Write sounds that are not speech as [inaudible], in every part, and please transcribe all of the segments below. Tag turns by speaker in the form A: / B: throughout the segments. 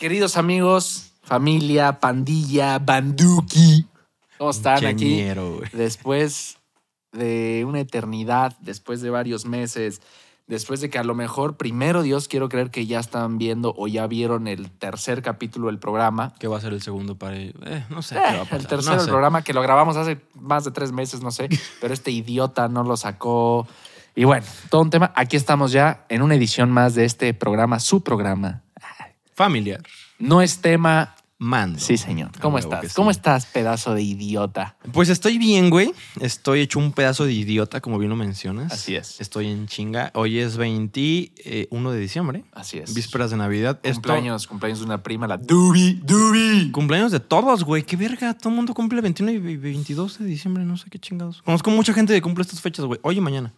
A: Queridos amigos, familia, pandilla, banduki, ¿cómo están
B: Ingeniero, güey.
A: aquí? Después de una eternidad, después de varios meses, después de que a lo mejor, primero Dios, quiero creer que ya están viendo o ya vieron el tercer capítulo del programa.
B: ¿Qué va a ser el segundo para ellos? Eh, no sé.
A: Eh,
B: qué va a pasar,
A: el tercero
B: no
A: del
B: sé.
A: programa que lo grabamos hace más de tres meses, no
B: [laughs]
A: sé, pero este idiota no lo sacó. Y bueno, todo un tema. Aquí estamos ya en una edición más de este programa, su programa.
B: Familiar.
A: No es tema.
B: Mando.
A: Sí, señor.
B: A
A: ¿Cómo
B: huevo
A: estás?
B: que sí.
A: ¿Cómo estás, pedazo de idiota?
B: Pues estoy bien, güey. Estoy hecho un pedazo de idiota, como bien lo mencionas.
A: Así es.
B: Estoy en chinga. Hoy es 21 de diciembre,
A: Así es.
B: vísperas de Navidad. Esto-
A: Cumpleaños, cumpleaños de una prima, la Dubi, Dubi.
B: Cumpleaños de todos, güey. Qué verga. Todo el mundo cumple 21 y ve- 22 de diciembre. No sé qué chingados. Conozco mucha gente que cumple estas fechas, güey. Hoy y mañana.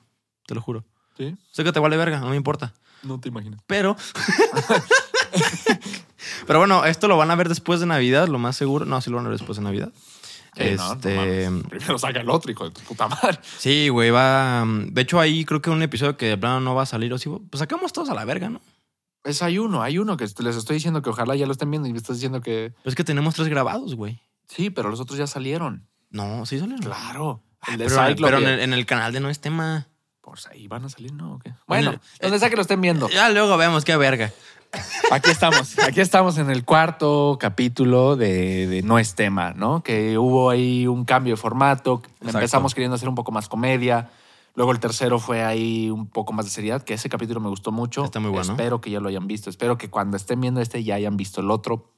B: Te lo juro.
A: Sí,
B: Sé que te vale verga. No me importa.
A: no te imagino.
B: Pero. [laughs] pero bueno, esto lo van a ver después de Navidad, lo más seguro. No, sí lo van a ver después de Navidad. este.
A: [laughs] Primero saca el otro, hijo de tu puta madre.
B: sí, güey, va. De hecho, ahí creo que un episodio que de plano no va a salir. O sí, pues sacamos todos a la verga, ¿no?
A: Pues hay uno, hay uno que les estoy diciendo que ojalá ya lo estén viendo y me estás diciendo que
B: Pero es que tenemos tres grabados, güey.
A: sí, pero los otros ya salieron.
B: No, sí salen.
A: Claro.
B: Ah,
A: El de
B: pero
A: Cyclops.
B: pero en, el, en el canal de No es tema.
A: Por ahí van a salir, ¿no? ¿O qué?
B: Bueno,
A: Bueno, donde sea que lo estén viendo.
B: Ya luego vemos qué verga.
A: Aquí estamos. Aquí estamos en el cuarto capítulo de, de No es tema, ¿no? Que hubo ahí un cambio de formato.
B: Exacto.
A: Empezamos queriendo hacer un poco más comedia. Luego el tercero fue ahí un poco más de seriedad, que ese capítulo me gustó mucho.
B: Está muy bueno.
A: Espero que ya lo hayan visto. Espero que cuando estén viendo este ya hayan visto el otro.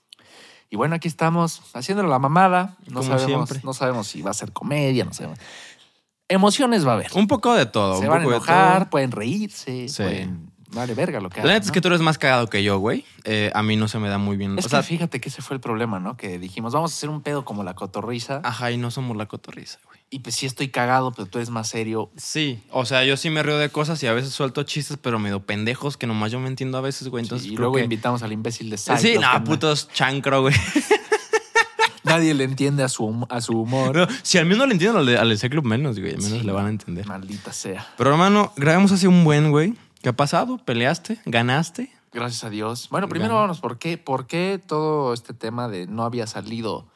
A: Y bueno, aquí estamos haciéndolo la mamada. No
B: Como
A: sabemos,
B: siempre.
A: no sabemos si va a ser comedia, no sabemos. Emociones va a haber.
B: Un poco de todo.
A: Se
B: un
A: van a
B: poco de
A: enojar,
B: todo.
A: pueden reírse,
B: Sí.
A: pueden... Vale, verga lo que
B: La
A: hagan,
B: neta es
A: ¿no?
B: que tú eres más cagado que yo, güey. Eh, a mí no se me da muy bien.
A: Es
B: o
A: que
B: sea,
A: fíjate que ese fue el problema, ¿no? Que dijimos, vamos a hacer un pedo como la cotorriza.
B: ajá, y no somos la cotorriza, güey.
A: Y pues sí estoy cagado, pero tú eres más serio.
B: Sí, o sea, yo sí me río de cosas y a veces suelto chistes, pero medio pendejos que nomás yo me entiendo a veces, güey. Entonces,
A: y
B: creo
A: luego
B: que-
A: invitamos al imbécil de Cyclops.
B: Sí,
A: que na-
B: no, putos
A: [laughs]
B: chancro, güey.
A: Nadie le entiende a su, hum- a su humor.
B: [laughs] No, si al menos le entienden al, de- al C Club menos, güey, al menos
A: Sí.
B: le van a entender.
A: Maldita sea.
B: Pero hermano, grabamos hace un buen, güey. ¿Qué ha pasado? ¿Peleaste? ¿Ganaste?
A: Gracias a Dios. Bueno, primero
B: Gana.
A: vámonos. ¿Por qué? ¿Por qué todo este tema de no había salido?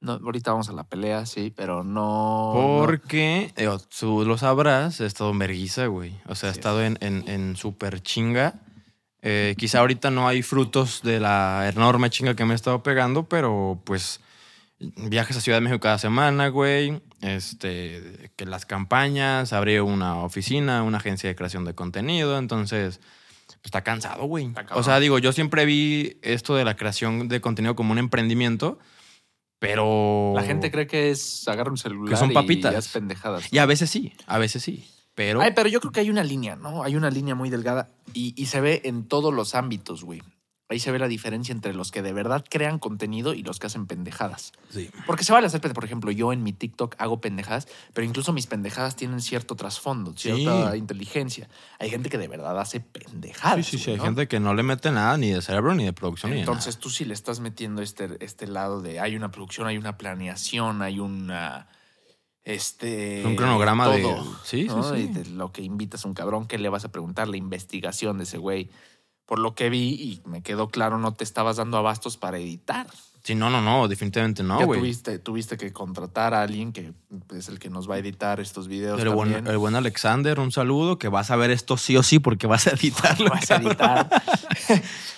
A: No, ahorita vamos a la pelea, sí, pero no. no-
B: Porque, eh, tú lo sabrás, he estado en verguiza, güey. O sea, he
A: Así
B: estado en, en, en super chinga. Eh, quizá ahorita no hay frutos de la enorme chinga que me he estado pegando, pero pues viajes a Ciudad de México cada semana, güey. Este, que las campañas, abrí una oficina, una agencia de creación de contenido, entonces pues, está cansado, güey.
A: Está cabrón.
B: O sea, digo, yo siempre vi esto de la creación de contenido como un emprendimiento, pero
A: La gente cree que es agarrar un celular
B: Que son
A: y-
B: papitas.
A: y haz pendejadas.
B: y a veces sí, a veces sí. Pero.
A: Ay, pero yo creo que hay una línea, ¿no? Hay una línea muy delgada y, y se ve en todos los ámbitos, güey. Ahí se ve la diferencia entre los que de verdad crean contenido y los que hacen pendejadas.
B: sí.
A: Porque se vale hacer, pende- por ejemplo, yo en mi TikTok hago pendejadas, pero incluso mis pendejadas tienen cierto trasfondo, cierta
B: Sí.
A: inteligencia. Hay gente que de verdad hace pendejadas.
B: Sí, sí, sí,
A: güey,
B: Hay
A: Ah, ¿no?
B: gente que no le mete nada ni de cerebro ni de producción ni de
A: Entonces tú sí le estás metiendo este, este lado de hay una producción, hay una planeación, hay una. Este.
B: Un cronograma de-
A: todo,
B: sí, sí, sí.
A: Y de lo que invitas a un cabrón, ¿qué le vas a preguntar? La investigación de ese güey. Por lo que vi y me quedó claro, no te estabas dando abastos para editar.
B: nada. Sí, no, no, no, definitivamente no,
A: ya
B: güey.
A: tuviste, tuviste que contratar a alguien que es el que nos va a editar estos videos.
B: El buen,
A: también.
B: el buen Alexander, un saludo, que vas a ver esto sí o sí
A: [laughs]
B: porque vas a editarlo.
A: Vas a
B: cabrón.
A: editar.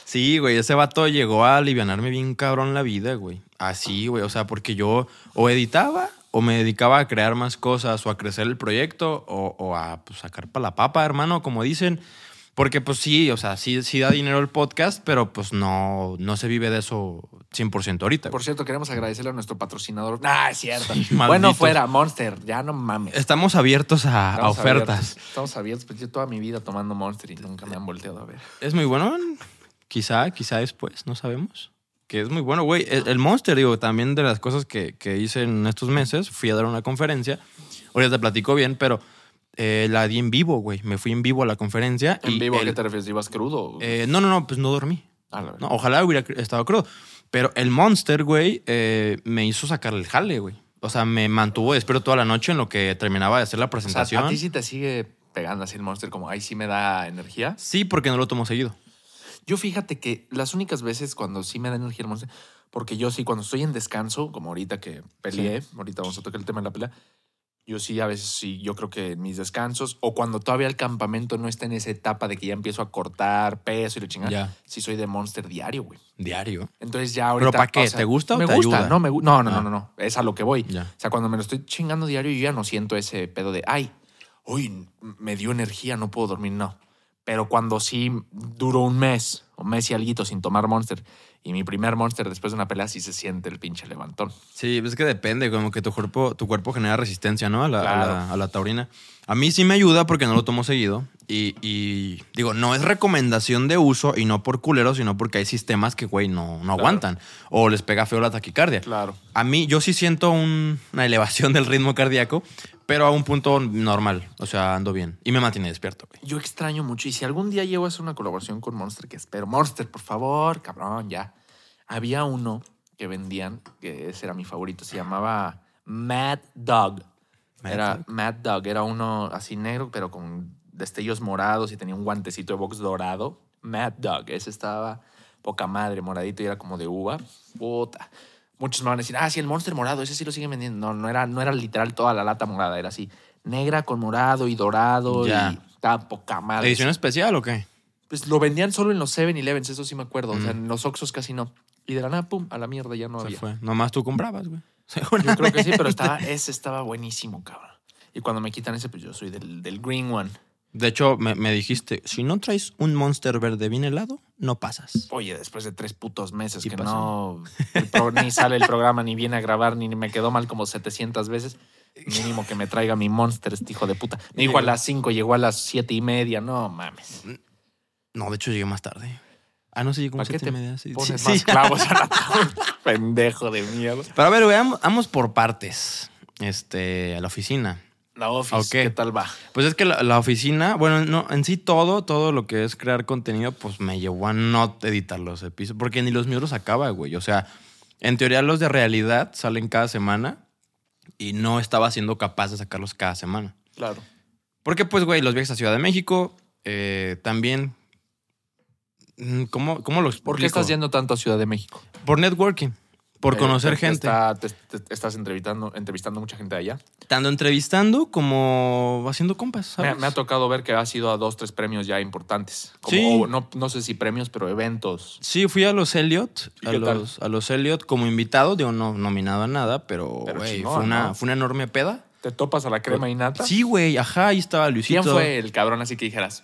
B: Sí, güey, ese vato llegó a alivianarme bien cabrón la vida, güey. Así, güey, o sea, porque yo o editaba o me dedicaba a crear más cosas o a crecer el proyecto o, o a pues, sacar para la papa, hermano, como dicen. Porque pues sí, o sea, sí, sí da dinero el podcast, pero pues no, no se vive de eso 100% ahorita. güey.
A: Por cierto, queremos agradecerle a nuestro patrocinador. Ah, es cierto.
B: Sí,
A: bueno,
B: malditos.
A: fuera, Monster. Ya no mames.
B: Estamos abiertos a, a
A: Estamos
B: ofertas.
A: abiertos, estamos abiertos, pues yo toda mi vida tomando Monster y nunca me han volteado a ver.
B: Es muy bueno, quizá, quizá después, no sabemos. Que es muy bueno, güey. El, el Monster, digo, también de las cosas que, que hice en estos meses, fui a dar una conferencia. Ahorita te platico bien, pero eh, la di en vivo, güey. Me fui en vivo a la conferencia.
A: ¿En
B: y
A: vivo a
B: el-
A: qué te refieres? ¿Ibas crudo?
B: eh, no, no, no, pues no dormí.
A: Ah, la verdad.
B: No, ojalá hubiera cr- estado crudo. Pero el Monster, güey, eh, me hizo sacar el jale, güey. O sea, me mantuvo despierto toda la noche en lo que terminaba de hacer la
A: o sea,
B: presentación.
A: a ti sí te sigue pegando así el Monster, como ahí sí me da energía.
B: Sí, porque no lo tomo seguido.
A: Yo fíjate que las únicas veces cuando sí me da energía el Monster, porque yo sí, cuando estoy en descanso, como ahorita que peleé, ahorita vamos a tocar el tema de la pelea, yo sí, a veces sí, yo creo que en mis descansos, o cuando todavía el campamento no está en esa etapa de que ya empiezo a cortar peso y la chingada,
B: Ya.
A: sí soy de Monster diario, güey.
B: Diario.
A: Entonces ya ahorita.
B: ¿Pero pa' qué? ¿Te gusta o
A: me
B: te
A: gusta?
B: ayuda?
A: No, me gu- no, no,
B: Ah.
A: no, no, no. Es a lo que voy.
B: Ya.
A: O sea, cuando me lo estoy chingando diario, yo ya no siento ese pedo de, ay, hoy me dio energía, no puedo dormir, no. Pero cuando sí duró un mes, un mes y alguito sin tomar Monster, y mi primer Monster después de una pelea sí se siente el pinche levantón.
B: Sí, pues es que depende, como que tu cuerpo, tu cuerpo genera resistencia, ¿no? A la, a la-
A: Claro.
B: a la taurina. A mí sí me ayuda porque no lo tomo seguido. Y, y digo, no es recomendación de uso y no por culero, sino porque hay sistemas que, güey, no, no aguantan. O les pega feo la taquicardia.
A: Claro.
B: A mí, yo sí siento un- una elevación [laughs] del ritmo cardíaco, pero a un punto normal. O sea, ando bien. Y me mantiene despierto, güey.
A: Yo extraño mucho, y si algún día llego a hacer una colaboración con Monster, que espero, Monster, por favor, cabrón, ya. Había uno que vendían, que ese era mi favorito, se llamaba Mad Dog.
B: Mad
A: era Mad Dog, era uno así negro, pero con destellos morados y tenía un guantecito de box dorado. Mad Dog, ese estaba poca madre, moradito y era como de uva. Puta. Muchos me van a decir, ah, sí, el Monster morado, ese sí lo siguen vendiendo. No, no era, no era literal toda la lata morada, era así, negra con morado y dorado
B: Ya.
A: y estaba poca madre.
B: ¿Edición especial o qué?
A: Pues lo vendían solo en los 7-Elevens, eso sí me acuerdo. O sea, en los Oxxos casi no. Y de la nada, pum, a la mierda, ya no
B: Mm. Se
A: había.
B: fue. Nomás tú comprabas, güey.
A: Yo creo que sí, pero
B: [laughs]
A: estaba, ese estaba buenísimo, cabrón. Y cuando me quitan ese, pues yo soy del, del green one.
B: De hecho, me, me dijiste, si no traes un Monster verde bien helado, no pasas.
A: Oye, después de tres putos meses
B: ¿Y
A: que
B: pasó?
A: no el pro- ni sale el programa, ni viene a grabar, ni me quedó mal como 700 veces, mínimo que me traiga mi monster, este hijo de puta. Me dijo a las 5, llegó a las 7 y media, no mames.
B: No, de hecho llegué más tarde. Ah, no, sí, llegué como
A: ¿Para qué
B: siete
A: te
B: y media. Sí,
A: pones
B: sí,
A: más
B: sí.
A: clavos a la tabla? [laughs] Pendejo de mierda.
B: [laughs] Pero a ver, güey, vamos, vamos por partes. Este, a la oficina.
A: La Office,
B: Ok.
A: ¿qué tal va?
B: Pues es que la, la oficina, bueno, no, en sí todo, todo lo que es crear contenido, pues me llevó a no editar los episodios, porque ni los míos los acaba, güey. O sea, en teoría los de realidad salen cada semana y no estaba siendo capaz de sacarlos cada semana.
A: Claro.
B: Porque, pues, güey, los viajes a Ciudad de México, eh, también... mm, ¿Cómo, ¿Cómo lo explico?
A: ¿Por qué estás yendo tanto a Ciudad de México?
B: Por networking, por
A: Eh,
B: conocer
A: te- te
B: gente.
A: está- te- te- te estás entrevistando, entrevistando mucha gente de allá.
B: Tanto entrevistando como haciendo compas,
A: Me,
B: ¿sabes?
A: me ha tocado ver que ha sido a dos, tres premios ya importantes. Como,
B: Sí.
A: o no, no sé si premios, pero eventos.
B: Sí, fui a los Elliot,
A: ¿Y
B: a
A: qué tal?
B: los, a los Elliot como invitado, digo, no nominado a nada, pero,
A: Pero
B: güey,
A: chingón,
B: fue, una,
A: ¿no?
B: fue una enorme peda.
A: ¿Te topas a la crema y nata?
B: Sí, güey, ajá, ahí estaba Luisito.
A: ¿Quién fue el cabrón así que dijeras?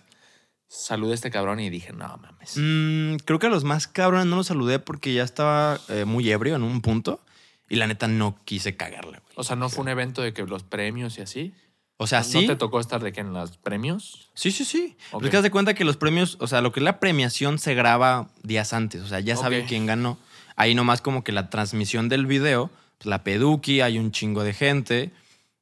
A: Saludé a este cabrón y dije, no mames.
B: Mm, creo que a los más cabrones no los saludé porque ya estaba eh, muy ebrio en un punto y la neta no quise cagarle, güey.
A: O sea, no fue un evento de que los premios y así.
B: O sea, ¿Ah, sí.
A: ¿No te tocó estar de que en los premios?
B: Sí, sí, sí.
A: Ok.
B: Porque haz de cuenta que los premios, o sea, lo que es la premiación se graba días antes. O sea, ya saben
A: Ok.
B: quién ganó. Ahí nomás como que la transmisión del video, pues, la peduqui, hay un chingo de gente.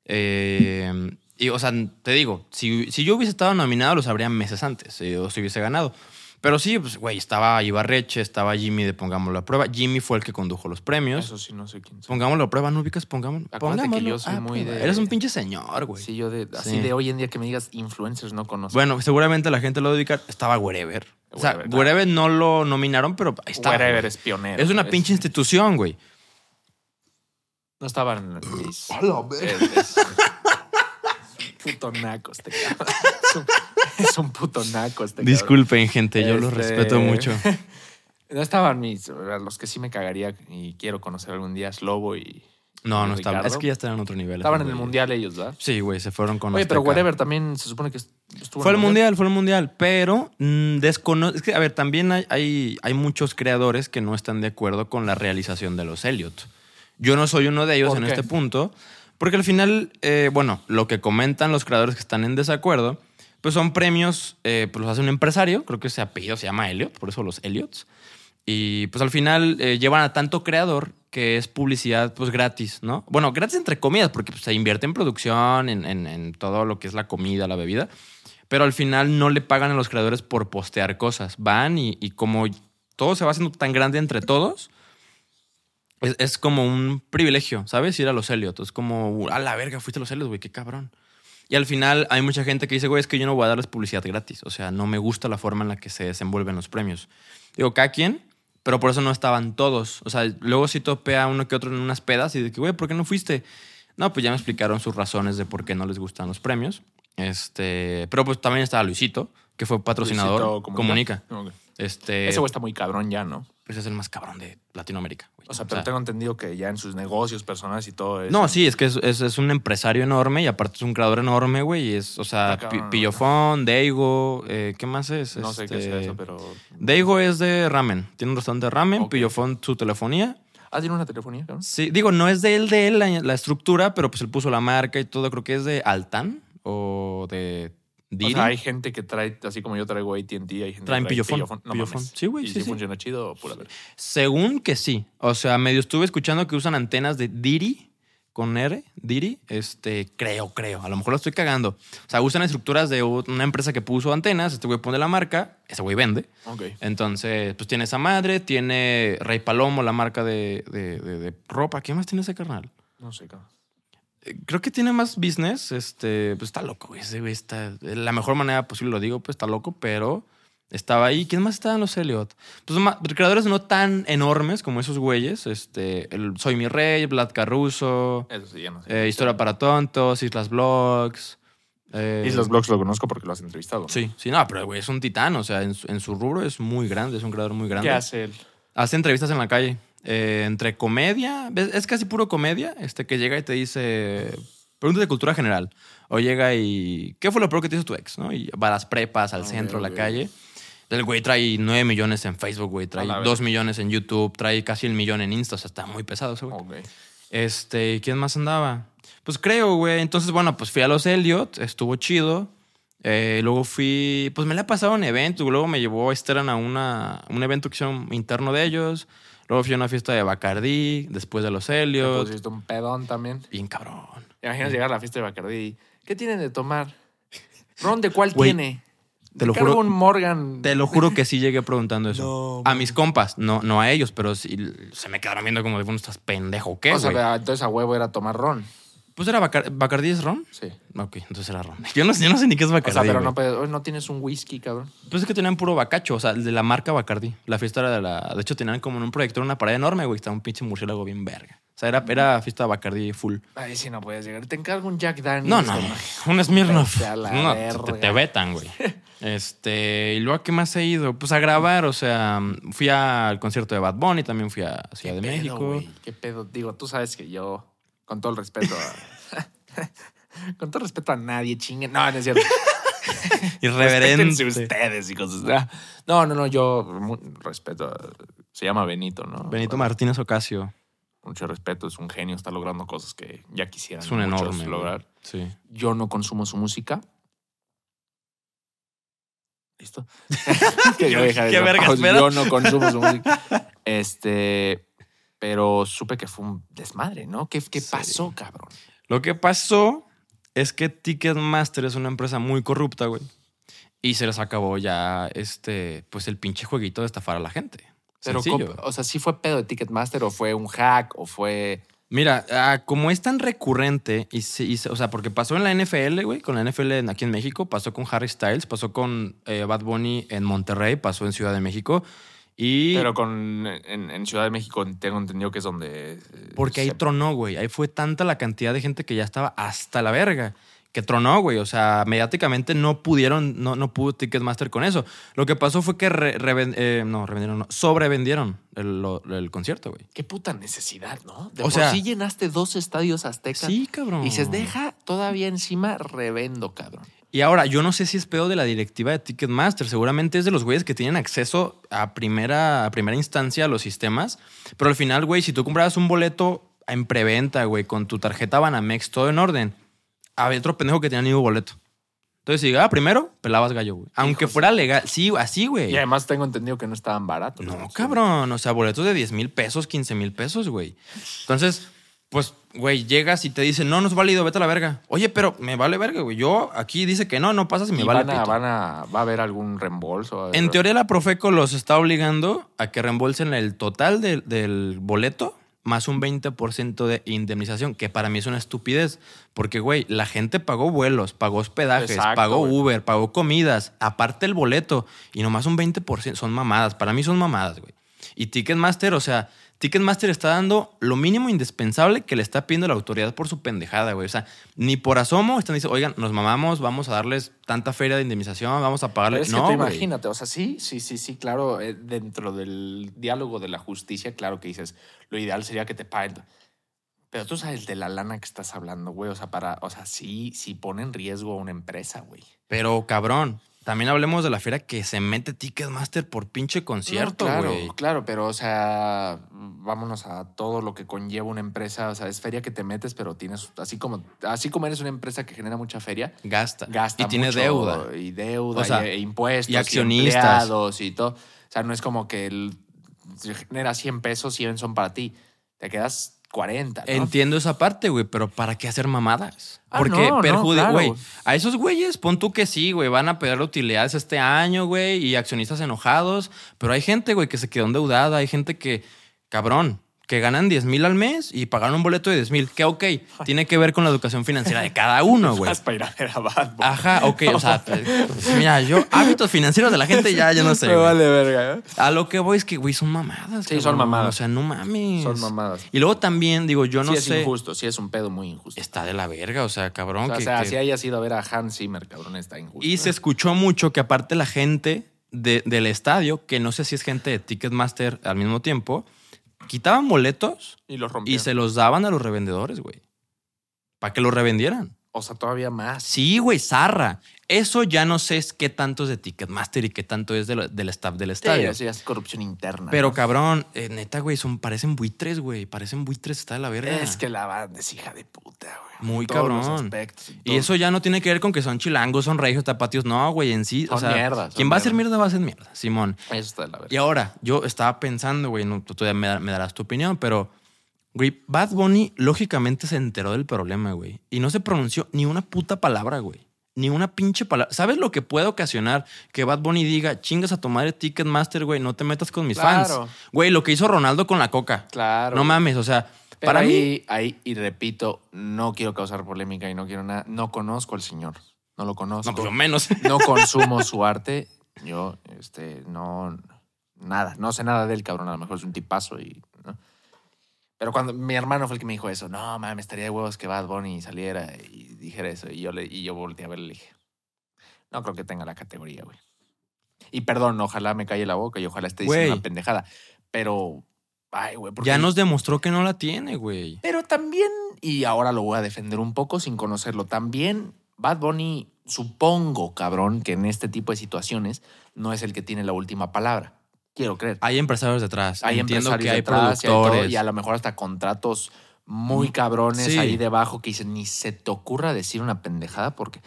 B: Eh, y, o sea, te digo, si, si yo hubiese estado nominado, lo sabría meses antes, eh, o si hubiese ganado. Pero sí, pues, güey, estaba Ibarreche, estaba Jimmy de Pongámoslo a Prueba. Jimmy fue el que condujo los premios.
A: Eso sí, no sé quién. soy.
B: Pongámoslo a prueba, ¿no ubicas? Pongámoslo.
A: Acuérdate que
B: Pongámoslo
A: yo soy
B: a
A: muy
B: prueba.
A: de-
B: Eres un pinche señor, güey.
A: Sí, yo de, así
B: Sí.
A: de hoy en día que me digas influencers no conozco.
B: Bueno, seguramente la gente lo va a ubicar. Estaba Wherever. O sea,
A: Wherever,
B: Wherever,
A: claro.
B: no lo nominaron, pero ahí estaba.
A: Wherever
B: güey.
A: es pionero.
B: Es una
A: güey.
B: pinche institución, güey.
A: No estaban mis... puto naco este cabrón. Es un, es un puto naco este cabrón.
B: Disculpen, gente, yo los
A: Este-
B: respeto mucho.
A: No estaban mis... Los que sí me cagaría y quiero conocer algún día es Lobo y...
B: No,
A: ¿Y
B: no estaban.
A: Ricardo?
B: Es que ya estaban en otro nivel.
A: Estaban en el
B: güey.
A: Mundial ellos, ¿verdad?
B: Sí, güey, se fueron con
A: Oye, pero
B: Azteca.
A: Wherever también se supone que estuvo
B: Fue
A: en
B: el mundial, fue el mundial, pero mm, descono- Es que, a ver, también hay, hay, hay muchos creadores que no están de acuerdo con la realización de los Elliot. Yo no soy uno de ellos
A: ¿Por
B: en
A: qué?
B: este punto, porque al final, eh, bueno, lo que comentan los creadores que están en desacuerdo, pues son premios, eh, pues los hace un empresario, creo que ese apellido se llama Elliot, por eso los Elliots. Y pues al final eh, llevan a tanto creador que es publicidad pues gratis, ¿no? Bueno, gratis entre comillas, porque pues, se invierte en producción, en, en- en todo lo que es la comida, la bebida, pero al final no le pagan a los creadores por postear cosas. Van y, y como todo se va haciendo tan grande entre todos, es, "Uh, es como un privilegio, ¿sabes? Ir a los Elliot. Es como, a la verga, fuiste a los Elliot, güey, qué cabrón. Y al final hay mucha gente que dice, güey, es que yo no voy a darles publicidad gratis. O sea, no me gusta la forma en la que se desenvuelven los premios. Digo, cada quien, pero por eso no estaban todos. O sea, luego sí topé a uno que otro en unas pedas y de que, güey, ¿por qué no fuiste? No, pues ya me explicaron sus razones de por qué no les gustan los premios. Este, pero pues también estaba Luisito, que fue patrocinador.
A: Luisito
B: comunica.
A: Ok.
B: Este,
A: Ese güey está muy cabrón ya, ¿no?
B: pues es el más cabrón de Latinoamérica. güey.
A: O sea, pero tengo entendido que ya en sus negocios personales y todo eso.
B: No, sí, es que es, es- es un empresario enorme y aparte es un creador enorme, güey. Y es, o sea,
A: Está
B: Pi-
A: cabrón.
B: Pillofón, Deigo, eh, ¿qué más es?
A: No sé qué
B: Este,
A: es eso, pero.
B: Daigo es de ramen. Tiene un restaurante de ramen,
A: Ok.
B: Pillofón su telefonía.
A: ¿Ah, tiene una telefonía, cabrón?
B: Sí, digo, no es de él, de él la, la estructura, pero pues él puso la marca y todo. Creo que es de Altan o de
A: O
B: Didi.
A: sea, hay gente que trae, así como yo traigo ATT, hay gente
B: Traen
A: que trae
B: pillofón,
A: No
B: pillofón.
A: mames.
B: Sí, güey,
A: ¿Y
B: sí,
A: si
B: sí.
A: funciona chido, pura verga.
B: Según que sí. O sea, medio estuve escuchando que usan antenas de Diri con R, Diri. Este, creo, creo. A lo mejor lo estoy cagando. O sea, usan estructuras de una empresa que puso antenas. Este güey pone la marca, ese güey vende.
A: Ok.
B: Entonces, pues tiene esa madre, tiene Rey Palomo, la marca de, de- de- de ropa. ¿Qué más tiene ese carnal?
A: No sé, cabrón.
B: Eh, Creo que tiene más business. Este, pues está loco, güey. Ese güey está. De la mejor manera posible lo digo, pues está loco, pero estaba ahí. ¿Quién más estaba en los Elliot? Pues ma- creadores no tan enormes como esos güeyes. Este, el Soy mi Rey, Vlad Caruso,
A: Eso sí, ya no sé.
B: eh, Historia para Tontos, Islas Blogs. eh,
A: Islas Blogs lo conozco porque lo has entrevistado. ¿no?
B: Sí, sí, no, pero güey, es un titán. O sea, en su, en su rubro es muy grande, es un creador muy grande.
A: ¿Qué hace él?
B: Hace entrevistas en la calle. eh, entre comedia, ¿ves? es casi puro comedia, este que llega y te dice preguntas de cultura general. O llega y ¿qué fue lo peor que te hizo tu ex? ¿no? Y va a las prepas, al
A: Ok,
B: centro, a la
A: ok.
B: calle. El güey trae 9 millones en Facebook, güey, trae
A: la verga.
B: 2 millones en YouTube, trae casi el millón en Insta, o sea, está muy pesado ese güey.
A: Ok.
B: Este, ¿y ¿quién más andaba? Pues creo, güey. Entonces, bueno, pues fui a los Elliot, estuvo chido. Eh, luego fui, pues me la pasaron en eventos. Luego me llevó Esteran a una, un evento que hicieron interno de ellos. Luego fui a una fiesta de Bacardí, después de los
A: Te
B: Elliot.
A: pusiste un pedón también.
B: Bien cabrón.
A: ¿Te imaginas llegar a la fiesta de Bacardí. y, ¿Qué tienen de tomar? ¿Ron de cuál
B: Güey,
A: tiene?
B: te lo
A: Cargo
B: juro-
A: un Morgan.
B: Te lo juro que sí llegué preguntando eso.
A: [laughs] No,
B: a mis compas, no, no a ellos, pero sí, se me quedaron viendo como de, bueno, estás pendejo, ¿o ¿qué?
A: o sea,
B: güey?"
A: entonces a huevo era tomar ron.
B: Pues era Bacar- Bacardí es ron.
A: Sí.
B: Ok, entonces era ron. [laughs] Yo no, sé- yo no sé ni qué es
A: O
B: Bacardí.
A: sea, pero
B: güey.
A: no, puedes- no tienes un whisky, cabrón.
B: Pues es que tenían puro bacacho, o sea, de la marca Bacardi. La fiesta era de la. De hecho, tenían como en un proyector una pared enorme, güey. Estaba un pinche murciélago bien verga. O sea, era, era fiesta Bacardi full.
A: Ay, si no puedes llegar. Te encargo un Jack Daniels.
B: No, no,
A: cabrón.
B: un Smirnoff.
A: Este, Vete a la
B: No, te,
A: verga.
B: te vetan, güey. Este, y luego, ¿a qué más he ido? Pues a grabar, o sea, fui al concierto de Bad Bunny, también fui a Ciudad de
A: pedo,
B: México.
A: güey? ¿Qué pedo? Digo, tú sabes que yo, con todo el respeto. a- [laughs] con todo respeto a nadie, chingue. No, no es
B: [laughs]
A: cierto. Respétense
B: Irreverente.
A: ustedes y cosas. Ah, No, no, no, yo mu- respeto. a- Se llama Benito, ¿no?
B: Benito Martínez Ocasio.
A: Mucho respeto, es un genio, está logrando cosas que ya quisieran
B: Es un
A: muchos
B: enorme. güey.
A: lograr.
B: Sí.
A: Yo no consumo su música.
B: [laughs]
A: ¿Listo? que yo deje de
B: Qué
A: hacer
B: verga,
A: pausa.
B: espera.
A: Yo no consumo su música.
B: [laughs]
A: Este, pero supe que fue un desmadre, ¿no? ¿Qué, qué
B: Sí.
A: pasó, cabrón?
B: Lo que pasó es que Ticketmaster es una empresa muy corrupta, güey. Y se les acabó ya este, pues el pinche jueguito de estafar a la gente.
A: Pero,
B: Sencillo.
A: ¿cómo- o sea, ¿sí fue pedo de Ticketmaster o fue un hack o fue...?
B: Mira, ah, como es tan recurrente, y, se- y se- o sea, porque pasó en la NFL, güey, con la NFL en- aquí en México, pasó con Harry Styles, pasó con eh, Bad Bunny en Monterrey, pasó en Ciudad de México. Y
A: Pero con, en, en Ciudad de México tengo entendido que es donde... eh,
B: Porque ahí
A: se-
B: tronó, güey. Ahí fue tanta la cantidad de gente que ya estaba hasta la verga. Que tronó, güey. O sea, mediáticamente no pudieron, no, no pudo Ticketmaster con eso. Lo que pasó fue que re- reven- eh, no, revendieron, no, sobrevendieron el, lo- el concierto, güey.
A: Qué puta necesidad, ¿no? De
B: O
A: por
B: sea-
A: sí llenaste dos estadios aztecas.
B: Sí, cabrón.
A: Y se deja todavía encima revendo, cabrón.
B: Y ahora, yo no sé si es pedo de la directiva de Ticketmaster. Seguramente es de los güeyes que tienen acceso a primera, a primera instancia a los sistemas. Pero al final, güey, si tú comprabas un boleto en preventa, güey, con tu tarjeta Banamex, todo en orden, había otro pendejo que tenía el mismo boleto. Entonces, si llegaba primero, pelabas gallo, güey. Aunque fuera legal. Sí, así, güey.
A: Y además tengo entendido que no estaban baratos.
B: Eh, No, cabrón. O sea, boletos de 10 mil pesos, 15 mil pesos, güey. Entonces, pues, güey, llegas y te dicen, no, no es válido, vete a la verga. Oye, pero me vale verga, güey. Yo aquí dice que no, no pasas y me
A: ¿Y
B: vale
A: van, a,
B: pito.
A: van a- ¿Va a haber algún reembolso? eh, ¿Va a haber-
B: En teoría, la Profeco los está obligando a que reembolsen el total del, del boleto más un 20% de indemnización, que para mí es una estupidez, porque, güey, la gente pagó vuelos, pagó hospedajes,
A: Exacto,
B: pagó
A: güey.
B: Uber, pagó comidas, aparte el boleto, y nomás un 20% son mamadas, para mí son mamadas, güey. Y Ticketmaster, o sea, Ticketmaster está dando lo mínimo indispensable que le está pidiendo la autoridad por su pendejada, güey. O sea, ni por asomo están diciendo, oigan, nos mamamos, vamos a darles tanta feria de indemnización, vamos a pagarles.
A: Pero es que
B: no,
A: tú
B: güey.
A: imagínate, o sea, sí, sí, sí, sí, claro, eh, dentro del diálogo de la justicia, claro que dices, lo ideal sería que te paguen. Pero tú sabes de la lana que estás hablando, güey, o sea, para, o sea, sí, sí pone en riesgo a una empresa, güey.
B: Pero cabrón, también hablemos de la fiera que se mete Ticketmaster por pinche concierto,
A: No, claro,
B: güey.
A: claro, pero o sea, vámonos a todo lo que conlleva una empresa, o sea, es feria que te metes, pero tienes así como así como eres una empresa que genera mucha feria,
B: Gasta.
A: gasta
B: Y tiene
A: mucho,
B: deuda.
A: y deuda
B: O sea,
A: y- e impuestos
B: y accionistas.
A: empleados y todo. O sea, no es como que el, si generas 100 pesos, 100 son para ti. Te quedas 40, ¿no?
B: Entiendo esa parte, güey, pero ¿para qué hacer mamadas?
A: Ah,
B: Porque
A: no, no,
B: perjudica,
A: claro.
B: güey. A esos güeyes, pon tú que sí, güey, van a pedir utilidades este año, güey, y accionistas enojados, pero hay gente, güey, que se quedó endeudada, hay gente que, cabrón, que ganan 10 mil al mes y pagaron un boleto de 10 mil, que ok, tiene que ver con la educación financiera de
A: [laughs]
B: cada uno, güey.
A: Vas [laughs] para ir a ver a Bad Bunny.
B: Ajá, ok,
A: [laughs]
B: o sea, pues, mira, yo hábitos financieros de la gente ya, ya no sé.
A: [laughs] Me
B: güey.
A: vale verga. ¿eh?
B: A lo que voy es que, güey, son mamadas.
A: Sí, son mamadas.
B: O sea, no mames.
A: Son mamadas.
B: Y luego también, digo, yo no
A: sí es
B: sé.
A: injusto, sí es un pedo muy injusto.
B: Está de la verga, o sea,
A: o
B: cabrón.
A: sea,
B: que-
A: o sea,
B: que-
A: si hayas ido a ver a Hans Zimmer, cabrón, está injusto.
B: Y se escuchó mucho que aparte la gente de- del estadio, que no sé si es gente de Ticketmaster al mismo tiempo, quitaban boletos
A: Y los
B: y se los daban a los revendedores, güey. Para que los revendieran.
A: O sea, todavía más.
B: Sí, güey, zarra. Eso ya no sé es qué tanto es de Ticketmaster y qué tanto es de lo- del staff del estadio.
A: Sí, sí, es corrupción interna.
B: Pero
A: ¿no?
B: cabrón, eh, neta, güey, son, parecen buitres, güey. Parecen buitres, está de la verga.
A: es que la banda es hija de puta, güey.
B: Muy
A: En todos los
B: cabrón.
A: aspectos, en
B: Y
A: todo.
B: eso ya no tiene que ver con que son chilangos, son regios, tapatios. No, güey, en sí. o
A: Son
B: sea,
A: mierdas, son
B: Quien va a hacer
A: mierdas.
B: mierda va a hacer mierda, Simón.
A: Eso está de la verga.
B: Y ahora, yo estaba pensando, güey, no, tú todavía me, da- me darás tu opinión, pero, güey, Bad Bunny lógicamente se enteró del problema, güey. Y no se pronunció ni una puta palabra, güey. Ni una pinche palabra. ¿Sabes lo que puede ocasionar que Bad Bunny diga, chingas a tu madre Ticketmaster, güey, no te metas con mis
A: Claro.
B: fans? Güey, lo que hizo Ronaldo con la coca.
A: Claro.
B: No mames, o sea,
A: Pero
B: para
A: ahí,
B: mí...
A: ahí, y repito, no quiero causar polémica y no quiero nada. No conozco al señor. No lo conozco.
B: No, pues yo
A: No,
B: menos.
A: consumo su arte. Yo, este, no. Nada. No sé nada del cabrón. A lo mejor es un tipazo y. ¿no? Pero cuando mi hermano fue el que me dijo eso, no mames, estaría de huevos que Bad Bunny saliera y dijera eso. Y yo, le, y yo volteé a verle y le dije, no creo que tenga la categoría, güey. Y perdón, ojalá me calle la boca y ojalá esté diciendo
B: Güey.
A: una pendejada. Pero, ay, güey. [laughs] ¿por
B: Ya
A: qué?
B: nos demostró que no la tiene, güey.
A: Pero también, y ahora lo voy a defender un poco sin conocerlo, también Bad Bunny, supongo, cabrón, que en este tipo de situaciones no es el que tiene la última palabra. Quiero creer.
B: Hay empresarios detrás.
A: Hay
B: Entiendo
A: empresarios
B: que hay
A: detrás y hay todo,
B: productores. Mm,
A: y a lo mejor hasta contratos muy cabrones
B: Sí.
A: ahí debajo que dicen, ni se te ocurra decir una pendejada porque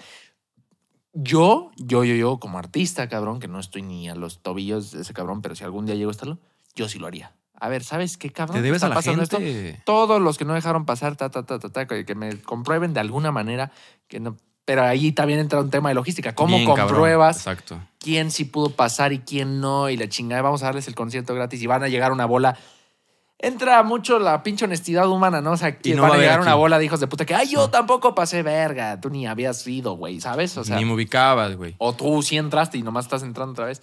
A: yo, yo, yo, yo, como artista, cabrón, que no estoy ni a los tobillos de ese cabrón, pero si algún día llego a estarlo, yo sí lo haría. A ver, ¿sabes qué, cabrón?
B: Te debes
A: ¿Está
B: a la
A: pasando esto?
B: gente.
A: todos los que no dejaron pasar, ta, ta, ta, ta, ta, que que me comprueben de alguna manera que no. Pero ahí también entra un tema de logística. ¿Cómo
B: Bien, cabrón.
A: compruebas
B: Exacto.
A: quién sí pudo pasar y quién no? Y la chingada, vamos a darles el concierto gratis y van a llegar una bola. Entra mucho la pinche honestidad humana, ¿no? O sea, que
B: no
A: van a
B: va a haber
A: llegar una
B: aquí.
A: bola de hijos de puta que, ay, yo tampoco pasé verga, tú ni habías ido, güey, ¿sabes? O sea,
B: Ni me ubicabas, güey.
A: o tú sí entraste y nomás estás entrando otra vez.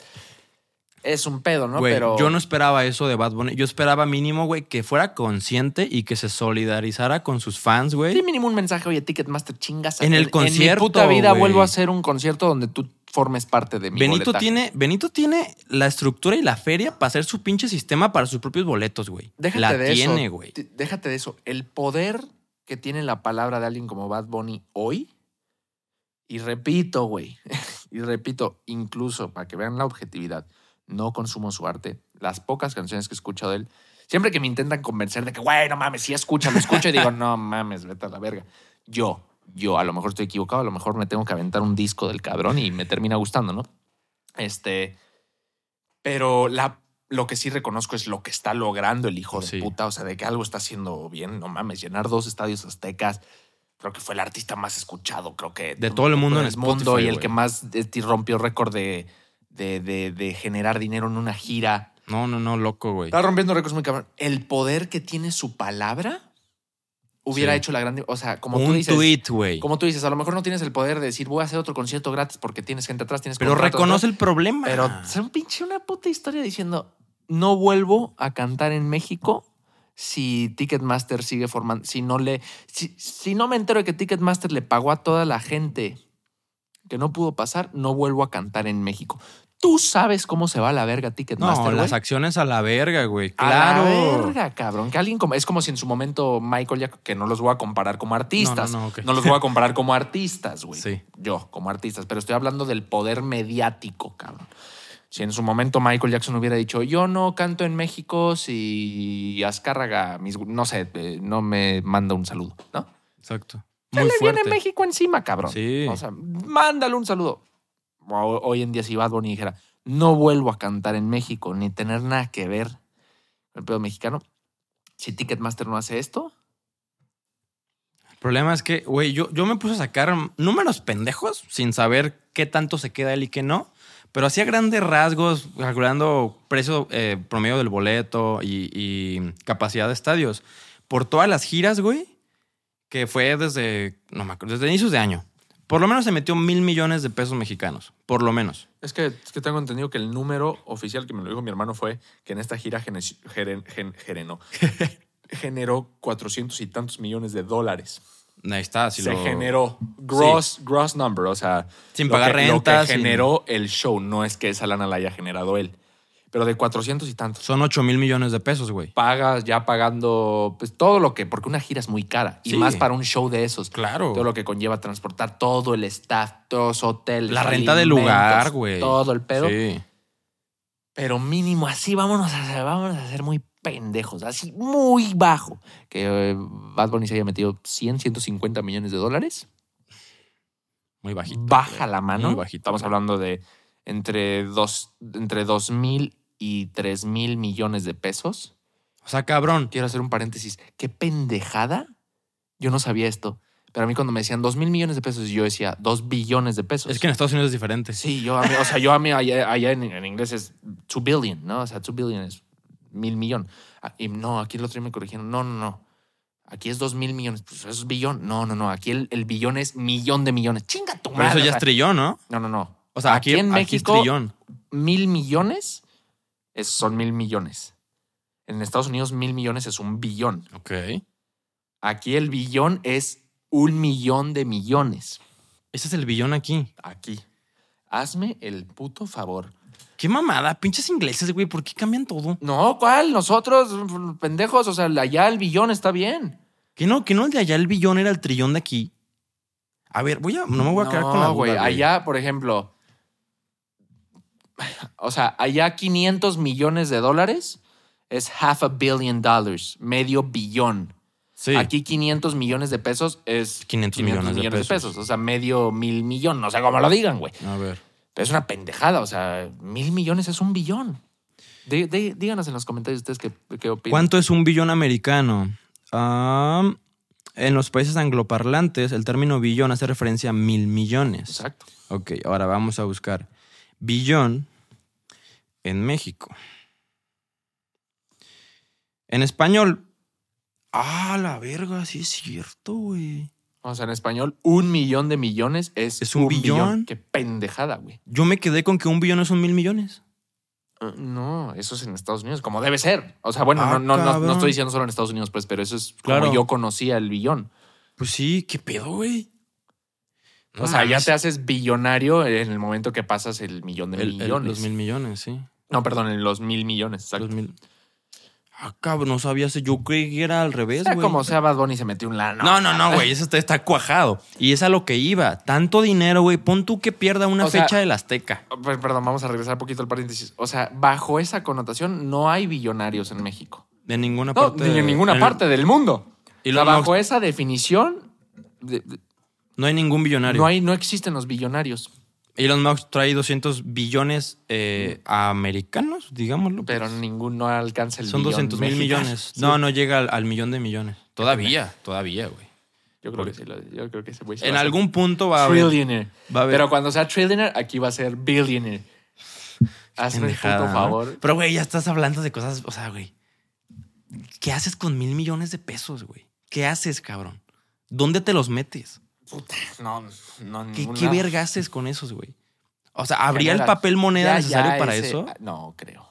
A: Es un pedo, ¿no?
B: Güey,
A: Pero
B: Yo no esperaba eso de Bad Bunny. Yo esperaba mínimo, güey, que fuera consciente y que se solidarizara con sus fans, güey.
A: Sí, mínimo un mensaje, oye, Ticketmaster, chingas. a
B: En
A: tu-
B: el concierto,
A: En mi puta vida
B: güey.
A: vuelvo a hacer un concierto donde tú formes parte de mi
B: Benito
A: boletaje.
B: tiene, Benito tiene la estructura y la feria para hacer su pinche sistema para sus propios boletos, güey.
A: Déjate
B: la
A: de
B: tiene,
A: eso.
B: güey.
A: T- Déjate de eso. El poder que tiene la palabra de alguien como Bad Bunny hoy. Y repito, güey. [laughs] y repito, incluso para que vean la objetividad, no consumo su arte. Las pocas canciones que he escuchado de él. Siempre que me intentan convencer de que, güey, no mames, sí escucha, lo escucho. y digo, no mames, vete a la verga. Yo, yo, a lo mejor estoy equivocado, a lo mejor me tengo que aventar un disco del cabrón y me termina gustando, ¿no? Este. Pero la, lo que sí reconozco es lo que está logrando el hijo
B: Sí.
A: de puta. O sea, de que algo está haciendo bien. No mames, llenar dos estadios aztecas. Creo que fue el artista más escuchado, creo que.
B: De todo el mundo en
A: del mundo
B: Spotify,
A: y el
B: güey.
A: que más este, rompió récord de, de, de- de generar dinero en una gira.
B: No, no, no, loco, güey.
A: Está rompiendo récords muy cabrón. El poder que tiene su palabra hubiera
B: Sí.
A: hecho la gran. O sea, como tú
B: Un
A: dices.
B: tweet, güey.
A: Como tú dices, a lo mejor no tienes el poder de decir voy a hacer otro concierto gratis porque tienes gente atrás, tienes
B: Pero
A: contratos,
B: reconoce
A: ¿no?
B: el problema.
A: Pero es un pinche una puta historia diciendo no vuelvo a cantar en México si Ticketmaster sigue formando, si no le, si, si no me entero de que Ticketmaster le pagó a toda la gente que no pudo pasar, no vuelvo a cantar en México. Tú sabes cómo se va a la verga
B: no,
A: Ticketmaster. güey?
B: las acciones a la verga, güey.
A: A la
B: Claro.
A: verga, cabrón. Que alguien como. Es como si en su momento Michael ya. Que no los voy a comparar como artistas.
B: No, no, no, ok.
A: los voy a comparar como artistas, güey.
B: Sí.
A: Yo, como artistas. Pero estoy hablando del poder mediático, cabrón. Si en su momento Michael Jackson hubiera dicho, yo no canto en México si Azcárraga, mis, no sé, eh, no me manda un saludo, ¿no?
B: Exacto.
A: Ya
B: Muy
A: le
B: fuerte.
A: viene México encima, cabrón.
B: Sí.
A: O sea, mándale un saludo. O- Hoy en día, si Bad Bunny dijera, no vuelvo a cantar en México ni tener nada que ver con el pedo mexicano, si Ticketmaster no hace esto,
B: El problema es que, güey, yo, yo me puse a sacar números pendejos sin saber qué tanto se queda él y qué no. Pero hacía grandes rasgos, calculando precio eh, promedio del boleto y, y capacidad de estadios. Por todas las giras, güey, que fue desde, no me acuerdo, desde inicios de año. Por lo menos se metió mil millones de pesos mexicanos. Por lo menos.
A: Es que, es que tengo entendido que el número oficial que me lo dijo mi hermano fue que en esta gira gene- geren- gen- [laughs] gerenó- generó 400 y tantos millones de dólares.
B: Ahí está. Si
A: Se
B: lo-
A: generó gross, gross number, o sea,
B: Sin
A: lo
B: pagar
A: que- lo
B: rentas,
A: que
B: sin-
A: generó el show, no es que esa lana la haya generado él, pero de 400 y tantos.
B: Son 8 mil millones de pesos, güey.
A: Pagas ya pagando pues, todo lo que, porque una gira es muy cara y
B: Sí.
A: más para un show de esos.
B: Claro.
A: Todo lo que conlleva transportar todo el staff, todos hoteles.
B: La renta del
A: alimentos,
B: lugar, güey.
A: Todo el pedo.
B: Sí.
A: Pero mínimo, así vámonos a, vámonos a ser muy pendejos, así muy bajo. Que eh, Bad Bunny se haya metido 100, 150 millones de dólares.
B: Muy bajito.
A: Baja la mano.
B: Muy bajito,
A: Estamos
B: güey.
A: hablando de entre dos, entre dos mil y tres mil millones de pesos.
B: O sea, cabrón.
A: Quiero hacer un paréntesis. Qué pendejada. Yo no sabía esto. Pero a mí cuando me decían dos mil millones de pesos, yo decía dos billones de pesos.
B: Es que en Estados Unidos es diferente.
A: Sí, yo a mí- o sea, yo a mí allá, allá en, en inglés es 2 billion, ¿no? O sea, 2 billion es mil millón. Ah, Y no, aquí el otro día me corrigieron, no, no, no. Aquí es dos mil millones, pues eso es billón. No, no, no, aquí el, el billón es millón de millones. Chinga tu
B: Pero
A: madre.
B: eso
A: o
B: ya
A: sea,
B: es trillón, ¿no?
A: no, no, no.
B: O sea, aquí,
A: Aquí en
B: aquí es
A: México-
B: trillón.
A: Mil millones es- son mil millones. En Estados Unidos mil millones es un billón.
B: Ok.
A: Aquí el billón es un millón de millones.
B: Ese es el billón aquí.
A: Aquí. Hazme el puto favor.
B: Qué mamada, pinches ingleses, güey. ¿Por qué cambian todo?
A: No, ¿cuál? Nosotros, pendejos, o sea, allá el billón está bien.
B: Que no, que no el de allá el billón era el trillón de aquí. A ver, voy a, no me voy a quedar con la duda,
A: güey. Allá, por ejemplo, o sea, allá 500 millones de dólares es half a billion dollars, medio billón.
B: Sí.
A: Aquí 500 millones de pesos es
B: 500 millones de pesos.
A: O sea, medio mil millón, no sé cómo lo digan, güey.
B: A ver.
A: Pero es una pendejada, o sea, mil millones es un billón. Dí- dí- díganos en los comentarios ustedes qué, qué opinan.
B: ¿Cuánto es un billón americano? Ah, en los países angloparlantes, el término billón hace referencia a mil millones.
A: Exacto.
B: Ok, ahora vamos a buscar billón en México. En español. Ah, la verga, sí es cierto, güey.
A: O sea, en español, un millón de millones es,
B: ¿Es un billón?
A: Qué pendejada, güey.
B: Yo me quedé con que un billón es un mil millones.
A: Eh, No, eso es en Estados Unidos, como debe ser. O sea, bueno,
B: Ah,
A: no, no, no,
B: cabrón.
A: no estoy diciendo solo en Estados Unidos, pues, pero eso es como
B: Claro.
A: yo conocía el billón.
B: Pues sí, qué pedo, güey.
A: o sea, ya
B: mames.
A: te haces billonario en el momento que pasas el millón de
B: El- el-
A: millones.
B: los mil millones, sí.
A: No, perdón, en los mil millones. Exacto.
B: Los mil. Ah, cabrón, no sabía. si Yo creí que era al revés,
A: Sea
B: güey.
A: como sea, Bad Bunny se metió un lano.
B: No, no, no, güey. Eso está, está cuajado. Y es a lo que iba. Tanto dinero, güey. Pon tú que pierda una
A: O sea-
B: fecha del Azteca.
A: Per- Oh, pues, Perdón, vamos a regresar un poquito al paréntesis. O sea, bajo esa connotación no hay billonarios en México.
B: De ninguna
A: No,
B: parte.
A: ni en ninguna
B: el-
A: parte del mundo.
B: Y
A: O sea,
B: lo- no-
A: bajo esa definición, de- de-
B: No hay ningún billonario.
A: No, hay, no existen los billonarios,
B: Elon Musk trae 200 billones eh, americanos, digámoslo.
A: Mm. pero
B: pues.
A: ninguno alcanza el
B: Son
A: billón
B: 200 mil
A: mexicano.
B: millones.
A: [laughs] Sí,
B: No, no llega al, al millón de millones. Todavía, todavía, güey.
A: Yo creo que sí, lo- yo creo que ese güey sí
B: En
A: va a ser
B: algún punto va a haber.
A: Trillionaire.
B: va a haber-
A: Pero cuando sea trillionaire, aquí va a ser billionaire. Hazme el
B: pendejada,
A: puto
B: ¿no?
A: favor.
B: Pero, güey, ya estás hablando de cosas. O sea, güey. ¿Qué haces con mil millones de pesos, güey? ¿Qué haces, cabrón? ¿Dónde te los metes?
A: Puta, no, no,
B: ¿Qué,
A: ninguna-
B: qué verga haces con esos, güey? O sea, ¿habría el
A: Genera-
B: papel moneda
A: Ya,
B: necesario
A: ya
B: para
A: ese- ah,
B: eso?
A: No, creo.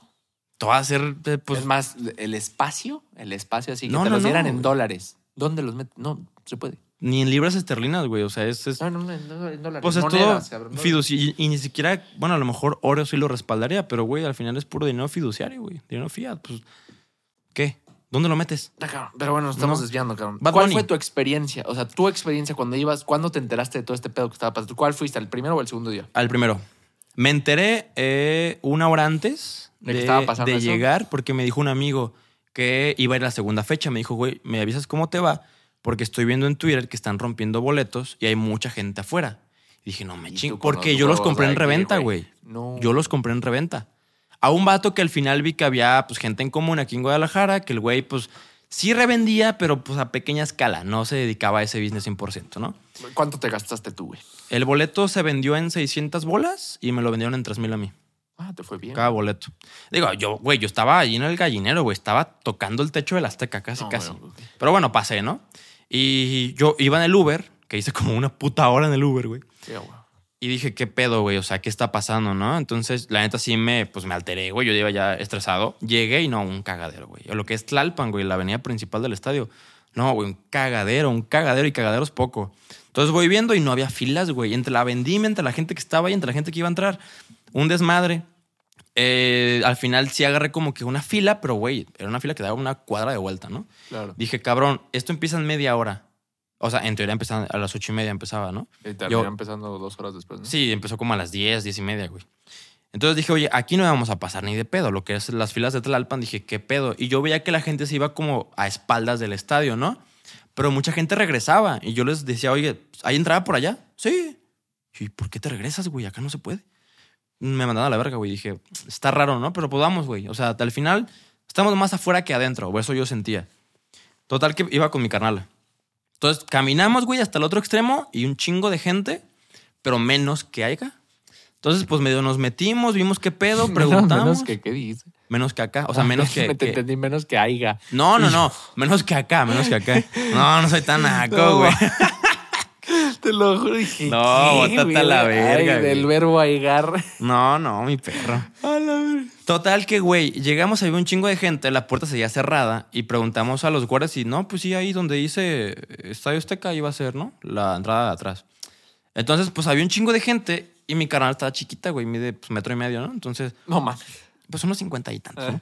B: Todo va a ser, eh, pues,
A: es más, el espacio, el espacio así que
B: No,
A: te
B: no,
A: los
B: no,
A: dieran en
B: güey.
A: dólares. ¿Dónde los metes? No, se puede.
B: ni en libras esterlinas, güey. O sea, es, es-
A: No, no, no, no, en dólares.
B: pues es
A: monedas,
B: todo
A: cabrón, dólares.
B: fiduciario. Y, y ni siquiera, bueno, a lo mejor Oreo sí lo respaldaría, pero, güey, al final es puro dinero fiduciario, güey. Dinero fiat, pues, ¿qué? ¿Dónde lo metes?
A: Ah, cabrón, Pero bueno, nos estamos
B: No.
A: desviando, cabrón.
B: Bad
A: ¿Cuál
B: Bunny.
A: fue tu experiencia? O sea, tu experiencia cuando ibas, ¿cuándo te enteraste de todo este pedo que estaba pasando? ¿Cuál fuiste, el primero o el segundo día?
B: Al primero. Me enteré eh, una hora antes
A: ¿De
B: de,
A: que estaba pasando
B: de
A: eso?
B: llegar porque me dijo un amigo que iba a ir la segunda fecha. Me dijo, güey, ¿me avisas cómo te va? Porque estoy viendo en Twitter que están rompiendo boletos y hay mucha gente afuera. Y dije, no me
A: Y
B: chingo.
A: tú con
B: Porque
A: los
B: yo los
A: huevos
B: compré en
A: aquí,
B: reventa, güey.
A: No.
B: Yo los compré en reventa. A un vato que al final vi que había pues, gente en común aquí en Guadalajara, que el güey, pues, sí revendía, pero pues a pequeña escala. No se dedicaba a ese business 100%, ¿no?
A: ¿Cuánto te gastaste tú, güey?
B: El boleto se vendió en 600 bolas y me lo vendieron en 3000 a mí,
A: Ah, te fue bien.
B: cada boleto. Digo, yo, güey, yo estaba ahí en el gallinero, güey, estaba tocando el techo de la Azteca casi,
A: No,
B: casi.
A: bueno, pues.
B: Pero bueno, pasé, ¿no? Y yo iba en el Uber, que hice como una puta hora en el Uber, güey.
A: sí, güey.
B: Y dije, ¿qué pedo, güey? O sea, ¿qué está pasando, no? Entonces, la neta sí me, pues, me alteré, güey. Yo iba ya estresado. Llegué y no, un cagadero, güey. Lo que es Tlalpan, güey, la avenida principal del estadio. No, güey, un cagadero, un cagadero y cagaderos poco. Entonces voy viendo y no había filas, güey. Entre la vendimia, entre la gente que estaba ahí, entre la gente que iba a entrar. Un desmadre. Eh, al final sí agarré como que una fila, pero, güey, era una fila que daba una cuadra de vuelta, ¿no?
A: Claro.
B: Dije, cabrón, esto empieza en media hora. O sea, en teoría empezaba a las ocho y media empezaba, ¿no?
A: Y terminó empezando dos horas después, ¿no?
B: Sí, empezó como a las 10, 10 y media, güey. Entonces dije, oye, aquí no vamos a pasar ni de pedo. Lo que es las filas de Tlalpan, dije, ¿qué pedo? Y yo veía que la gente se iba como a espaldas del estadio, ¿no? Pero mucha gente regresaba. Y yo les decía, oye, ¿hay entrada por allá? Sí. ¿Y por qué te regresas, güey? Acá no se puede. Me mandaron a la verga, güey. Dije, está raro, ¿no? Pero podamos, güey. O sea, al final estamos más afuera que adentro. o Eso yo sentía. Total que iba con mi carnal. Entonces caminamos, güey, hasta el otro extremo y un chingo de gente, pero menos que haya. Entonces, pues medio nos metimos, vimos
A: [laughs]
B: qué pedo,
A: [laughs]
B: preguntamos.
A: Menos que, ¿qué dices?
B: acá. O sea, menos
A: [laughs]
B: que.
A: Me te
B: que-
A: entendí menos que Aiga.
B: No, no, no. Menos que acá, menos
A: [laughs]
B: que acá. No, no soy tan naco,
A: No,
B: güey.
A: Te lo [laughs] juro. dije,
B: No,
A: ¿qué,
B: bótate
A: güey?
B: a la
A: Ay,
B: verga,
A: del
B: güey.
A: verbo aigar.
B: No, no, mi perro.
A: A la verga.
B: Total que, güey, llegamos, había un chingo de gente, la puerta seguía cerrada y preguntamos a los guardias y no, pues sí, ahí donde dice Estadio Azteca iba a ser, ¿no? La entrada de atrás. Entonces, pues había un chingo de gente y mi canal estaba chiquita, güey, mide pues, metro y medio, ¿no? Entonces,
A: No mames.
B: pues unos 50 y tantos, ¿no?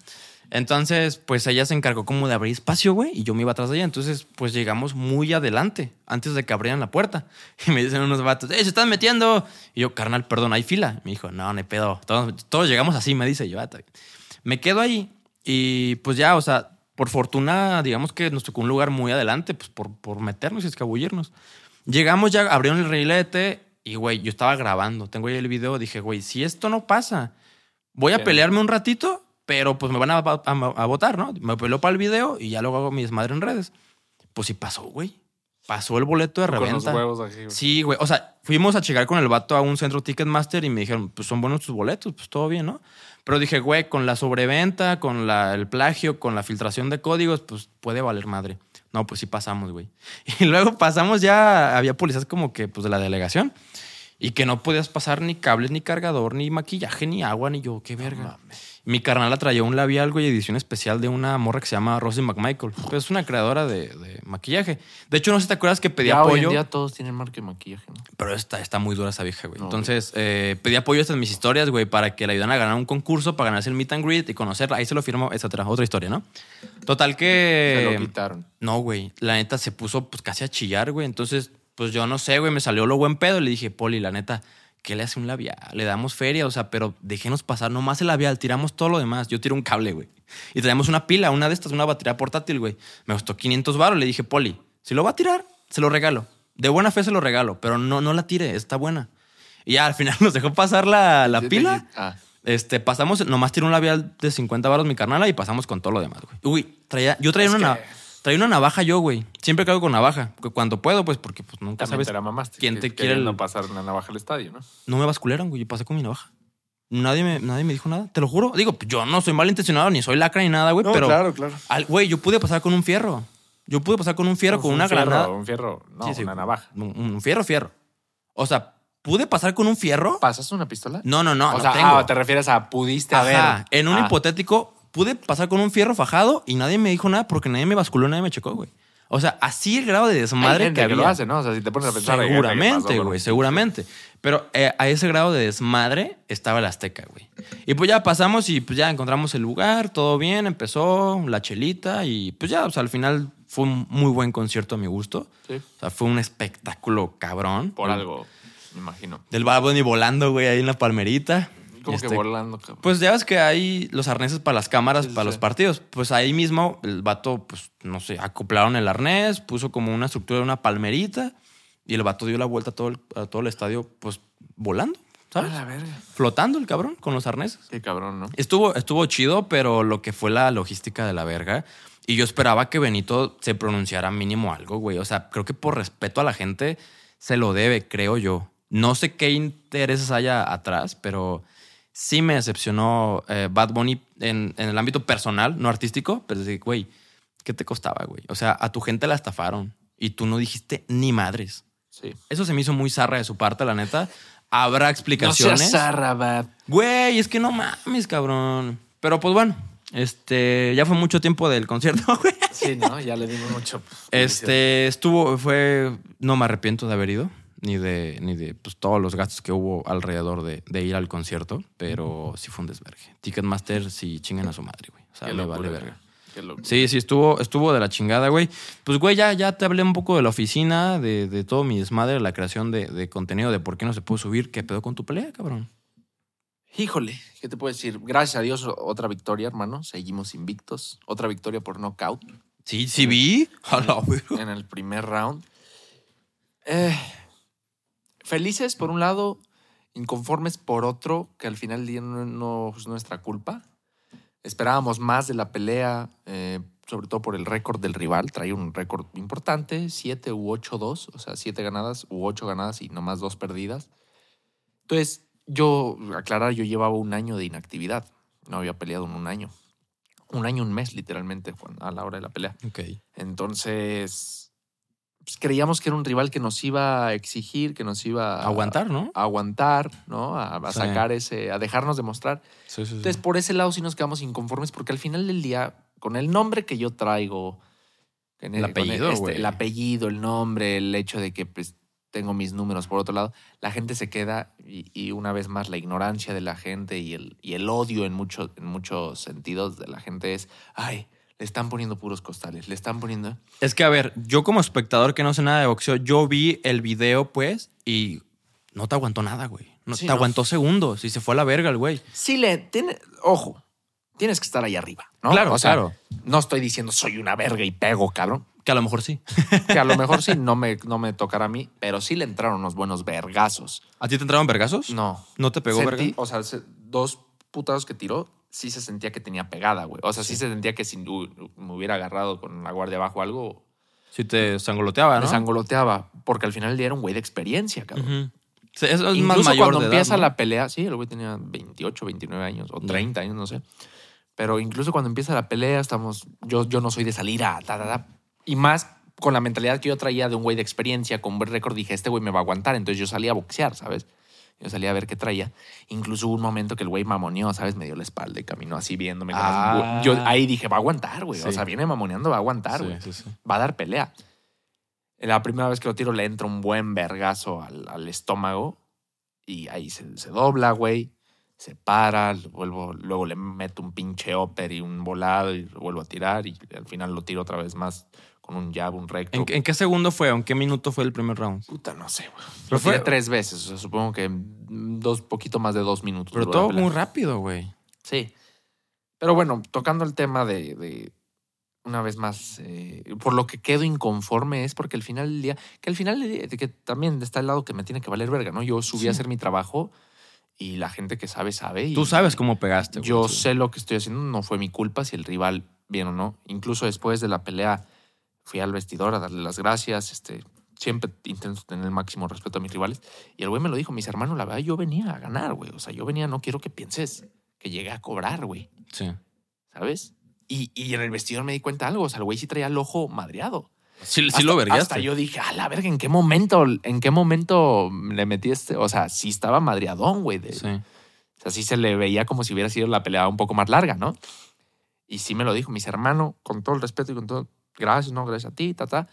B: Entonces, pues ella se encargó como de abrir espacio, güey, y yo me iba atrás de ella. Entonces, pues llegamos muy adelante, antes de que abrieran la puerta. [laughs] Y me dicen unos vatos, ¡eh, se están metiendo! Y yo, carnal, perdón, hay fila. Me dijo, no, no hay pedo. Todos, todos llegamos así, me dice yo, "Ah, está bien". Me quedo ahí y pues ya, o sea, por fortuna, digamos que nos tocó un lugar muy adelante, pues por, por meternos y escabullirnos. Llegamos ya, abrieron el reilete y, güey, yo estaba grabando. Tengo ahí el video, dije, güey, si esto no pasa, voy a
A: Ya.
B: pelearme un ratito, pero pues me van a, a- a votar, ¿no? Me peló para el video y ya luego hago mi desmadre en redes. Pues sí pasó, güey. Pasó el boleto de
A: Con los
B: reventa.
A: huevos aquí, güey.
B: Sí, güey. O sea, fuimos a checar con el vato a un centro Ticketmaster y me dijeron, pues son buenos tus boletos, pues todo bien, ¿no? Pero dije, güey, con la sobreventa, con la- el plagio, con la filtración de códigos, pues puede valer madre. No, pues sí pasamos, güey. [laughs] Y luego pasamos ya, había policías como que, pues de la delegación. Y que no podías pasar ni cables, ni cargador, ni maquillaje, ni agua, ni yo, qué verga. Mi carnal atrayó un labial, güey, edición especial de una morra que se llama Rosie McMichael. Pues es una creadora de, de maquillaje. De hecho, no sé si te acuerdas que pedí
A: Ya
B: apoyo.
A: hoy en día todos tienen marca de maquillaje, ¿no?
B: Pero está, está muy dura esa vieja, güey.
A: No,
B: Entonces, eh, pedí apoyo hasta en mis historias, güey, para que le ayudaran a ganar un concurso, para ganarse el meet and greet y conocerla. Ahí se lo firmo, etcétera. Otra historia, ¿no?
A: Se
B: Total
A: lo
B: que...
A: quitaron.
B: No, güey. La neta se puso pues casi a chillar, güey. Entonces, pues yo no sé, güey. Me salió lo buen pedo. Le dije, Poli, la neta, ¿qué le hace un labial? Le damos feria, o sea, pero déjenos pasar nomás el labial. Tiramos todo lo demás. Yo tiro un cable, güey. Y traemos una pila, una de estas, una batería portátil, güey. Me costó 500 baros. Le dije, Poli, si lo va a tirar, se lo regalo. De buena fe se lo regalo, pero no, no la tire, está buena. Y ya al final [laughs] nos dejó pasar la, la
A: Sí,
B: pila.
A: sí, Ah,
B: Este, pasamos, nomás tiró un labial de 50 baros mi carnala y pasamos con todo lo demás, güey. Uy, traía, yo traía
A: Es
B: una,
A: que-
B: na- traía una navaja yo, güey. Siempre cargo con navaja. cu- Cuando puedo, pues, porque pues nunca
A: también
B: sabes.
A: te la mamaste.
B: quién te
A: Queriendo
B: quiere el-
A: pasar una navaja al estadio, ¿no?
B: No me bascularon, güey. Yo pasé con mi navaja. Nadie me, nadie me dijo nada, te lo juro. Digo, yo no soy malintencionado, ni soy lacra ni nada, güey,
C: No,
B: pero.
C: claro, claro.
B: al- Güey, yo pude pasar con un fierro. Yo pude pasar con un fierro, con una
A: un fierro,
B: granada.
A: Un fierro, no,
B: Sí, sí.
A: una navaja.
B: Un, un fierro, fierro. O sea, ¿pude pasar con un fierro?
A: ¿Pasas una pistola?
B: No, no, no.
A: o
B: no
A: sea,
B: tengo.
A: ah, te refieres a pudiste haber.
B: Ajá, En un
A: Ah,
B: hipotético, pude pasar con un fierro fajado y nadie me dijo nada porque nadie me basculó, nadie me checó, güey. O sea, así el grado de
A: hay
B: desmadre
A: gente
B: que había.
A: lo hace, ¿no? O sea, si te pones a pensar. hay gente que pasó
B: Seguramente,
A: por un-
B: güey, seguramente. Pero eh, a ese grado de desmadre estaba el Azteca, güey. Y pues ya pasamos y pues ya encontramos el lugar, todo bien, empezó la chelita y pues ya, o sea, al final fue un muy buen concierto a mi gusto.
A: Sí.
B: O sea, fue un espectáculo cabrón.
A: Por algo, me imagino.
B: Del Bad Bunny volando, güey, ahí en la palmerita.
A: Como
B: Este,
A: que volando, cabrón.
B: pues ya ves que hay los arneses para las cámaras,
A: sí,
B: para
A: sí.
B: los partidos. Pues ahí mismo el vato, pues no sé, acoplaron el arnés, puso como una estructura de una palmerita y el vato dio la vuelta a todo el, a todo el estadio, pues volando,
A: A
B: ¿sabes?
A: la verga.
B: Flotando el cabrón con los arneses.
A: Qué cabrón, ¿no?
B: Estuvo, estuvo chido, pero lo que fue la logística de la verga. Y yo esperaba que Benito se pronunciara mínimo algo, güey. O sea, creo que por respeto a la gente se lo debe, creo yo. No sé qué intereses haya atrás, pero sí me decepcionó eh, Bad Bunny en, en el ámbito personal, no artístico. Pero sí, güey, ¿qué te costaba, güey? O sea, a tu gente la estafaron y tú no dijiste ni madres.
A: Sí.
B: Eso se me hizo muy zarra de su parte, la neta. Habrá
A: No
B: explicaciones.
A: seas zarra, bab.
B: Güey, es que no mames, cabrón. Pero pues bueno, este, ya fue mucho tiempo del concierto, [laughs] güey.
A: Sí, ¿no? Ya le dimos mucho. pues,
B: Este, estuvo, fue, no me arrepiento de haber ido, ni de, ni de pues, todos los gastos que hubo alrededor de, de ir al concierto, pero sí fue un desvergue. Ticketmaster, sí, chingan a su madre, güey. O sea,
A: Qué
B: le
A: locura,
B: vale
A: güey.
B: verga.
A: Qué locura.
B: Sí, sí, estuvo, estuvo de la chingada, güey. Pues, güey, ya, ya te hablé un poco de la oficina, de, de todo mi desmadre, la creación de, de contenido, de por qué no se pudo subir, qué pedo con tu pelea, cabrón.
A: Híjole, ¿qué te puedo decir? Gracias a Dios, otra victoria, hermano. Seguimos invictos. Otra victoria por knockout
B: Sí, sí vi. A la verga.
A: en el primer round. Eh, felices por un lado, inconformes por otro, que al final del día no, no es nuestra culpa. Esperábamos más de la pelea, eh, sobre todo por el récord del rival. Trae un récord importante, 7 u 8-2, o sea, 7 ganadas u 8 ganadas y nomás 2 perdidas. Entonces, yo, aclarar, yo llevaba un año de inactividad. No había peleado en un año. Un año, un mes, literalmente, cuando- a la hora de la pelea.
B: Ok.
A: Entonces, pues, creíamos que era un rival que nos iba a exigir, que nos iba a
B: Aguantar, ¿no?
A: a aguantar, ¿no? A, a
B: Sí.
A: sacar ese, a dejarnos demostrar.
B: Sí, sí,
A: Entonces, por ese lado sí nos quedamos inconformes porque al final del día, con el nombre que yo traigo, en
B: El
A: con
B: apellido, güey.
A: el apellido, el nombre, el hecho de que pues, tengo mis números por otro lado, la gente se queda y, y una vez más la ignorancia de la gente y el, y el odio en, mucho- en muchos sentidos de la gente es, ay, le están poniendo puros costales, le están poniendo...
B: Es que, a ver, yo como espectador que no sé nada de boxeo, yo vi el video, pues, y no te aguantó nada, güey. No,
A: Sí,
B: te
A: no.
B: aguantó segundos y se fue a la verga el güey.
A: Sí, le tiene, ojo, tienes que estar ahí arriba, ¿no?
B: Claro,
A: O sea,
B: claro.
A: No estoy diciendo soy una verga y pego, cabrón.
B: Que a lo mejor sí.
A: Que a lo mejor sí no me, no me tocará a mí, pero sí le entraron unos buenos vergazos.
B: ¿A ti te entraron vergazos?
A: No.
B: ¿No te pegó
A: Sentí-
B: verga?
A: O sea, se- dos putados que tiró, sí se sentía que tenía pegada, güey. O sea, sí, se sentía que si u- me hubiera agarrado con la guardia abajo o algo,
B: Sí te sangoloteaba,
A: me
B: ¿no?
A: sangoloteaba. Porque al final le era un güey de experiencia, cabrón.
B: Ujú. Sí, Eso es
A: Incluso
B: más mayor
A: cuando
B: de edad,
A: empieza
B: ¿no? Mm.
A: la pelea, sí, el güey tenía 28, 29 años o 30 años, no sé. Pero incluso cuando empieza la pelea, estamos, yo, yo no soy de salir a ta, ta, ta. Y más con la mentalidad que yo traía de un güey de experiencia, con buen récord, dije, este güey me va a aguantar. Entonces yo salí a boxear, ¿sabes? Yo salí a ver qué traía. Incluso hubo un momento que el güey mamoneó, ¿sabes? Me dio la espalda y caminó así viéndome. con las-
B: Ah.
A: Yo ahí dije, va a aguantar, güey. O
B: Sí.
A: sea, viene mamoneando, va a aguantar, güey
B: Sí, sí, sí.
A: va a dar pelea. La primera vez que lo tiro le entra un buen vergazo al, al estómago y ahí se, se dobla, güey. Se para, lo vuelvo, luego le meto un pinche upper y un volado y lo vuelvo a tirar y al final lo tiro otra vez más con un jab, un recto.
B: ¿En, en qué segundo fue? ¿O ¿En qué minuto fue el primer round?
A: Puta, no sé, güey. Lo
B: Pero fue-
A: tiré tres veces, o sea, supongo que mm, dos, poquito más de dos minutos.
B: Pero
A: duró la
B: todo
A: pelea.
B: muy rápido, güey.
A: Sí. Pero bueno, tocando el tema de, de, una vez más, eh, por lo que quedo inconforme es porque al final del día, que al final del día, que también está el lado que me tiene que valer verga, ¿no? Yo subí a hacer mi trabajo y la gente que sabe, sabe. y
B: Tú sabes cómo pegaste, güey.
A: Yo
B: Sí.
A: sé lo que estoy haciendo, no fue mi culpa si el rival bien o no. Incluso después de la pelea fui al vestidor a darle las gracias, este, siempre intento tener el máximo respeto a mis rivales. Y el güey me lo dijo, mis hermanos, la verdad, yo venía a ganar, güey. O sea, yo venía, no quiero que pienses que llegué a cobrar, güey.
B: Sí.
A: ¿Sabes? Y, y en el vestidor me di cuenta algo. O sea, el güey sí traía el ojo madreado.
B: Sí, sí
A: Hasta-
B: lo vergaste.
A: Hasta yo dije, a la verga, ¿en qué momento? ¿En qué momento le metí este? O sea, sí estaba madreadón, güey. de-
B: Sí.
A: o sea, sí se le veía como si hubiera sido la pelea un poco más larga, ¿no? Y sí me lo dijo, mis hermanos, con todo el respeto y con todo, gracias, no, gracias a ti, ta, ta.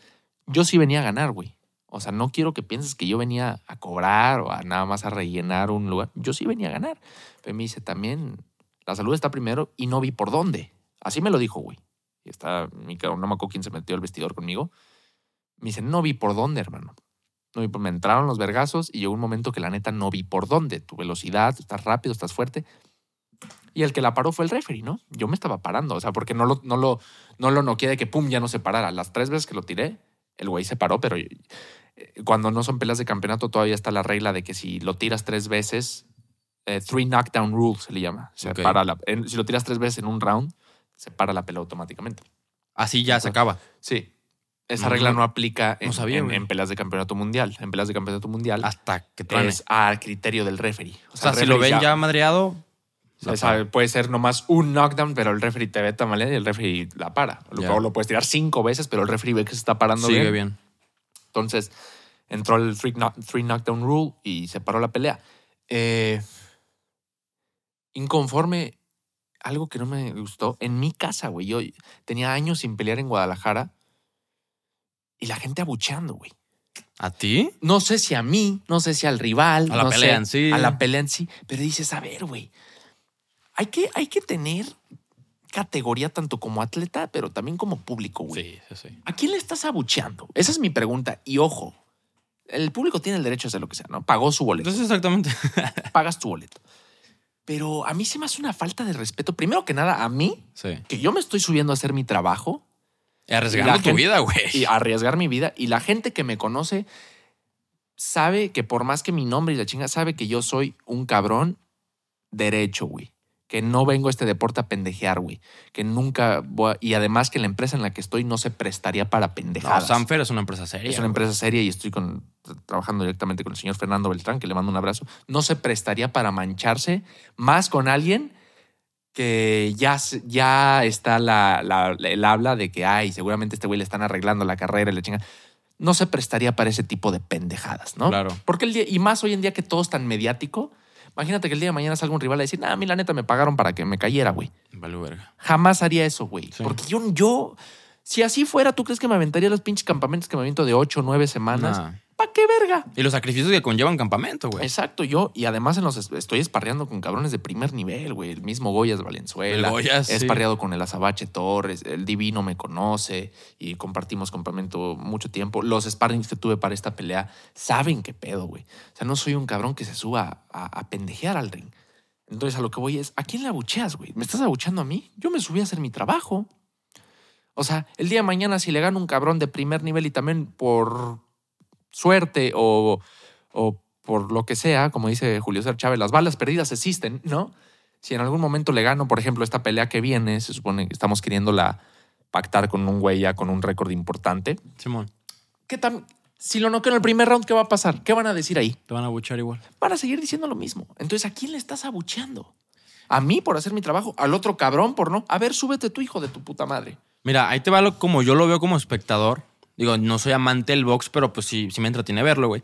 A: Yo sí venía a ganar, güey. O sea, no quiero que pienses que yo venía a cobrar o a nada más a rellenar un lugar. Yo sí venía a ganar. Pero me dice también, la salud está primero y no vi por dónde. Así me lo dijo, güey. Y está, mi cabrón, no me acuerdo quién se metió al vestidor conmigo. Me dice, no vi por dónde, hermano. No vi por- me entraron los vergazos y llegó un momento que la neta no vi por dónde. Tu velocidad, estás rápido, estás fuerte. Y el que la paró fue el referee, ¿no? Yo me estaba parando, o sea, porque no lo, no lo, no lo noqué de que pum, ya no se parara. Las tres veces que lo tiré, el güey se paró, pero eh, cuando no son peleas de campeonato todavía está la regla de que si lo tiras tres veces, eh, three knockdown rule se le llama. Se
B: Ok.
A: para la- en- si lo tiras tres veces en un round, se para la pelea automáticamente.
B: Así ya se acaba.
A: Sí. Esa
B: No,
A: regla
B: no-
A: no aplica en,
B: no sabía,
A: en-
B: güey.
A: en peleas de campeonato mundial. En peleas de campeonato mundial
B: Hasta que truene.
A: es a criterio del referee.
B: o sea,
A: el
B: si lo
A: referee
B: ven ya madreado.
A: o sea, puede ser nomás un knockdown, pero el referee te ve tan mal y el referee la para. Lo,
B: Ya.
A: luego lo puedes tirar cinco veces, pero el referee ve que se está parando
B: sigue
A: bien.
B: bien.
A: Entonces entró el three, knock- three knockdown rule y se paró la pelea. Eh, inconforme, algo que no me gustó. En mi casa, güey, yo tenía años sin pelear en Guadalajara y la gente abucheando, güey.
B: ¿A ti?
A: No sé si a mí, no sé si al rival,
B: A la
A: no
B: pelea
A: sé,
B: en sí.
A: a la pelea en sí, pero dices, a ver, güey, hay que, hay que tener categoría tanto como atleta, pero también como público, güey.
B: sí, sí.
A: ¿A quién le estás abucheando? Esa es mi pregunta. Y ojo, el público tiene el derecho a hacer lo que sea, ¿no? Pagó su boleto,
B: Entonces, exactamente.
A: [laughs] pagas tu boleto. Pero a mí se me hace una falta de respeto, primero que nada a mí,
B: Sí.
A: que yo me estoy subiendo a hacer mi trabajo,
B: Arriesgando
A: La
B: tu
A: gente-
B: vida, güey.
A: y arriesgar mi vida. Y la gente que me conoce sabe que por más que mi nombre y la chinga, sabe que yo soy un cabrón derecho, güey. Que no vengo a este deporte a pendejear, güey. Que nunca voy a- Y además que la empresa en la que estoy no se prestaría para
B: No,
A: pendejadas.
B: Sanfer es una empresa seria.
A: es una
B: güey.
A: empresa seria y estoy con, trabajando directamente con el señor Fernando Beltrán, que le mando un abrazo. No se prestaría para mancharse más con alguien que ya, se- ya está la, la- la- el habla de que, ay, seguramente a este güey le están arreglando la carrera y la chinga. No se prestaría para ese tipo de pendejadas, ¿no?
B: Claro.
A: Porque el día, y más hoy en día que todo es tan mediático, imagínate que el día de mañana salga un rival a decir, nah, a mí la neta me pagaron para que me cayera, güey.
B: Vale, verga.
A: Jamás haría eso, güey.
B: Sí.
A: Porque yo, yo, si así fuera, ¿tú crees que me aventaría los pinches campamentos que me aviento de ocho o 9 semanas?
B: Nah.
A: ¿Para qué verga?
B: Ah, Y los sacrificios que conllevan campamento, güey.
A: Exacto, yo. Y además en los es- estoy esparreando con cabrones de primer nivel, güey. El mismo Goyas Valenzuela.
B: El Goyas,
A: He
B: Ah, sí.
A: esparreado con el Azabache Torres. El Divino me conoce y compartimos campamento mucho tiempo. Los sparrings que tuve para esta pelea saben qué pedo, güey. O sea, no soy un cabrón que se suba a, a pendejear al ring. Entonces a lo que voy es, ¿a quién le abucheas, güey? ¿Me estás abucheando a mí? Yo me subí a hacer mi trabajo. O sea, el día de mañana si le gano un cabrón de primer nivel y también por suerte o, o por lo que sea, como dice Julio César Chávez, las balas perdidas existen, ¿no? Si en algún momento le gano, por ejemplo, esta pelea que viene, se supone que estamos queriéndola pactar con un güey ya con un récord importante.
B: Simón,
A: ¿Qué tan? Si lo noqueo en el primer round, ¿qué va a pasar? ¿Qué van a decir ahí?
B: te van a buchar igual.
A: Van a seguir diciendo lo mismo. Entonces, ¿a quién le estás abucheando? ¿A mí por hacer mi trabajo? ¿Al otro cabrón por no? A ver, súbete tú, hijo de tu puta madre.
B: Mira, ahí te va lo, como yo lo veo como espectador. Digo, no soy amante del box, pero pues sí, sí me entretiene verlo, güey.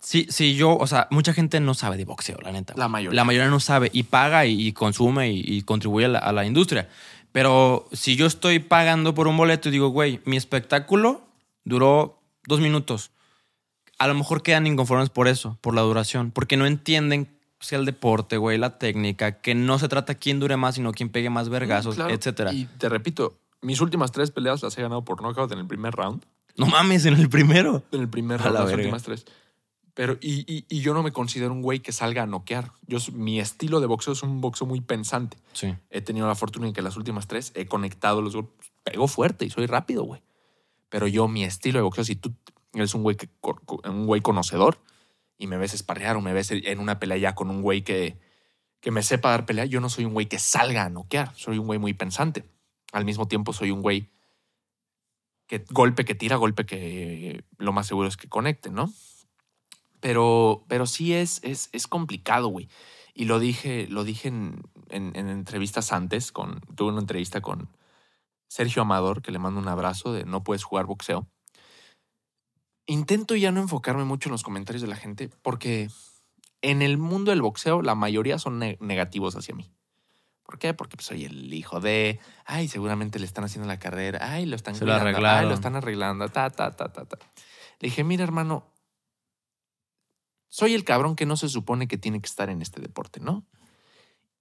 B: Sí, sí, yo, o sea, mucha gente no sabe de boxeo, la neta. güey.
A: La mayoría.
B: La mayoría no sabe y paga y, y consume y, y contribuye a la, a la industria. Pero si yo estoy pagando por un boleto y digo, güey, mi espectáculo duró dos minutos. A lo mejor quedan inconformes por eso, por la duración, porque no entienden pues, el deporte, güey, la técnica, que no se trata quién dure más, sino quién pegue más vergazos,
A: Mm, Claro.
B: etcétera.
A: Y te repito, mis últimas tres peleas las he ganado por nocaut en el primer round.
B: No mames, en el primero.
A: En el primer
B: A
A: round,
B: la
A: las
B: verga.
A: últimas tres. Pero, y, y- y yo no me considero un güey que salga a noquear. Yo, s- mi estilo de boxeo es un boxeo muy pensante.
B: Sí.
A: He tenido la fortuna en que las últimas tres he conectado los golpes. Pego fuerte y soy rápido, güey. Pero yo, mi estilo de boxeo, si tú eres un güey, que, co- co- un güey conocedor y me ves esparrear o me ves en una pelea ya con un güey que, que me sepa dar pelea, yo no soy un güey que salga a noquear. Soy un güey muy pensante. Al mismo tiempo, soy un güey que golpe que tira, golpe que lo más seguro es que conecte, ¿no? Pero, pero sí es, es, es complicado, güey. Y lo dije, lo dije en, en- en entrevistas antes, con, tuve una entrevista con Sergio Amador, que le mando un abrazo de No puedes jugar boxeo. Intento ya no enfocarme mucho en los comentarios de la gente, porque en el mundo del boxeo la mayoría son ne- negativos hacia mí. ¿Por qué? Porque pues, soy el hijo de, ay, seguramente le están haciendo la carrera, ay, lo están
B: Se lo
A: cuidando, ay,
B: arreglaron.
A: lo están arreglando, ta, ta, ta, ta, ta. Le dije, mira, hermano, soy el cabrón que no se supone que tiene que estar en este deporte, ¿no?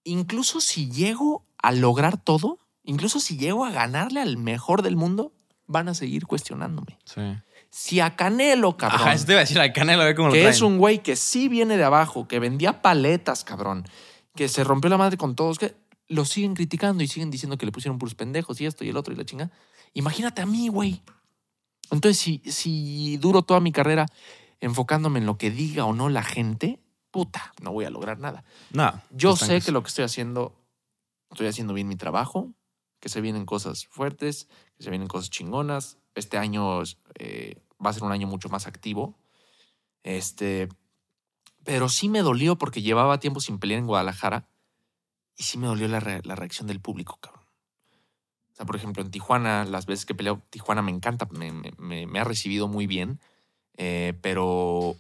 A: Incluso si llego a lograr todo, incluso si llego a ganarle al mejor del mundo, van a seguir cuestionándome.
B: Sí.
A: Si a Canelo, cabrón,
B: Ajá, eso te iba a decir la canela, ve cómo lo
A: que
B: traen.
A: es un güey que sí viene de abajo, que vendía paletas, cabrón, que se rompió la madre con todos, que lo siguen criticando y siguen diciendo que le pusieron puros pendejos y esto y el otro y la chinga. Imagínate a mí, güey. Entonces, si, si duro toda mi carrera enfocándome en lo que diga o no la gente, puta, no voy a lograr nada.
B: No.
A: Yo
B: los
A: sé
B: tanques.
A: que lo que estoy haciendo, estoy haciendo bien mi trabajo, que se vienen cosas fuertes, que se vienen cosas chingonas. Este año eh, va a ser un año mucho más activo. Este, pero sí me dolió porque llevaba tiempo sin pelear en Guadalajara y sí me dolió la, re- la reacción del público, cabrón. O sea, por ejemplo, en Tijuana, las veces que peleo, Tijuana me encanta, me, me- me- me ha recibido muy bien, eh, pero...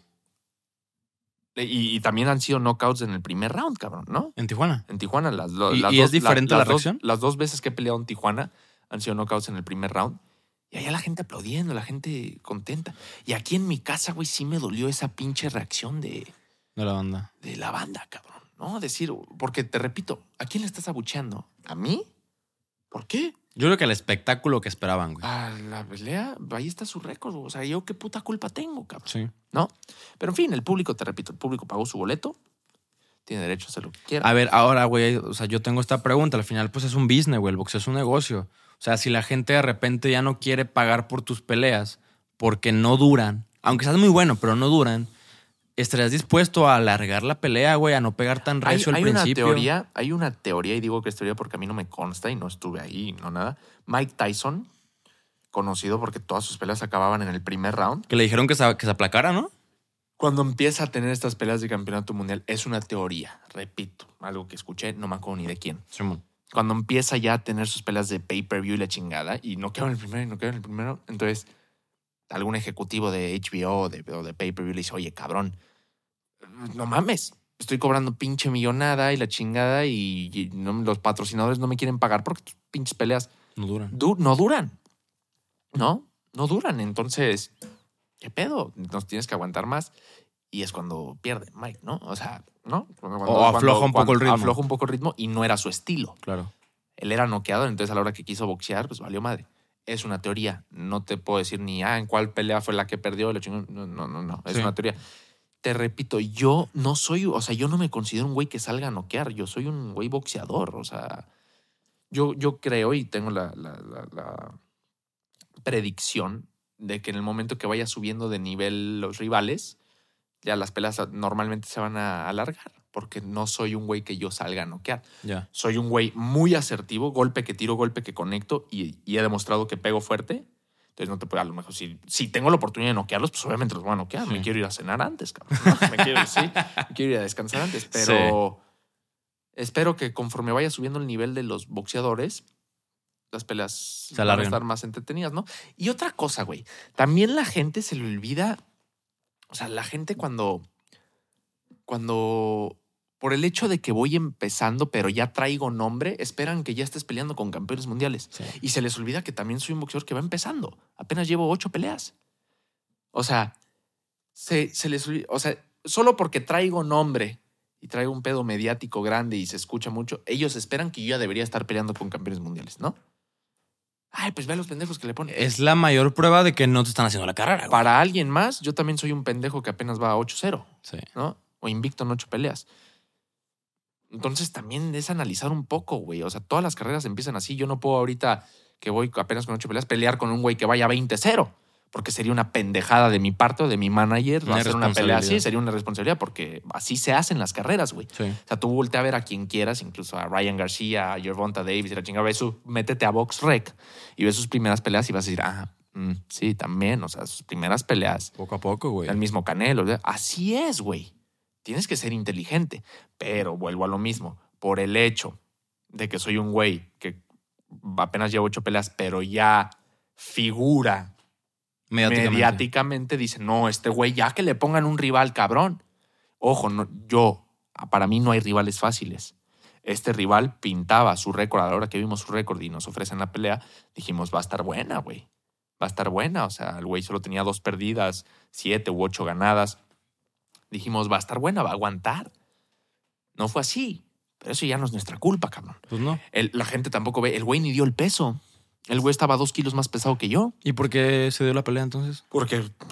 A: Y, y también han sido knockouts en el primer round, cabrón, ¿no?
B: En Tijuana.
A: En Tijuana, las, do-
B: ¿Y-
A: las
B: y
A: dos.
B: es diferente la
A: las dos-
B: reacción?
A: las dos veces que he peleado en Tijuana han sido knockouts en el primer round. Y allá la gente aplaudiendo, la gente contenta. Y aquí en mi casa, güey, sí me dolió esa pinche reacción de,
B: De la banda.
A: de la banda, cabrón. No, decir, porque te repito, ¿a quién le estás abucheando? ¿A mí? ¿Por qué?
B: Yo creo que el espectáculo que esperaban, güey.
A: A la pelea, ahí está su récord. O sea, yo qué puta culpa tengo, cabrón.
B: Sí.
A: ¿No? Pero en fin, el público, te repito, el público pagó su boleto. Tiene derecho a hacer lo que quiera.
B: A ver, ahora, güey, o sea, yo tengo esta pregunta. Al final, pues es un business, güey. El boxeo es un negocio. O sea, si la gente de repente ya no quiere pagar por tus peleas porque no duran, aunque seas muy bueno, pero no duran, ¿estarías dispuesto a alargar la pelea, güey, a no pegar tan
A: Hay-
B: recio al
A: hay
B: principio?
A: Una teoría, hay una teoría, y digo que es teoría porque a mí no me consta y no estuve ahí, no nada. Mike Tyson, conocido porque todas sus peleas acababan en el primer round.
B: Que le dijeron que se, que se aplacara, ¿no?
A: Cuando empieza a tener estas peleas de campeonato mundial, es una teoría, repito, algo que escuché, no me acuerdo ni de quién.
B: Simón.
A: Cuando empieza ya a tener sus peleas de pay-per-view y la chingada, y no quedó en el primero, y no quedó en el primero, entonces algún ejecutivo de HBO o de, o de pay-per-view le dice, oye, cabrón, no mames, estoy cobrando pinche millonada y la chingada y, y no- los patrocinadores no me quieren pagar porque tus pinches peleas
B: No duran.
A: du- no duran. ¿No? No duran. Entonces, ¿qué pedo? Nos tienes que aguantar más. Y es cuando pierde Mike, ¿no? O sea, ¿no? Cuando- cuando-
B: afloja un poco
A: cuando
B: el ritmo.
A: Afloja un poco el ritmo y no era su estilo
B: Claro.
A: él era noqueador, entonces a la hora que quiso boxear, pues valió madre. Es una teoría. No te puedo decir ni, ah, en cuál pelea fue la que perdió. lo chingón. No, no, no, no. Es
B: Sí.
A: una teoría. Te repito, yo no soy, o sea, yo no me considero un güey que salga a noquear. Yo soy un güey boxeador. O sea, yo, yo creo y tengo la, la- la- la predicción de que en el momento que vaya subiendo de nivel los rivales, ya las peleas normalmente se van a alargar porque no soy un güey que yo salga a noquear
B: Ya.
A: soy un güey muy asertivo, golpe que tiro, golpe que conecto y, y he demostrado que pego fuerte. Entonces no te puedo, a lo mejor si, si tengo la oportunidad de noquearlos, pues obviamente los voy a noquear. Me
B: Sí.
A: quiero ir a cenar antes,
B: [laughs]
A: cabrón. ¿no? Me quiero ir, sí, me quiero ir a descansar antes, pero espero que conforme vaya subiendo el nivel de los boxeadores, las peleas van a
B: alarguen.
A: estar más entretenidas, ¿no? Y otra cosa, güey, también la gente se le olvida, o sea, la gente cuando, cuando por el hecho de que voy empezando, pero ya traigo nombre, esperan que ya estés peleando con campeones mundiales.
B: Sí.
A: Y se les olvida que también soy un boxeador que va empezando. Apenas llevo ocho peleas. O sea, se, se les olvida. O sea, solo porque traigo nombre y traigo un pedo mediático grande y se escucha mucho, ellos esperan que yo ya debería estar peleando con campeones mundiales, ¿no? Ay, pues ve a los pendejos que le ponen.
B: Es la mayor prueba de que no te están haciendo la carrera, güey.
A: Para alguien más, yo también soy un pendejo que apenas va a 8-0.
B: Sí.
A: ¿no? O invicto en ocho peleas. Entonces también es analizar un poco, güey. O sea, todas las carreras empiezan así. Yo no puedo ahorita que voy apenas con ocho peleas pelear con un güey que vaya 20-0, porque sería una pendejada de mi parte o de mi manager
B: Una
A: hacer una pelea así.
B: irresponsabilidad.
A: Sería una responsabilidad porque así se hacen las carreras, güey.
B: Sí.
A: O sea, tú voltea a ver a quien quieras, incluso a Ryan García, a Gervonta Davis y la chingada. Ve su, métete a Box Rec y ve sus primeras peleas y vas a decir, ah, Mm, sí, también, o sea, sus primeras peleas.
B: Poco a poco, güey.
A: El mismo Canelo. ¿verdad? Así es, güey. Tienes que ser inteligente. Pero vuelvo a lo mismo. Por el hecho de que soy un güey que apenas llevo ocho peleas, pero ya figura mediáticamente. dice, no, este güey, ya que le pongan un rival, cabrón. Ojo, no, yo, para mí no hay rivales fáciles. Este rival pintaba su récord, a la hora que vimos su récord y nos ofrecen la pelea, dijimos, va a estar buena, güey. Va a estar buena, o sea, el güey solo tenía dos perdidas, siete u ocho ganadas. Dijimos, va a estar buena, va a aguantar. No fue así, pero eso ya no es nuestra culpa, cabrón.
B: Pues no.
A: El- la gente tampoco ve, el güey ni dio el peso. El güey estaba dos kilos más pesado que yo.
B: ¿Y por qué se dio la pelea entonces?
A: Porque este,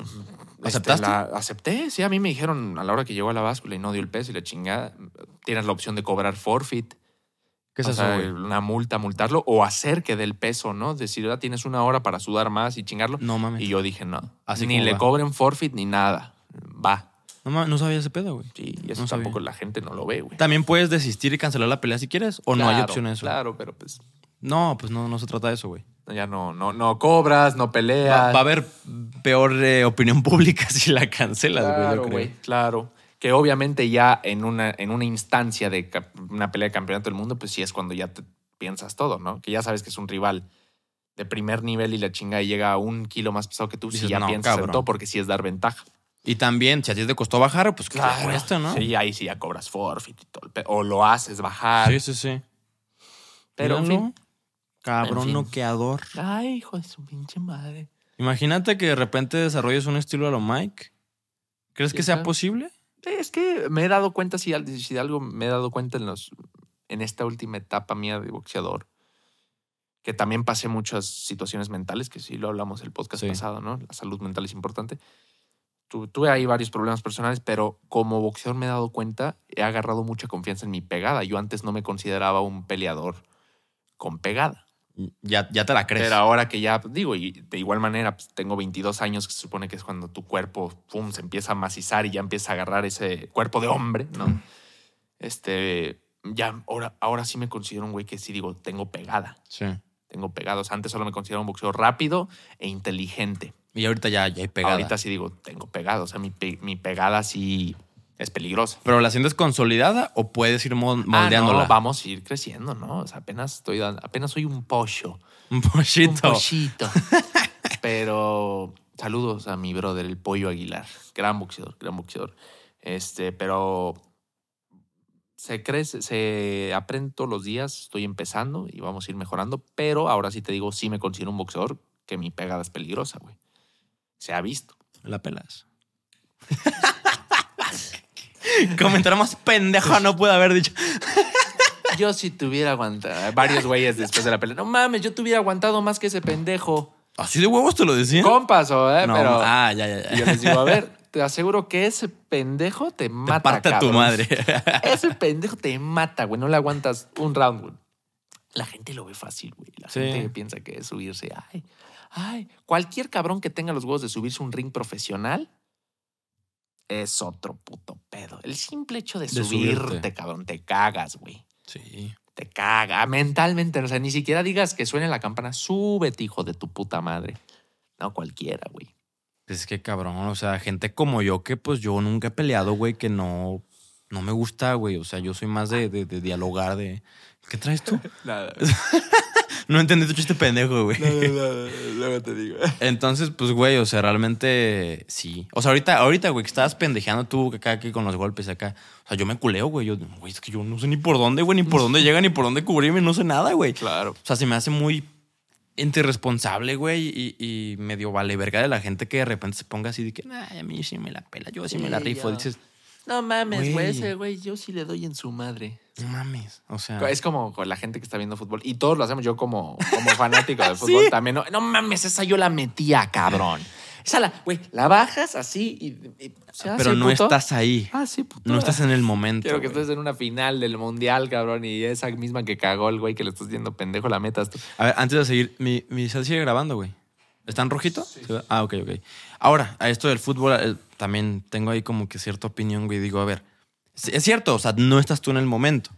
B: ¿Aceptaste?
A: acepté, sí. A mí me dijeron a la hora que llegó a la báscula y no dio el peso y la chingada. Tienes la opción de cobrar forfeit,
B: ¿Qué es
A: o
B: eso,
A: sea,
B: güey?
A: una multa, multarlo o hacer que dé el peso, ¿no? Decir, ah, tienes una hora para sudar más y chingarlo.
B: No mames.
A: Y yo dije, no.
B: Así
A: ni
B: como
A: le
B: va.
A: cobren forfeit ni nada. Va.
B: No, mames, no sabía ese pedo, güey.
A: Sí, y eso
B: No sabía.
A: tampoco la gente no lo ve, güey.
B: También puedes desistir y cancelar la pelea si quieres, o no hay
A: Claro,
B: opción a eso.
A: Claro, pero pues
B: No, pues no, no se trata de eso, güey.
A: ya no, no, no cobras, no
B: Va,
A: peleas.
B: va a haber peor eh, opinión [laughs] pública si la cancelas, güey. yo
A: Claro,
B: creo.
A: güey, claro. Que obviamente ya en una, en una instancia de cap- una pelea de campeonato del mundo, pues sí es cuando ya te piensas todo, ¿no? Que ya sabes que es un rival de primer nivel y la chinga y llega a un kilo más pesado que tú, si
B: Dices,
A: ya
B: "No,
A: piensas en
B: cabrón".
A: todo, porque sí es dar ventaja.
B: Y también, si a ti te costó bajar, pues claro, cuesta, ¿no?
A: Sí, ahí sí ya cobras forfeit y todo. el pe- O lo haces bajar.
B: sí, sí. sí.
A: pero en
B: Míralo,
A: fin.
B: Cabrón
A: En fin.
B: noqueador.
A: Ay, hijo de su pinche madre.
B: Imagínate que de repente desarrolles un estilo a lo Mike. ¿Crees
A: Sí,
B: que sea
A: claro.
B: posible?
A: Es que me he dado cuenta, si, al- si de algo me he dado cuenta en, los, en esta última etapa mía de boxeador, que también pasé muchas situaciones mentales, que sí lo hablamos el podcast
B: Sí.
A: pasado, ¿no? La salud mental es importante. Tu- tuve ahí varios problemas personales, pero como boxeador me he dado cuenta, he agarrado mucha confianza en mi pegada. Yo antes no me consideraba un peleador con pegada.
B: Ya, ya te la crees.
A: Pero ahora que ya, pues, digo, y de igual manera, pues, tengo 22 años, que se supone que es cuando tu cuerpo pum, se empieza a macizar y ya empieza a agarrar ese cuerpo de hombre, ¿no? Este, ya, ahora, ahora sí me considero un güey que sí digo, tengo pegada,
B: Sí.
A: tengo pegada. O sea, antes solo me consideraba un boxeo rápido e inteligente.
B: Y ahorita ya, ya hay pegada.
A: Ahorita sí digo, tengo pegada. O sea, mi, pe- mi pegada sí es peligrosa.
B: ¿Pero la sientes consolidada o puedes ir mo-
A: Ah, no,
B: moldeándola?
A: vamos a ir creciendo, ¿no? O sea, apenas estoy dando- apenas soy un pollo.
B: Un
A: Un
B: pochito.
A: pollito. [laughs] pero saludos a mi brother, el Pollo Aguilar. Gran boxeador, gran boxeador. Este, pero se crece, se aprende todos los días. Estoy empezando y vamos a ir mejorando. Pero ahora sí te digo, sí me considero un boxeador que mi pegada es peligrosa, güey. Se ha visto.
B: La pelas. [laughs] Comentario más pendejo no puede haber dicho.
A: Yo si tuviera aguantado. Varios güeyes después de la pelea. No mames, yo tuviera aguantado más que ese pendejo.
B: Así de huevos te lo decían.
A: Compas, o, eh,
B: No,
A: pero.
B: ah, ya, ya, [laughs]
A: Y yo
B: ya.
A: les digo, a ver, te aseguro que ese pendejo te
B: Te
A: mata.
B: parte a tu
A: cabrón. [laughs]
B: madre. [laughs]
A: Ese pendejo te mata, güey. No le aguantas un round, güey. La gente lo ve fácil, güey. La
B: Sí.
A: gente piensa que es subirse. Ay, ay. Cualquier cabrón que tenga los huevos de subirse a un ring profesional es otro puto pedo. El simple hecho de,
B: De
A: subirte,
B: subirte.
A: cabrón, te cagas, güey.
B: Sí.
A: Te caga mentalmente. O sea, ni siquiera digas que suene la campana. Súbete, hijo de tu puta madre. No, cualquiera, güey.
B: pues, Es que cabrón, o sea, gente como yo que pues yo nunca he peleado, güey, que no, no me gusta, güey. O sea, yo soy más de, de- de dialogar, de... ¿Qué traes tú?
A: Nada.
B: No entendí tu chiste pendejo,
A: [laughs]
B: güey. [laughs]
A: Luego te digo. [laughs]
B: Entonces, pues, güey, o sea, realmente sí. O sea, ahorita, ahorita, güey, que estabas pendejeando tú acá, aquí con los golpes acá. O sea, yo me culeo, güey. Yo, güey, es que yo no sé ni por dónde, güey, ni por dónde llega, ni por dónde cubrirme, no sé nada, güey.
A: Claro.
B: O sea, se me hace muy irresponsable, güey, y, y medio vale verga de la gente que de repente se ponga así de que, ay, a mí sí me la pela, yo sí, me la
A: Sí,
B: rifo.
A: ya.
B: Dices,
A: No mames,
B: Güey.
A: güey. Ese güey, yo sí le doy en su madre.
B: no mames. O sea,
A: Es como con la gente que está viendo fútbol. Y todos lo hacemos. Yo como, como fanático [laughs] de fútbol
B: Sí.
A: también. No, no mames, esa yo la metía, cabrón. Esa la, güey, la bajas así y... y- se hace,
B: pero no
A: puto.
B: estás ahí.
A: Ah, sí, puto.
B: No estás en el
A: [laughs]
B: momento.
A: Quiero que
B: güey.
A: estés en una final del mundial, cabrón. Y esa misma que cagó el güey que le estás diciendo pendejo la metas tú.
B: A ver, antes de seguir, mi, mi cel sigue grabando, güey. ¿Está en rojito? Sí. Ah, ok, ok. Ahora, a esto del fútbol, eh, también tengo ahí como que cierta opinión, güey. Digo, a ver, sí, es cierto, o sea, no estás tú en el momento,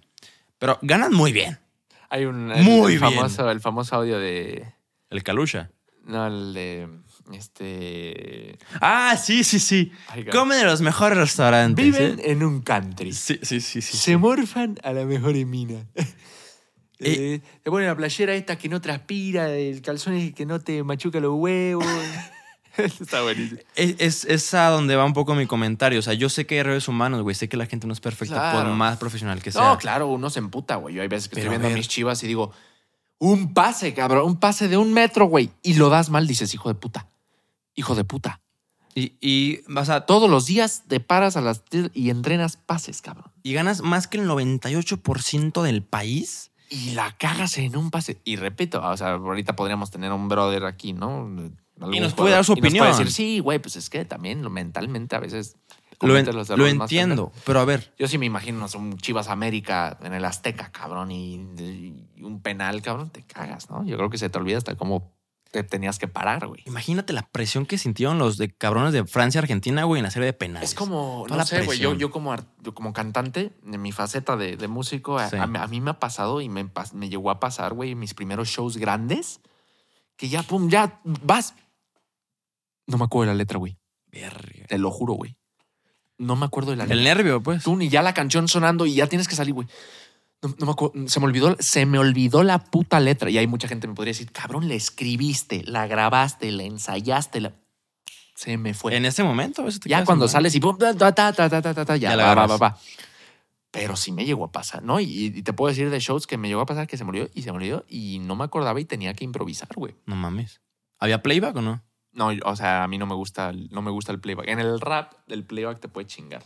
B: pero ganan muy bien.
A: Hay un...
B: Muy
A: el
B: bien.
A: Famoso, el famoso audio de...
B: El Calusha.
A: No, el de. Este.
B: Ah, sí, sí, sí.
A: Ay, God.
B: Come de los mejores restaurantes.
A: Viven
B: ¿eh?
A: en un country.
B: Sí, sí, sí, sí.
A: se morfan a la mejor mina. [laughs] Eh, te ponen la playera esta que no transpira, el calzón que no te machuca los huevos. [laughs] Está buenísimo.
B: Es, es- es a donde va un poco mi comentario. O sea, yo sé que hay errores humanos, güey. Sé que la gente no es perfecta
A: Claro.
B: por más profesional que sea.
A: No, claro, uno se emputa, güey. Yo hay veces que
B: Pero
A: estoy
B: a
A: viendo a
B: ver.
A: mis chivas y digo, un pase, cabrón, un pase de un metro, güey. Y lo das mal, dices, hijo de puta. Hijo de puta.
B: Y, y, o sea, to-
A: Todos los días te paras a las 10 y entrenas pases, cabrón.
B: y ganas más que el 98% del país.
A: Y la cagas en un pase. Y repito, o sea, ahorita podríamos tener un brother aquí, ¿no? Algún
B: puede
A: jugador.
B: dar su
A: Y nos puede
B: opinión.
A: decir, sí, güey, pues es que también lo- mentalmente a veces.
B: Lo, en-
A: cometes los
B: lo
A: errores más pendejos.
B: entiendo, pero a ver.
A: Yo sí me imagino no sé, un Chivas América en el Azteca, cabrón, y, y un penal, cabrón, te cagas, ¿no? Yo creo que se te olvida hasta cómo te tenías que parar, güey.
B: Imagínate la presión que sintieron los de cabrones de Francia y Argentina, güey, en la serie de penales.
A: Es como,
B: Toda
A: no
B: la
A: sé, güey, yo,
B: presión.
A: yo, como, ar- yo como cantante, en mi faceta de, de músico, a-
B: Sí.
A: a, a mí me ha pasado y me, pas- me llegó a pasar, güey, en mis primeros shows grandes, que ya, pum, ya vas. No me acuerdo de la letra, güey.
B: Verga.
A: Te lo juro, güey. No me acuerdo de la letra.
B: El nervio, pues.
A: Tú ni ya la canción sonando y ya tienes que salir, güey. No, no me acuerdo, se me olvidó, se me olvidó la puta letra. Y hay mucha gente que me podría decir, cabrón, la escribiste, la grabaste, la ensayaste, la... se me fue.
B: En ese momento, a veces te
A: ya
B: quedas
A: cuando
B: en-
A: sales y pum, ta, ta, ta, ta, ta, ta, ta, ta, ya,
B: Ya la
A: va, va, va,
B: agarras.
A: va. Pero sí me llegó a pasar, ¿no? Y, y te puedo decir de shows que me llegó a pasar que se me olvidó y se me olvidó y no me acordaba y tenía que improvisar, güey.
B: No mames. ¿Había playback o no?
A: No, o sea, a mí no me gusta, el- no me gusta el playback. En el rap, el playback te puede chingar.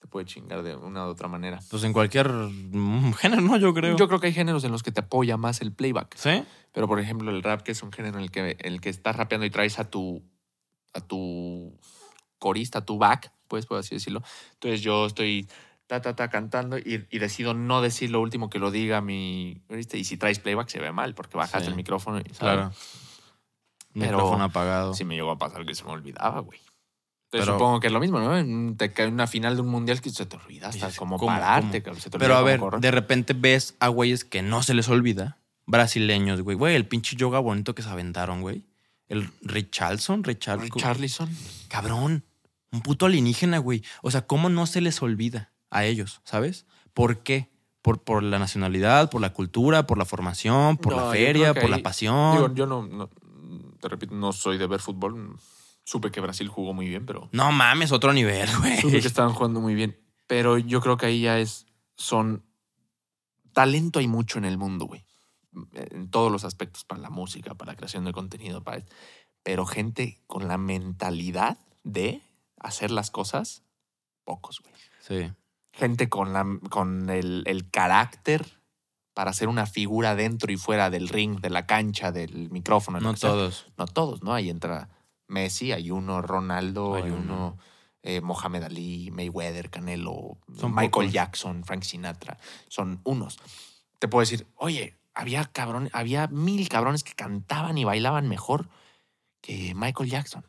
A: Te puede chingar de una u otra manera.
B: Pues en cualquier mm, [laughs] género, ¿no? Yo creo.
A: Yo creo que hay géneros en los que te apoya más el playback.
B: ¿Sí?
A: Pero, por ejemplo, el rap, que es un género en el que, en el que estás rapeando y traes a tu, a tu corista, a tu back, pues, por así decirlo. Entonces yo estoy ta, ta, ta, cantando y, y decido no decir lo último que lo diga mi... ¿viste? Y si traes playback se ve mal porque bajaste
B: Sí.
A: el micrófono. Y, ¿sabes?
B: Claro.
A: Pero-
B: Micrófono apagado.
A: Sí me llegó a pasar que se me olvidaba, güey. Entonces
B: Pero-
A: supongo que es lo mismo, ¿no? En- Te cae una final de un mundial que se te olvida hasta
B: Dices,
A: como
B: ¿cómo,
A: pararte.
B: cómo?
A: cabrón, se te olvida
B: Pero a
A: cómo
B: ver,
A: correr.
B: de repente ves a güeyes que no se les olvida. Brasileños, güey. Güey, el pinche yoga bonito que se aventaron, güey. El Richardson, Richard.
A: Richarlison.
B: Cabrón. Un puto alienígena, güey. O sea, ¿cómo no se les olvida a ellos, sabes? ¿Por qué? Por, por la nacionalidad, por la cultura, por la formación, por
A: No, yo
B: la
A: creo
B: feria,
A: que
B: por
A: ahí-
B: la pasión.
A: Digo, yo no, no- te repito, no soy de ver fútbol. Supe que Brasil jugó muy bien,
B: [laughs]
A: pero
B: No mames, otro nivel,
A: supe [laughs]
B: güey.
A: que estaban jugando muy bien. Pero yo creo que ahí ya es, son talento hay mucho en el mundo, güey. En todos los aspectos, para la música, para la creación de contenido, para pero gente con la mentalidad de hacer las cosas, pocos, güey.
B: Sí.
A: Gente con, la, con el, el carácter para ser una figura dentro y fuera del ring, de la cancha, del micrófono. lo
B: No
A: que sea.
B: todos.
A: no todos, ¿no? Ahí entra Messi, hay uno Ronaldo, hay,
B: Hay
A: uno
B: uno.
A: eh, Mohamed Ali, Mayweather, Canelo,
B: Son
A: Michael
B: pocos.
A: Jackson, Frank Sinatra, son unos. Te puedo decir, oye, había cabrón, había mil cabrones que cantaban y bailaban mejor que Michael Jackson,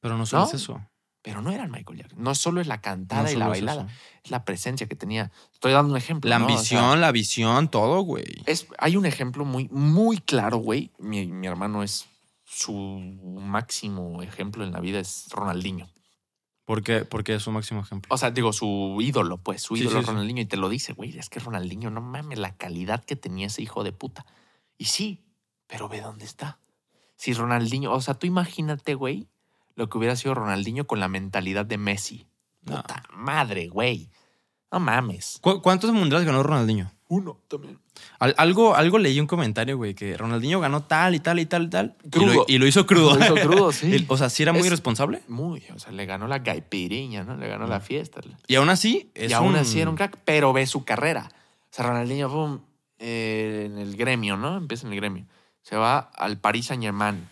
B: Pero no solo
A: ¿No?
B: es eso.
A: pero no eran Michael Jackson. No solo es la cantada
B: No
A: y la
B: solo es
A: bailada,
B: eso.
A: es la presencia que tenía. Estoy dando un ejemplo.
B: La
A: ¿no? O sea,
B: ambición, la visión, todo, güey.
A: es, hay un ejemplo muy, muy claro, güey. Mi, mi hermano es su máximo ejemplo en la vida, es Ronaldinho.
B: ¿Por qué? Porque es su máximo ejemplo.
A: O sea, digo, su ídolo, pues, su
B: Sí,
A: ídolo
B: sí,
A: es
B: sí.
A: Ronaldinho. Y te lo dice, güey, es que Ronaldinho, no mames, la calidad que tenía ese hijo de puta. Y sí, pero ve dónde está. Si Ronaldinho, o sea, tú imagínate, güey, lo que hubiera sido Ronaldinho con la mentalidad de Messi.
B: No.
A: Puta madre, güey. No mames.
B: ¿Cu- ¿Cuántos mundiales ganó Ronaldinho?
A: Uno también.
B: Al- algo, algo leí un comentario, güey, que Ronaldinho ganó tal y tal y tal y tal. Y lo-
A: Crudo.
B: Y, lo, hizo crudo. [laughs]
A: Lo hizo crudo, sí.
B: El- o sea, sí era muy
A: Es-
B: irresponsable.
A: Muy, o sea, le ganó la gaipiriña, ¿no? Le ganó la fiesta.
B: Y aún así, es
A: y aún
B: un-
A: así era un crack, pero ve su carrera. O sea, Ronaldinho, boom, eh, en el gremio, ¿no? Empieza en el gremio. Se va al Paris Saint-Germain.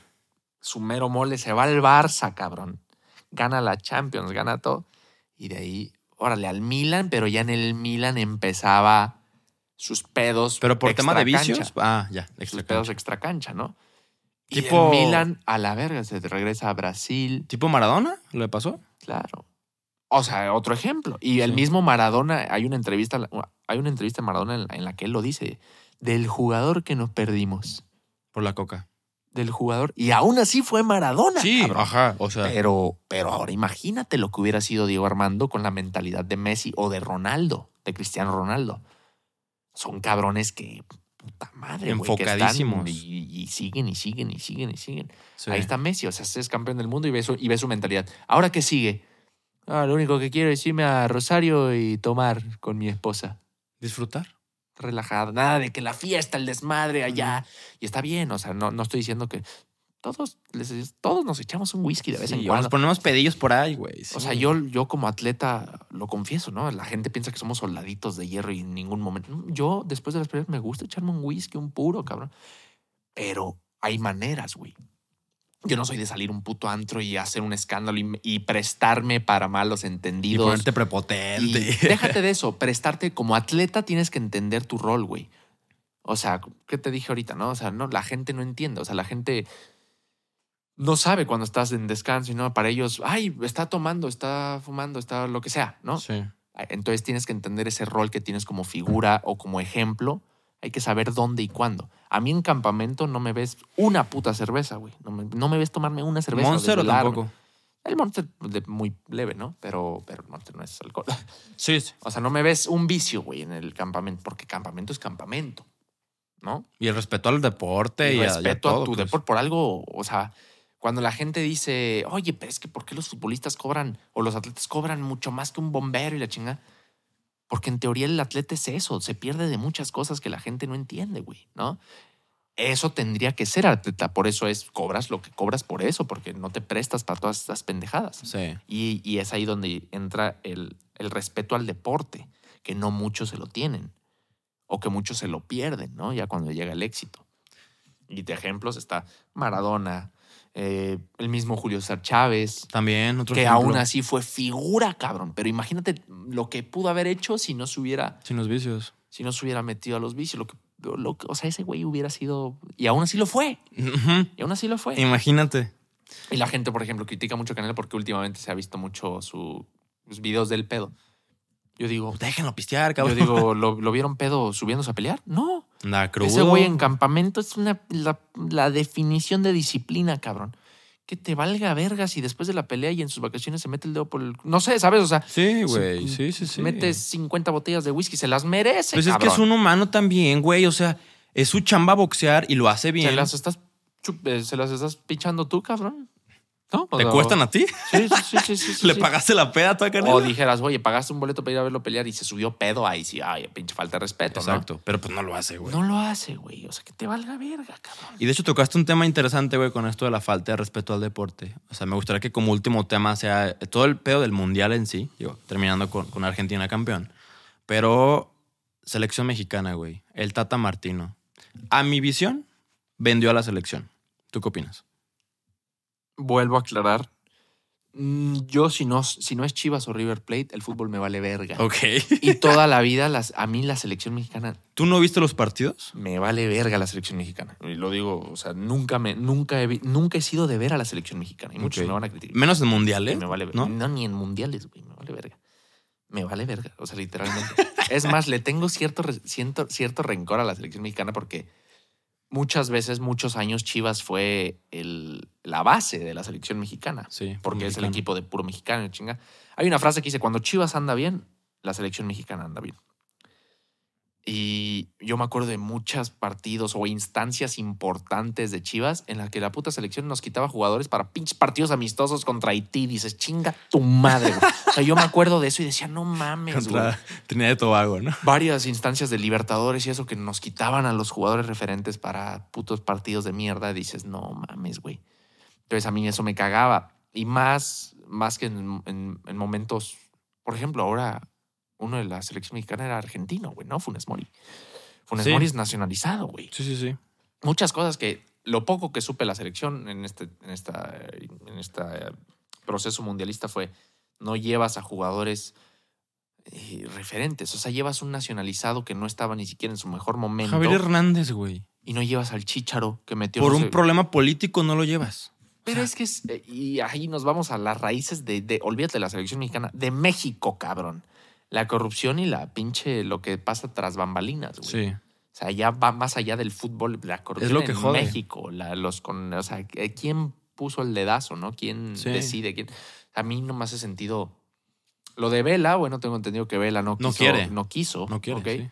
A: Su mero mole se va al Barça, cabrón. Gana la Champions, gana todo. Y de ahí, órale, al Milan, pero ya en el Milan empezaba sus pedos.
B: Pero por tema de
A: extracancha.
B: vicios. Ah, ya.
A: Sus
B: extra
A: pedos
B: cancha.
A: extra cancha, ¿no?
B: Tipo-
A: Y el Milan a la verga se regresa a Brasil.
B: ¿Tipo Maradona? ¿Lo le pasó?
A: Claro. O sea, otro ejemplo. Y el
B: Sí.
A: mismo Maradona, hay una entrevista, hay una entrevista de Maradona en la, en la que él lo dice, del jugador que nos perdimos,
B: Por la coca.
A: del jugador. Y aún así fue Maradona.
B: Sí,
A: cabrón.
B: ajá. O sea,
A: Pero, pero ahora imagínate lo que hubiera sido Diego Armando con la mentalidad de Messi o de Ronaldo, de Cristiano Ronaldo. Son cabrones que, puta madre, güey, que están
B: Enfocadísimos.
A: y, y siguen y siguen y siguen y siguen.
B: sí.
A: Ahí está Messi, o sea, es campeón del mundo y ve su, y ve su mentalidad. Ahora, ¿qué sigue? Ah, lo único que quiero es irme a Rosario y tomar con mi esposa.
B: disfrutar.
A: Relajada, nada de que la fiesta, el desmadre allá. Y está bien, o sea, no, no estoy diciendo que todos, les- todos nos echamos un whisky de vez en
B: Sí,
A: cuando.
B: Nos ponemos pedillos por ahí, güey.
A: O
B: sí.
A: sea, yo, yo como atleta lo confieso, ¿no? La gente piensa que somos soldaditos de hierro y en ningún momento. Mm, Yo, después de las peleas, me gusta echarme un whisky, un puro, cabrón. Pero hay maneras, güey. Yo no soy de salir un puto antro y hacer un escándalo y, y prestarme para malos
B: Y
A: entendidos.
B: ponerte
A: Y
B: [laughs] prepotente.
A: déjate de eso, prestarte como atleta tienes que entender tu rol, güey. O sea, ¿qué te dije ahorita, no? O sea, no, la gente no entiende, o sea, la gente no sabe cuando estás en descanso y no, para ellos, ay, está tomando, está fumando, está lo que sea, ¿no?
B: Sí.
A: Entonces tienes que entender ese rol que tienes como figura o como ejemplo. Hay que saber dónde y cuándo. A mí en campamento no me ves una puta cerveza, güey. No me, no me ves tomarme una cerveza. o
B: Monster o
A: desvelarme.
B: tampoco.
A: El Monster pues, de- muy leve, ¿no? Pero, pero el Monster no es alcohol.
B: Sí, sí.
A: O sea, no me ves un vicio, güey, en el campamento, porque campamento es campamento, ¿no?
B: Y el respeto al deporte y,
A: Y
B: a- y a
A: respeto a,
B: todo,
A: tu
B: pues.
A: deporte por algo, o sea, cuando la gente dice, oye, pero es que ¿por qué los futbolistas cobran o los atletas cobran mucho más que un bombero y la chinga? Porque en teoría el atleta es eso, se pierde de muchas cosas que la gente no entiende, güey, ¿no? Eso tendría que ser atleta, por eso es cobras lo que cobras por eso, porque no te prestas para todas estas pendejadas.
B: Sí.
A: Y, y es ahí donde entra el, el respeto al deporte, que no muchos se lo tienen o que muchos se lo pierden, ¿no? Ya cuando llega el éxito. Y de ejemplos está Maradona, eh, el mismo Julio César Chávez,
B: También otro
A: que
B: ejemplo.
A: aún así fue figura, cabrón. Pero imagínate lo que pudo haber hecho si no se hubiera,
B: Sin los vicios.
A: si no se hubiera metido a los vicios. Lo que, lo que- o sea, ese güey hubiera sido... Y aún así lo fue.
B: Ujú.
A: Y aún así lo fue.
B: Imagínate.
A: Y la gente, por ejemplo, critica mucho a Canelo porque últimamente se ha visto mucho su- sus videos del pedo. Yo digo,
B: Déjenlo pistear,
A: yo
B: cabrón.
A: digo, ¿lo, lo vieron pedo subiéndose a pelear? No.
B: Nada crudo.
A: Ese güey en campamento es una, la, la definición de disciplina, cabrón. Que te valga verga si después de la pelea y en sus vacaciones se mete el dedo por el... No sé, ¿sabes? O sea,
B: Sí,
A: se-
B: güey. Sí, sí, sí.
A: metes 50 botellas de whisky, se las merece,
B: Pues es que
A: cabrón.
B: es un humano también, güey. O sea, es su chamba boxear y lo hace bien.
A: Se las estás, chup- eh, se las estás pichando tú, cabrón. ¿No? O
B: ¿Te
A: sea,
B: cuestan a ti?
A: Sí, sí, sí, sí, sí,
B: [laughs] ¿Le
A: sí.
B: pagaste la peda a tu
A: O dijeras, oye, pagaste un boleto para ir a verlo pelear y se subió pedo ahí, sí, ay, pinche falta de respeto. ¿no?
B: Exacto. Pero pues no lo hace, güey.
A: No lo hace, güey. O sea, que te valga verga, cabrón.
B: Y de hecho tocaste un tema interesante, güey, con esto de la falta de respeto al deporte. O sea, me gustaría que como último tema sea todo el pedo del mundial en sí, digo, terminando con, con Argentina campeón. Pero selección mexicana, güey. El Tata Martino. A mi visión, vendió a la selección. ¿Tú qué opinas?
A: Vuelvo a aclarar. Mm, Yo, si no, si no es Chivas o River Plate, el fútbol me vale verga.
B: Ok.
A: Y toda la vida, las, a mí la selección mexicana
B: [laughs] ¿Tú no viste los partidos?
A: me vale verga la selección mexicana. Y lo digo, o sea, nunca, me, nunca, he, vi- nunca he sido de ver a la selección mexicana. Y muchos
B: Ok.
A: me van a criticar.
B: Menos el mundial,
A: Que
B: ¿eh?
A: me vale verga.
B: ¿No?
A: ¿No? ni en mundiales, güey. Me vale verga. Me vale verga. O sea, literalmente. [laughs] es más, le tengo cierto, re- siento- cierto rencor a la selección mexicana porque muchas veces, muchos años, Chivas fue el, la base de la selección mexicana.
B: Sí.
A: Porque es el
B: mexicano.
A: equipo de puro mexicano, y chinga. Hay una frase que dice: cuando Chivas anda bien, la selección mexicana anda bien. Y yo me acuerdo de muchos partidos o instancias importantes de Chivas en las que la puta selección nos quitaba jugadores para pinches partidos amistosos contra Haití. Dices, chinga tu madre, güey. O sea, yo me acuerdo de eso y decía, no mames, güey
B: Contra Trinidad y Tobago, ¿no?
A: varias instancias de Libertadores y eso que nos quitaban a los jugadores referentes para putos partidos de mierda. Dices, no mames, güey. Entonces a mí eso me cagaba. Y más, más que en, en- en momentos, por ejemplo, ahora uno de la selección mexicana era argentino, güey, ¿no? Funes Mori. Funes
B: Sí.
A: Mori es nacionalizado, güey.
B: Sí, sí, sí.
A: Muchas cosas que lo poco que supe la selección en este, en esta, eh, en esta eh, proceso mundialista fue no llevas a jugadores eh, referentes. O sea, llevas un nacionalizado que no estaba ni siquiera en su mejor momento.
B: Javier Hernández, güey. eh.
A: Y no llevas al Chicharo que metió.
B: Por
A: no
B: un
A: sé-
B: problema político no lo llevas.
A: Pero es que es- eh, Y ahí nos vamos a las raíces de, de. Olvídate de la selección mexicana. De México, cabrón. La corrupción y la pinche. Lo que pasa tras bambalinas, güey.
B: Sí.
A: O sea, ya va más allá del fútbol, la corrupción
B: Es lo que
A: en
B: jode.
A: México, la- los con, o sea, eh, ¿quién puso el dedazo, no? ¿Quién
B: Sí.
A: decide? ¿Quién? A mí no me hace sentido. Lo de Vela, bueno, tengo entendido que Vela no,
B: No
A: quiso,
B: quiere.
A: no quiso,
B: No quiere,
A: ¿ok?
B: sí.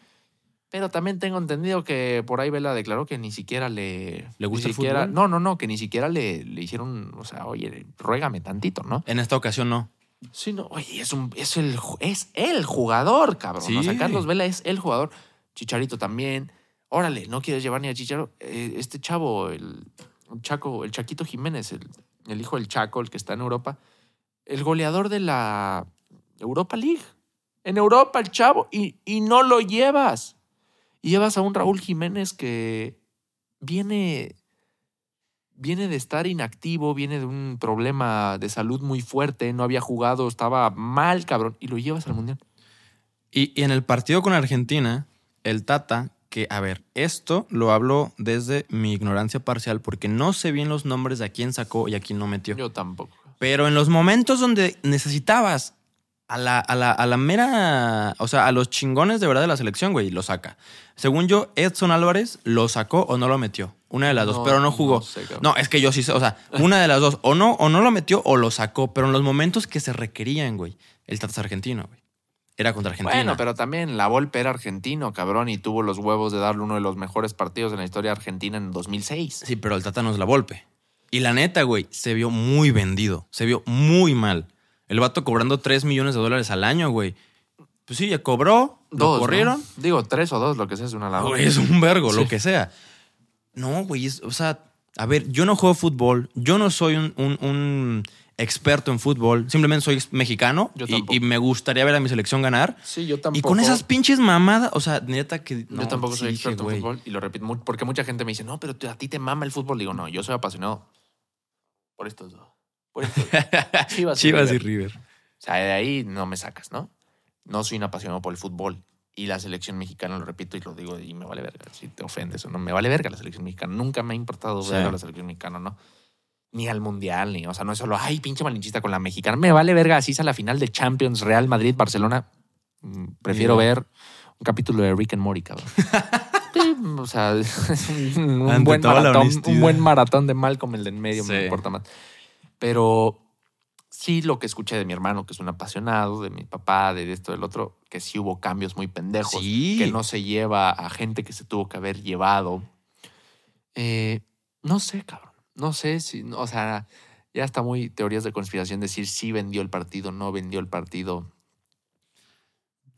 A: Pero también tengo entendido que por ahí Vela declaró que ni siquiera le...
B: ¿Le gusta
A: ni
B: el
A: siquiera-
B: fútbol?
A: No, no, no, que ni siquiera le, le hicieron, o sea, oye, ruégame tantito, ¿no?
B: En esta ocasión no.
A: Sí, no, oye, es, un, es, el, ju- es el jugador, cabrón. O sea,
B: Sí.
A: Carlos Vela es el jugador. Chicharito también. Órale, no quieres llevar ni a Chicharo. Eh, Este chavo, el Chaco, el Chaquito Jiménez, el, el hijo del Chaco, el que está en Europa, el goleador de la Europa League. En Europa, el chavo, y, y no lo llevas. Y llevas a un Raúl Jiménez que viene, viene de estar inactivo, viene de un problema de salud muy fuerte, no había jugado, estaba mal, cabrón, y lo llevas al Mundial.
B: Y, y en el partido con Argentina, el Tata, que, a ver, esto lo hablo desde mi ignorancia parcial porque no sé bien los nombres de a quién sacó y a quién no metió.
A: Yo tampoco.
B: Pero en los momentos donde necesitabas a la, a la, a la mera, o sea, a los chingones de verdad de la selección, güey, lo saca. Según yo, Edson Álvarez lo sacó o no lo metió. Una de las dos,
A: No,
B: pero no
A: no
B: jugó.
A: sé, cabrón.
B: No, es que yo sí, sé, o sea, una de las dos, o no, o no lo metió o lo sacó, pero en los momentos que se requerían, güey, el Tata es argentino, güey. Era contra Argentina.
A: Bueno, pero también la Volpe era argentino, cabrón, y tuvo los huevos de darle uno de los mejores partidos en la historia argentina en 2006.
B: Sí, pero el Tata no es la Volpe. Y la neta, güey, se vio muy vendido. Se vio muy mal. El vato cobrando 3 millones de dólares al año, güey. Pues sí, ya cobró,
A: Dos.
B: lo corrieron. Ah,
A: ¿no? Digo, tres o dos, lo que sea, es una labor.
B: Güey, es un vergo,
A: Sí.
B: lo que sea. No, güey, es- o sea, a ver, yo no juego fútbol, yo no soy un, un- un experto en fútbol, simplemente soy mexicano
A: Yo
B: y,
A: tampoco.
B: y me gustaría ver a mi selección ganar.
A: Sí, yo
B: Y con esas pinches mamadas, o sea, neta que...
A: yo
B: no,
A: tampoco soy
B: sí,
A: experto
B: güey.
A: en fútbol y lo repito mu- porque mucha gente me dice, no, pero tú- a ti te mama el fútbol. Digo, no, yo soy apasionado por estos dos. Por estos dos.
B: [laughs]
A: Chivas, y
B: Chivas y
A: River.
B: River.
A: O sea, de ahí no me sacas, ¿no? No soy un apasionado por el fútbol. Y la selección mexicana, lo repito y lo digo, y me vale verga. Si te ofendes o no, me vale verga la selección mexicana. Nunca me ha importado
B: Sí.
A: ver a la selección mexicana, ¿no? Ni al mundial, ni. O sea, no es solo, ay, pinche malinchista con la mexicana. Me vale verga. Así es a la final de Champions, Real Madrid, Barcelona. Mm, Prefiero
B: Ni idea.
A: ver un capítulo de Rick and Morty,
B: [laughs]
A: cabrón. Sí, o sea, [laughs] un,
B: Ante
A: buen
B: toda la
A: maratón, un
B: honestidad.
A: buen maratón de Malcolm, el de en medio, me
B: Sí.
A: importa más. Pero sí lo que escuché de mi hermano, que es un apasionado, de mi papá, de esto, del otro, que sí hubo cambios muy pendejos,
B: Sí.
A: que no se lleva a gente que se tuvo que haber llevado. Eh, no sé, cabrón. No sé si, no, o sea, ya está muy teorías de conspiración decir si vendió el partido, no vendió el partido.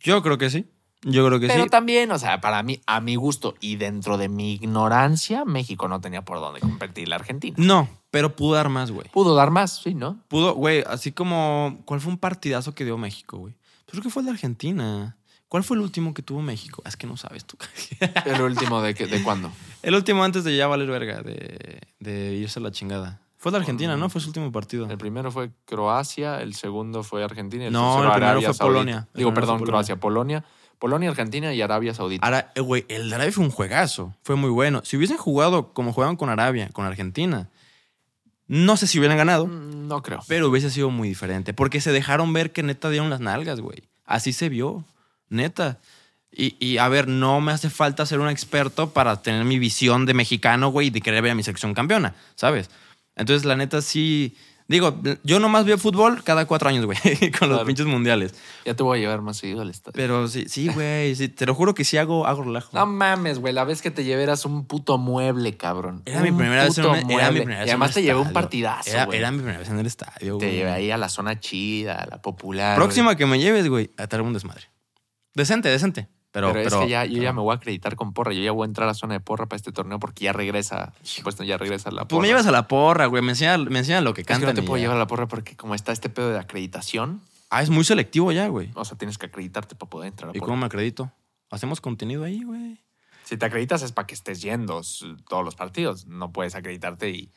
B: Yo creo que sí. Yo creo que
A: Pero
B: Pues sí.
A: también, o sea, para mí, a mi gusto y dentro de mi ignorancia, México no tenía por dónde competir la Argentina.
B: No, pero pudo dar más, güey.
A: Pudo dar más, sí, ¿no?
B: Pudo, güey, así como. ¿Cuál fue un partidazo que dio México, güey? Pues creo que fue el de Argentina. ¿Cuál fue el último que tuvo México? Es que no sabes tú. [laughs]
A: El último de, que- de cuándo.
B: el último antes de ya valer verga, de, de irse a la chingada. Fue el de Argentina, ¿no? Fue su último partido.
A: El primero fue Croacia, el segundo fue Argentina. y El
B: No,
A: tercero
B: el primero
A: Arabia
B: fue
A: Saudita.
B: Polonia. El
A: Digo,
B: primero
A: perdón,
B: fue Polonia.
A: Croacia, Polonia. Polonia, Argentina y Arabia Saudita.
B: Ahora, eh, güey, el drive fue un juegazo. Fue muy bueno. Si hubiesen jugado como jugaban con Arabia, con Argentina, no sé si hubieran ganado,
A: Mm, No creo.
B: pero hubiese sido muy diferente. Porque se dejaron ver que neta dieron las nalgas, güey. Así se vio, neta. Y, y, a ver, no me hace falta ser un experto para tener mi visión de mexicano, güey, y de querer ver a mi selección campeona, ¿sabes? Entonces, la neta sí. Digo, yo nomás veo fútbol cada cuatro años, güey, [laughs] con los
A: Claro.
B: pinches mundiales.
A: Ya te voy a llevar más seguido al estadio.
B: Pero sí, sí, güey, sí, te lo juro que sí hago, hago relajo.
A: No mames, güey. La vez que te llevé eras un puto mueble, cabrón.
B: Era mi
A: Un
B: primera vez en
A: puto
B: un- era mi
A: mueble.
B: primera vez
A: Y
B: en
A: además te llevé un
B: estadio.
A: partidazo,
B: Era,
A: güey.
B: era mi primera vez en el estadio,
A: Te
B: güey.
A: llevé ahí a la zona chida, a la popular. Ah, güey.
B: Próxima que me lleves, güey, a traer un desmadre. Decente, decente. Pero,
A: Pero,
B: pero,
A: es que ya, yo ya
B: pero-
A: me voy a acreditar con porra. Yo ya voy a entrar a zona de porra para este torneo porque ya regresa. Pues no, ya regresa la porra.
B: Pues me llevas a la porra, güey. Me enseña, me enseña lo que
A: Es que
B: cantan.
A: no te
B: y
A: puedo
B: ya.
A: llevar a la porra porque como está este pedo de acreditación,
B: Ah, es muy selectivo ya, güey.
A: o sea, tienes que acreditarte para poder entrar a
B: ¿Y
A: porra.
B: cómo me acredito? Hacemos contenido ahí, güey.
A: Si te acreditas es para que estés yendo s- todos los partidos. No puedes acreditarte y,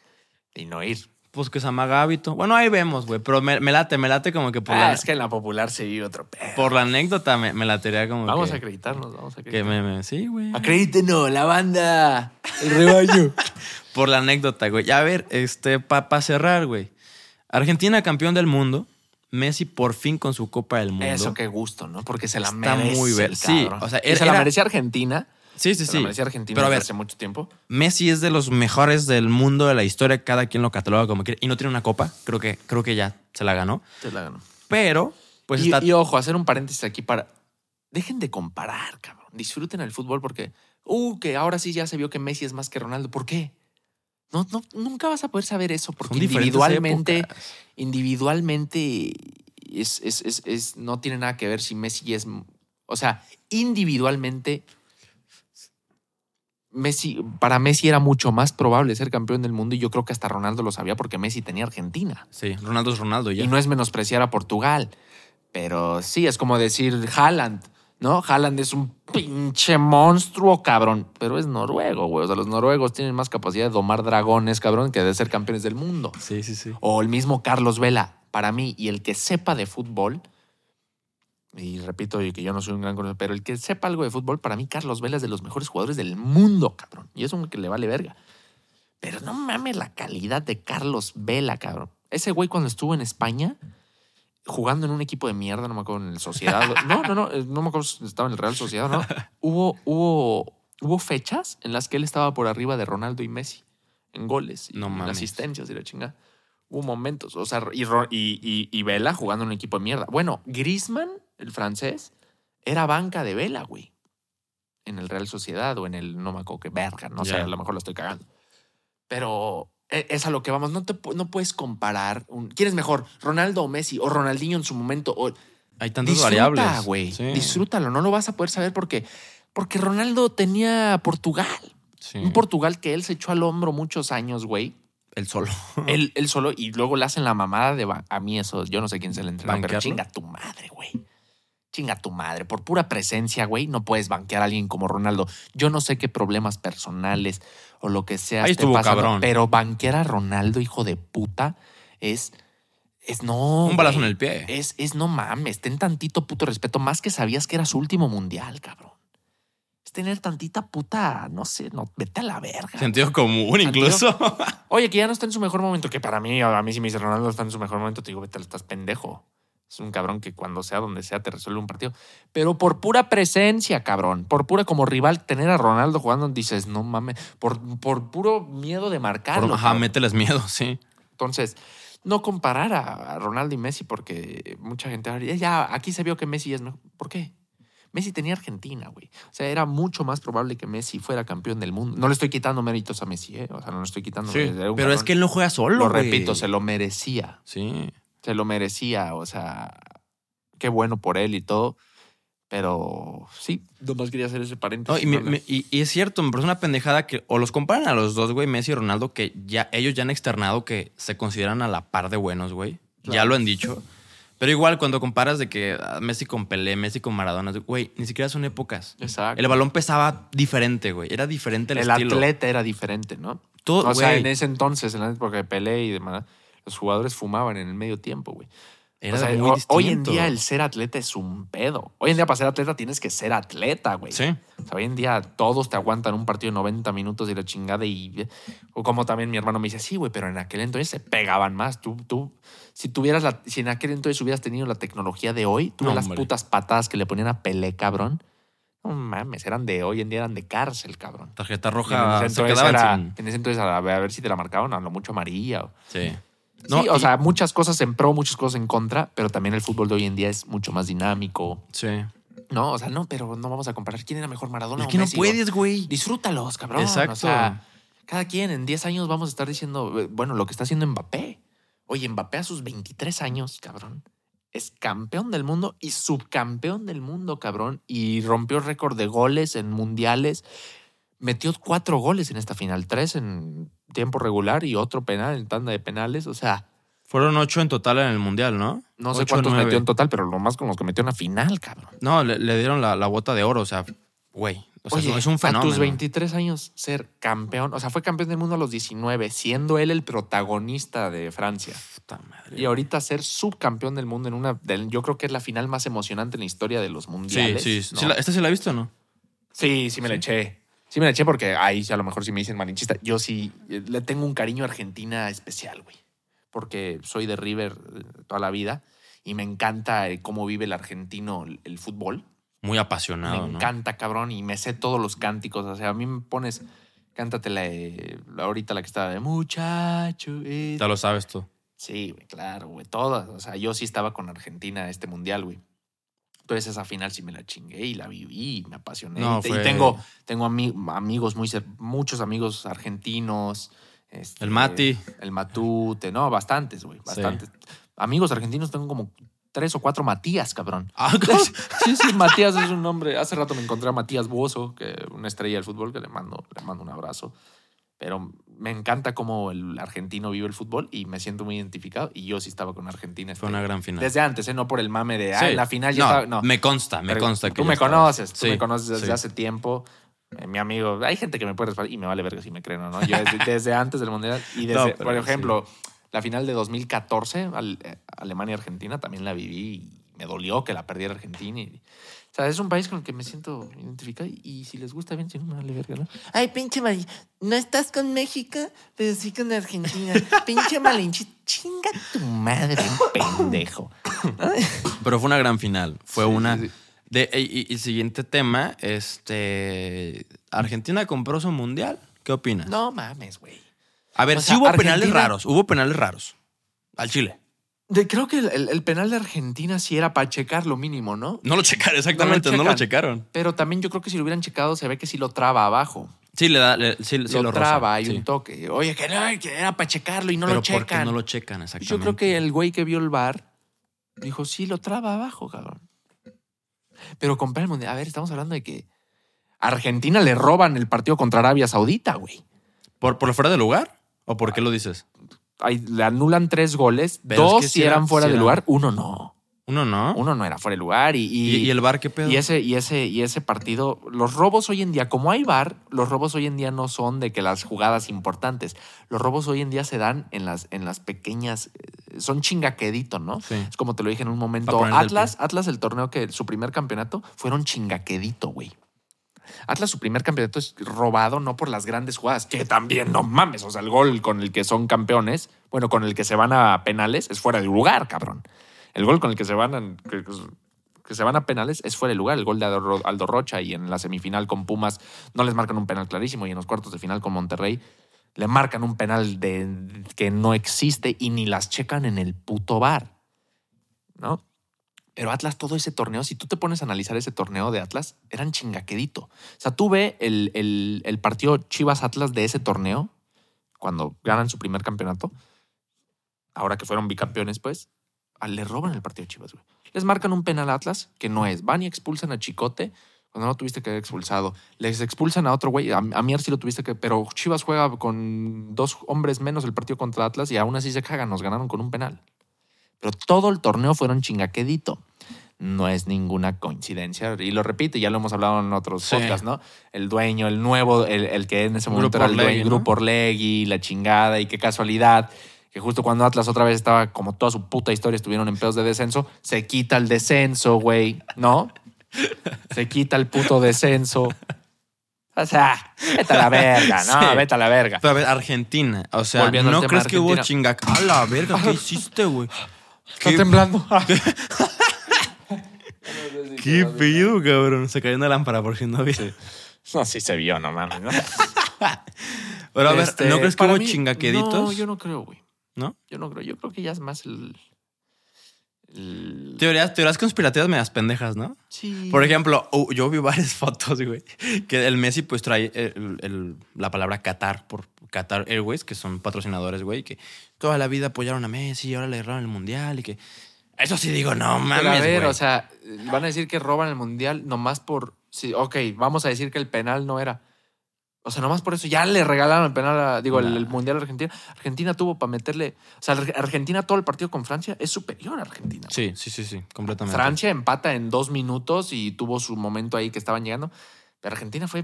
A: y no ir.
B: Pues que se amaga hábito. Bueno, ahí vemos, güey. Pero me, me late, me late como que por,
A: Ah,
B: la,
A: es que en la popular se vive otro pedo.
B: por la anécdota me, me latería como
A: Vamos
B: que,
A: a acreditarnos, vamos a
B: que
A: acreditarnos.
B: me, me- Sí, güey.
A: Acredítenos, la banda, el rebaño.
B: [laughs] Por la anécdota, güey. Ya, A ver, este, para cerrar, güey. Argentina campeón del mundo. Messi por fin con su Copa del Mundo.
A: Eso qué gusto, ¿no? Porque se la
B: Está
A: merece.
B: muy
A: el
B: ver- sí,
A: cabrón.
B: o sea,
A: Y se la
B: era-
A: merece Argentina.
B: Sí, sí,
A: Se
B: sí.
A: lo merecía Argentina
B: Pero a
A: desde
B: ver.
A: hace mucho tiempo.
B: Messi es de los mejores del mundo de la historia, cada quien lo cataloga como quiere y no tiene una copa, creo que creo que ya se la ganó,
A: Se la ganó.
B: pero pues
A: y,
B: está
A: y ojo, hacer un paréntesis aquí para. Dejen de comparar, cabrón. Disfruten el fútbol porque. Uh, que ahora sí ya se vio que Messi es más que Ronaldo. ¿Por qué? No, no, nunca vas a poder saber eso porque
B: son diferentes
A: individualmente,
B: épocas.
A: individualmente es, es- es- es- no tiene nada que ver si Messi es. O sea, individualmente. Messi, para Messi era mucho más probable ser campeón del mundo y yo creo que hasta Ronaldo lo sabía porque Messi tenía Argentina.
B: Sí, Ronaldo es Ronaldo ya.
A: Y no es menospreciar a Portugal, pero sí, es como decir Haaland, ¿no? Haaland es un pinche monstruo, cabrón, pero es noruego, güey. O sea, los noruegos tienen más capacidad de domar dragones, cabrón, que de ser campeones del mundo.
B: Sí, sí, sí.
A: O el mismo Carlos Vela, para mí, y el que sepa de fútbol, y repito y que yo no soy un gran conocedor, pero el que sepa algo de fútbol, para mí Carlos Vela es de los mejores jugadores del mundo, cabrón. Y es un que le vale verga. Pero no mames la calidad de Carlos Vela, cabrón. Ese güey cuando estuvo en España jugando en un equipo de mierda, no me acuerdo, en el Sociedad. [laughs] No, no, no, eh, no me acuerdo si estaba en el Real Sociedad,
B: [laughs]
A: ¿no? Hubo, hubo, hubo fechas en las que él estaba por arriba de Ronaldo y Messi en goles, y
B: No
A: en
B: mames.
A: asistencias y la chingada. Hubo momentos, o sea, y, Ro- y, y- y Vela jugando en un equipo de mierda. Bueno, Griezmann, el francés, era banca de Vela, güey. En el Real Sociedad o en el no me acuerdo qué verga, no sé,
B: Ya.
A: a lo mejor lo estoy cagando. Pero e- es a lo que vamos. No, te, pu- no puedes comparar. un- ¿Quién es mejor? ¿Ronaldo o Messi? ¿O Ronaldinho en su momento? O,
B: Hay tantas variables.
A: güey.
B: Sí.
A: Disfrútalo. No lo vas a poder saber porque, porque Ronaldo tenía Portugal.
B: Sí.
A: Un Portugal que él se echó al hombro muchos años, güey.
B: El solo.
A: Él, él solo y luego le hacen la mamada de ba- a mí eso. Yo no sé quién se le entrena, pero
B: ¿Banquearlo?
A: chinga tu madre, güey. Chinga tu madre. Por pura presencia, güey, no puedes banquear a alguien como Ronaldo. Yo no sé qué problemas personales o lo que sea.
B: Ahí
A: esté
B: estuvo cabrón.
A: Pero banquear a Ronaldo, hijo de puta, es. Es no.
B: Un balazo en
A: güey.
B: el pie.
A: Es, es no mames, ten tantito puto respeto, más que sabías que era su último mundial, cabrón. Es tener tantita puta, no sé, no, vete a la verga.
B: Sentido común
A: Sentido-
B: incluso. [laughs]
A: Oye, que ya no está en su mejor momento, que para mí, a mí si me dice Ronaldo está en su mejor momento, te digo, vete, estás pendejo. Es un cabrón que cuando sea, donde sea, te resuelve un partido. Pero por pura presencia, cabrón, por pura como rival, tener a Ronaldo jugando, dices, no mames, por, por puro miedo de marcarlo.
B: Por- Ajá,
A: cabrón.
B: mételes miedo, sí.
A: Entonces, no comparar a, a Ronaldo y Messi porque mucha gente habla, ya aquí se vio que Messi es mejor. ¿Por qué? Messi tenía Argentina, güey. O sea, era mucho más probable que Messi fuera campeón del mundo. No le estoy quitando méritos a Messi, ¿eh? O sea, no le estoy quitando
B: Sí,
A: méritos. Era un
B: Pero es
A: cabrón.
B: que él no juega solo,
A: Lo
B: güey.
A: repito, se lo merecía.
B: Sí.
A: Se lo merecía. O sea, qué bueno por él y todo. Pero sí, nomás quería hacer ese paréntesis.
B: No, y, me- me- y- y es cierto, me parece una pendejada que o los comparan a los dos, güey, Messi y Ronaldo, que ya ellos ya han externado que se consideran a la par de buenos, güey. Ya
A: Claro.
B: lo han dicho. Pero igual cuando comparas de que ah, Messi con Pelé, Messi con Maradona, güey, ni siquiera son épocas.
A: Exacto.
B: El balón pesaba diferente, güey. Era diferente el,
A: el
B: estilo.
A: atleta era diferente, ¿no?
B: Todo,
A: o sea,
B: güey,
A: en ese entonces, en la época de Pelé y demás, los jugadores fumaban en el medio tiempo, güey.
B: era
A: O sea,
B: muy
A: ho-
B: distinto.
A: Hoy en día el ser atleta es un pedo. Hoy en día para ser atleta tienes que ser atleta, güey.
B: Sí.
A: O sea, hoy en día todos te aguantan un partido de 90 minutos y la chingada y... O como también mi hermano me dice, sí, güey, pero en aquel entonces se pegaban más. Tú, tú, si tuvieras la... Si en aquel entonces hubieras tenido la tecnología de hoy, tú
B: No,
A: ves las
B: hombre.
A: putas patadas que le ponían a Pelé, cabrón. No mames, eran de hoy en día, eran de cárcel, cabrón. Y en
B: Tarjeta
A: ese
B: roja se
A: entonces
B: quedaban
A: era-
B: sin-
A: en ese entonces a ver, a ver si te la marcaban a lo mucho amarilla. o-
B: Sí.
A: sí, o
B: y-
A: sea, muchas cosas en pro, muchas cosas en contra, pero también el fútbol de hoy en día es mucho más dinámico.
B: Sí.
A: No, o sea, no, pero no vamos a comparar quién era mejor Maradona
B: Es
A: o
B: que no
A: Messi, güey.
B: puedes, güey.
A: Disfrútalos, cabrón.
B: Exacto.
A: O sea, cada quien en 10 años vamos a estar diciendo, eh, bueno, lo que está haciendo Mbappé. Oye, Mbappé a sus 23 años, cabrón. Es campeón del mundo y subcampeón del mundo, cabrón. Y rompió récord de goles en mundiales. Metió cuatro goles en esta final, tres en tiempo regular y otro penal en tanda de penales. O sea,
B: Fueron ocho en total en el mundial, ¿no?
A: no sé
B: Ocho,
A: cuántos
B: nueve.
A: metió en total, pero lo más con los que metió en la final, cabrón.
B: No, le, le dieron la, la bota de oro, o sea, güey. O sea, es un- es un fenómeno.
A: A tus 23 años ser campeón, o sea, fue campeón del mundo a los 19, siendo él el protagonista de Francia.
B: Puta madre.
A: Y ahorita ser subcampeón del mundo en una, del- yo creo que es la final más emocionante en la historia de los
B: Sí,
A: mundiales.
B: sí. sí.
A: ¿no?
B: ¿Sí la- ¿Esta sí la he visto o no?
A: Sí, sí me la
B: Sí.
A: eché. Sí me la eché porque ahí sí a lo mejor sí me dicen malinchista. Yo sí eh, le tengo un cariño a Argentina especial, güey. Porque soy de River eh, toda la vida y me encanta eh, cómo vive el argentino el, el fútbol.
B: Muy apasionado,
A: me
B: ¿no?
A: encanta, cabrón, y me sé todos los cánticos. O sea, a mí me pones, cántate la, de- la ahorita la que estaba de muchacho. eh".
B: Ya lo sabes tú.
A: Sí, güey, claro, güey, todas. O sea, yo sí estaba con Argentina en este mundial, güey. Entonces esa final sí me la chingué y la viví y me apasioné.
B: No,
A: y, te- y
B: fue-
A: tengo, tengo ami- amigos, muy cer- muchos amigos argentinos. este,
B: El Mati.
A: El Matute, no, bastantes, güey, bastantes. Amigos argentinos tengo como tres o cuatro Matías, cabrón.
B: [laughs] Ah,
A: Sí, sí, Matías es un nombre. Hace rato me encontré a Matías Buoso, que una estrella del fútbol, que le mando, le mando un abrazo. Pero me encanta cómo el argentino vive el fútbol y me siento muy identificado. Y yo sí estaba con Argentina.
B: [laughs] Fue
A: este,
B: una gran final.
A: Desde antes, ¿eh? no por el mame de, ah,
B: Sí.
A: en la final ya
B: no,
A: estaba. No,
B: me consta, me
A: Pero
B: consta que
A: Tú
B: ya
A: me
B: estaba.
A: conoces, tú
B: Sí,
A: me conoces desde
B: sí.
A: hace tiempo. Eh, Mi amigo, hay gente que me puede respaldar y me vale verga si me creen o no. Yo desde,
B: [laughs]
A: desde antes del Mundial y desde,
B: No, pero
A: por
B: sí.
A: ejemplo, la final de 2014, al- eh, Alemania-Argentina, también la viví y me dolió que la perdiera Argentina. y- o sea, es un país con el que me siento identificado y, y si les gusta bien, si no me vale verga, ¿no? Ay, pinche Mari, no estás con México, pero sí con Argentina. pinche malinche, chinga tu madre, [laughs] pendejo.
B: Pero fue una gran final. Fue
A: Sí,
B: una.
A: sí, sí.
B: De, y, y- y siguiente tema, este. Argentina compró su mundial. ¿Qué opinas?
A: No mames, güey.
B: A ver,
A: O
B: sí
A: sea,
B: hubo penales
A: Argentina-
B: raros. Hubo penales raros. Al Chile.
A: De- creo que el, el- el penal de Argentina sí era para checar lo mínimo, ¿no?
B: No lo [laughs] checaron, exactamente, no lo,
A: checan.
B: checaron.
A: Pero también yo creo que si lo hubieran checado, se ve que sí lo traba abajo.
B: Sí, le da. le- sí, sí
A: lo,
B: lo roza,
A: traba, hay
B: sí.
A: un toque. Oye, que, no, que era para checarlo y no
B: Pero
A: lo
B: ¿por qué
A: checan.
B: no lo checan? Exactamente.
A: yo creo que el güey que vio el bar dijo, sí, lo traba abajo, cabrón. Pero comprar el mundial. A ver, estamos hablando de que a Argentina le roban el partido contra Arabia Saudita, güey.
B: ¿Por, ¿Por lo fuera de lugar? ¿O por qué lo dices?
A: Ahí le anulan tres goles,
B: Pero es
A: dos
B: que
A: sí
B: sí era-
A: eran fuera
B: sí
A: de
B: era-
A: lugar, uno no.
B: Uno no.
A: Uno no era fuera de lugar y,
B: ¿Y, y el bar qué pedo?
A: Y ese, y, ese, y ese partido, los robos hoy en día, como hay VAR, los robos hoy en día no son de que las jugadas importantes. Los robos hoy en día se dan en las, en las pequeñas, eh, son chingaquedito, ¿no?
B: Sí.
A: Es como te lo dije en un
B: Pa'
A: momento.
B: ponerle el
A: Atlas, Atlas, el torneo que su primer campeonato fueron chingaquedito, güey. Atlas, su primer campeonato es robado no por las grandes jugadas, que también no mames. O sea, el gol con el que son campeones, bueno, con el que se van a penales, es fuera de lugar, cabrón. El gol con el que se van a, que, que se van a penales es fuera de lugar. El gol de Aldo Aldo Rocha y en la semifinal con Pumas no les marcan un penal clarísimo y en los cuartos de final con Monterrey le marcan un penal de, que no existe y ni las checan en el puto bar. ¿No? Pero Atlas, todo ese torneo, si tú te pones a analizar ese torneo de Atlas, eran chingaquedito. O sea, tú ve el, el- el partido Chivas Atlas de ese torneo, cuando ganan su primer campeonato, ahora que fueron bicampeones, pues, a- le roban el partido a Chivas, güey. Les marcan un penal a Atlas que no es. Van y expulsan a Chicote cuando no tuviste que haber expulsado. Les expulsan a otro güey. A, a Mier sí lo tuviste que. Pero Chivas juega con dos hombres menos el partido contra Atlas y aún así se cagan. Nos ganaron con un penal. Pero todo el torneo fueron chingaquedito. No es ninguna coincidencia. Y lo repito, ya lo hemos hablado en otros
B: Sí.
A: podcasts, ¿no? El dueño, el nuevo, el, el que en ese
B: Grupo
A: momento era el
B: Orlegui,
A: dueño,
B: ¿no?
A: Grupo Orlegui, la chingada y qué casualidad que justo cuando Atlas otra vez estaba como toda su puta historia, estuvieron en pedos de descenso, se quita el descenso, güey, ¿no? Se quita el puto descenso. O sea, vete a la verga, ¿no?
B: Sí.
A: Vete a la verga.
B: Pero a ver, Argentina. O sea,
A: Volviendo al
B: ¿no
A: tema
B: crees que hubo
A: Argentina.
B: chinga? A la verga,
A: [laughs]
B: ¿qué hiciste, güey?
A: Está
B: ¿Qué- [laughs]
A: temblando.
B: ¿Qué pedo, cabrón? Se cayó una lámpara por si no había.
A: No, sí se vio, no mames, ¿no?
B: Pero a ver,
A: Este,
B: ¿no crees que
A: para
B: hubo
A: mí-
B: chingaqueditos?
A: No, yo no creo, güey.
B: ¿No?
A: Yo no creo. Yo creo que ya es más el... el-
B: Teorías, teorías conspirativas me das pendejas, ¿no?
A: Sí.
B: Por ejemplo, u- yo vi varias [laughs] fotos, güey, que el Messi pues trae el- el- la palabra Qatar por Qatar Airways, que son patrocinadores, güey, que toda la vida apoyaron a Messi y ahora le erraron el mundial y que... Eso sí digo, no mames,
A: Pero a ver,
B: güey.
A: o sea, van a decir que roban el mundial nomás por. Sí, ok, vamos a decir que el penal no era. O sea, nomás por eso ya le regalaron el penal, a- digo, el,
B: Nah.
A: el mundial a Argentina. Argentina tuvo para meterle. O sea, Ar- Argentina todo el partido con Francia es superior a Argentina. güey.
B: Sí, sí, sí, sí, completamente.
A: Francia empata en dos minutos y tuvo su momento ahí que estaban llegando. Pero Argentina fue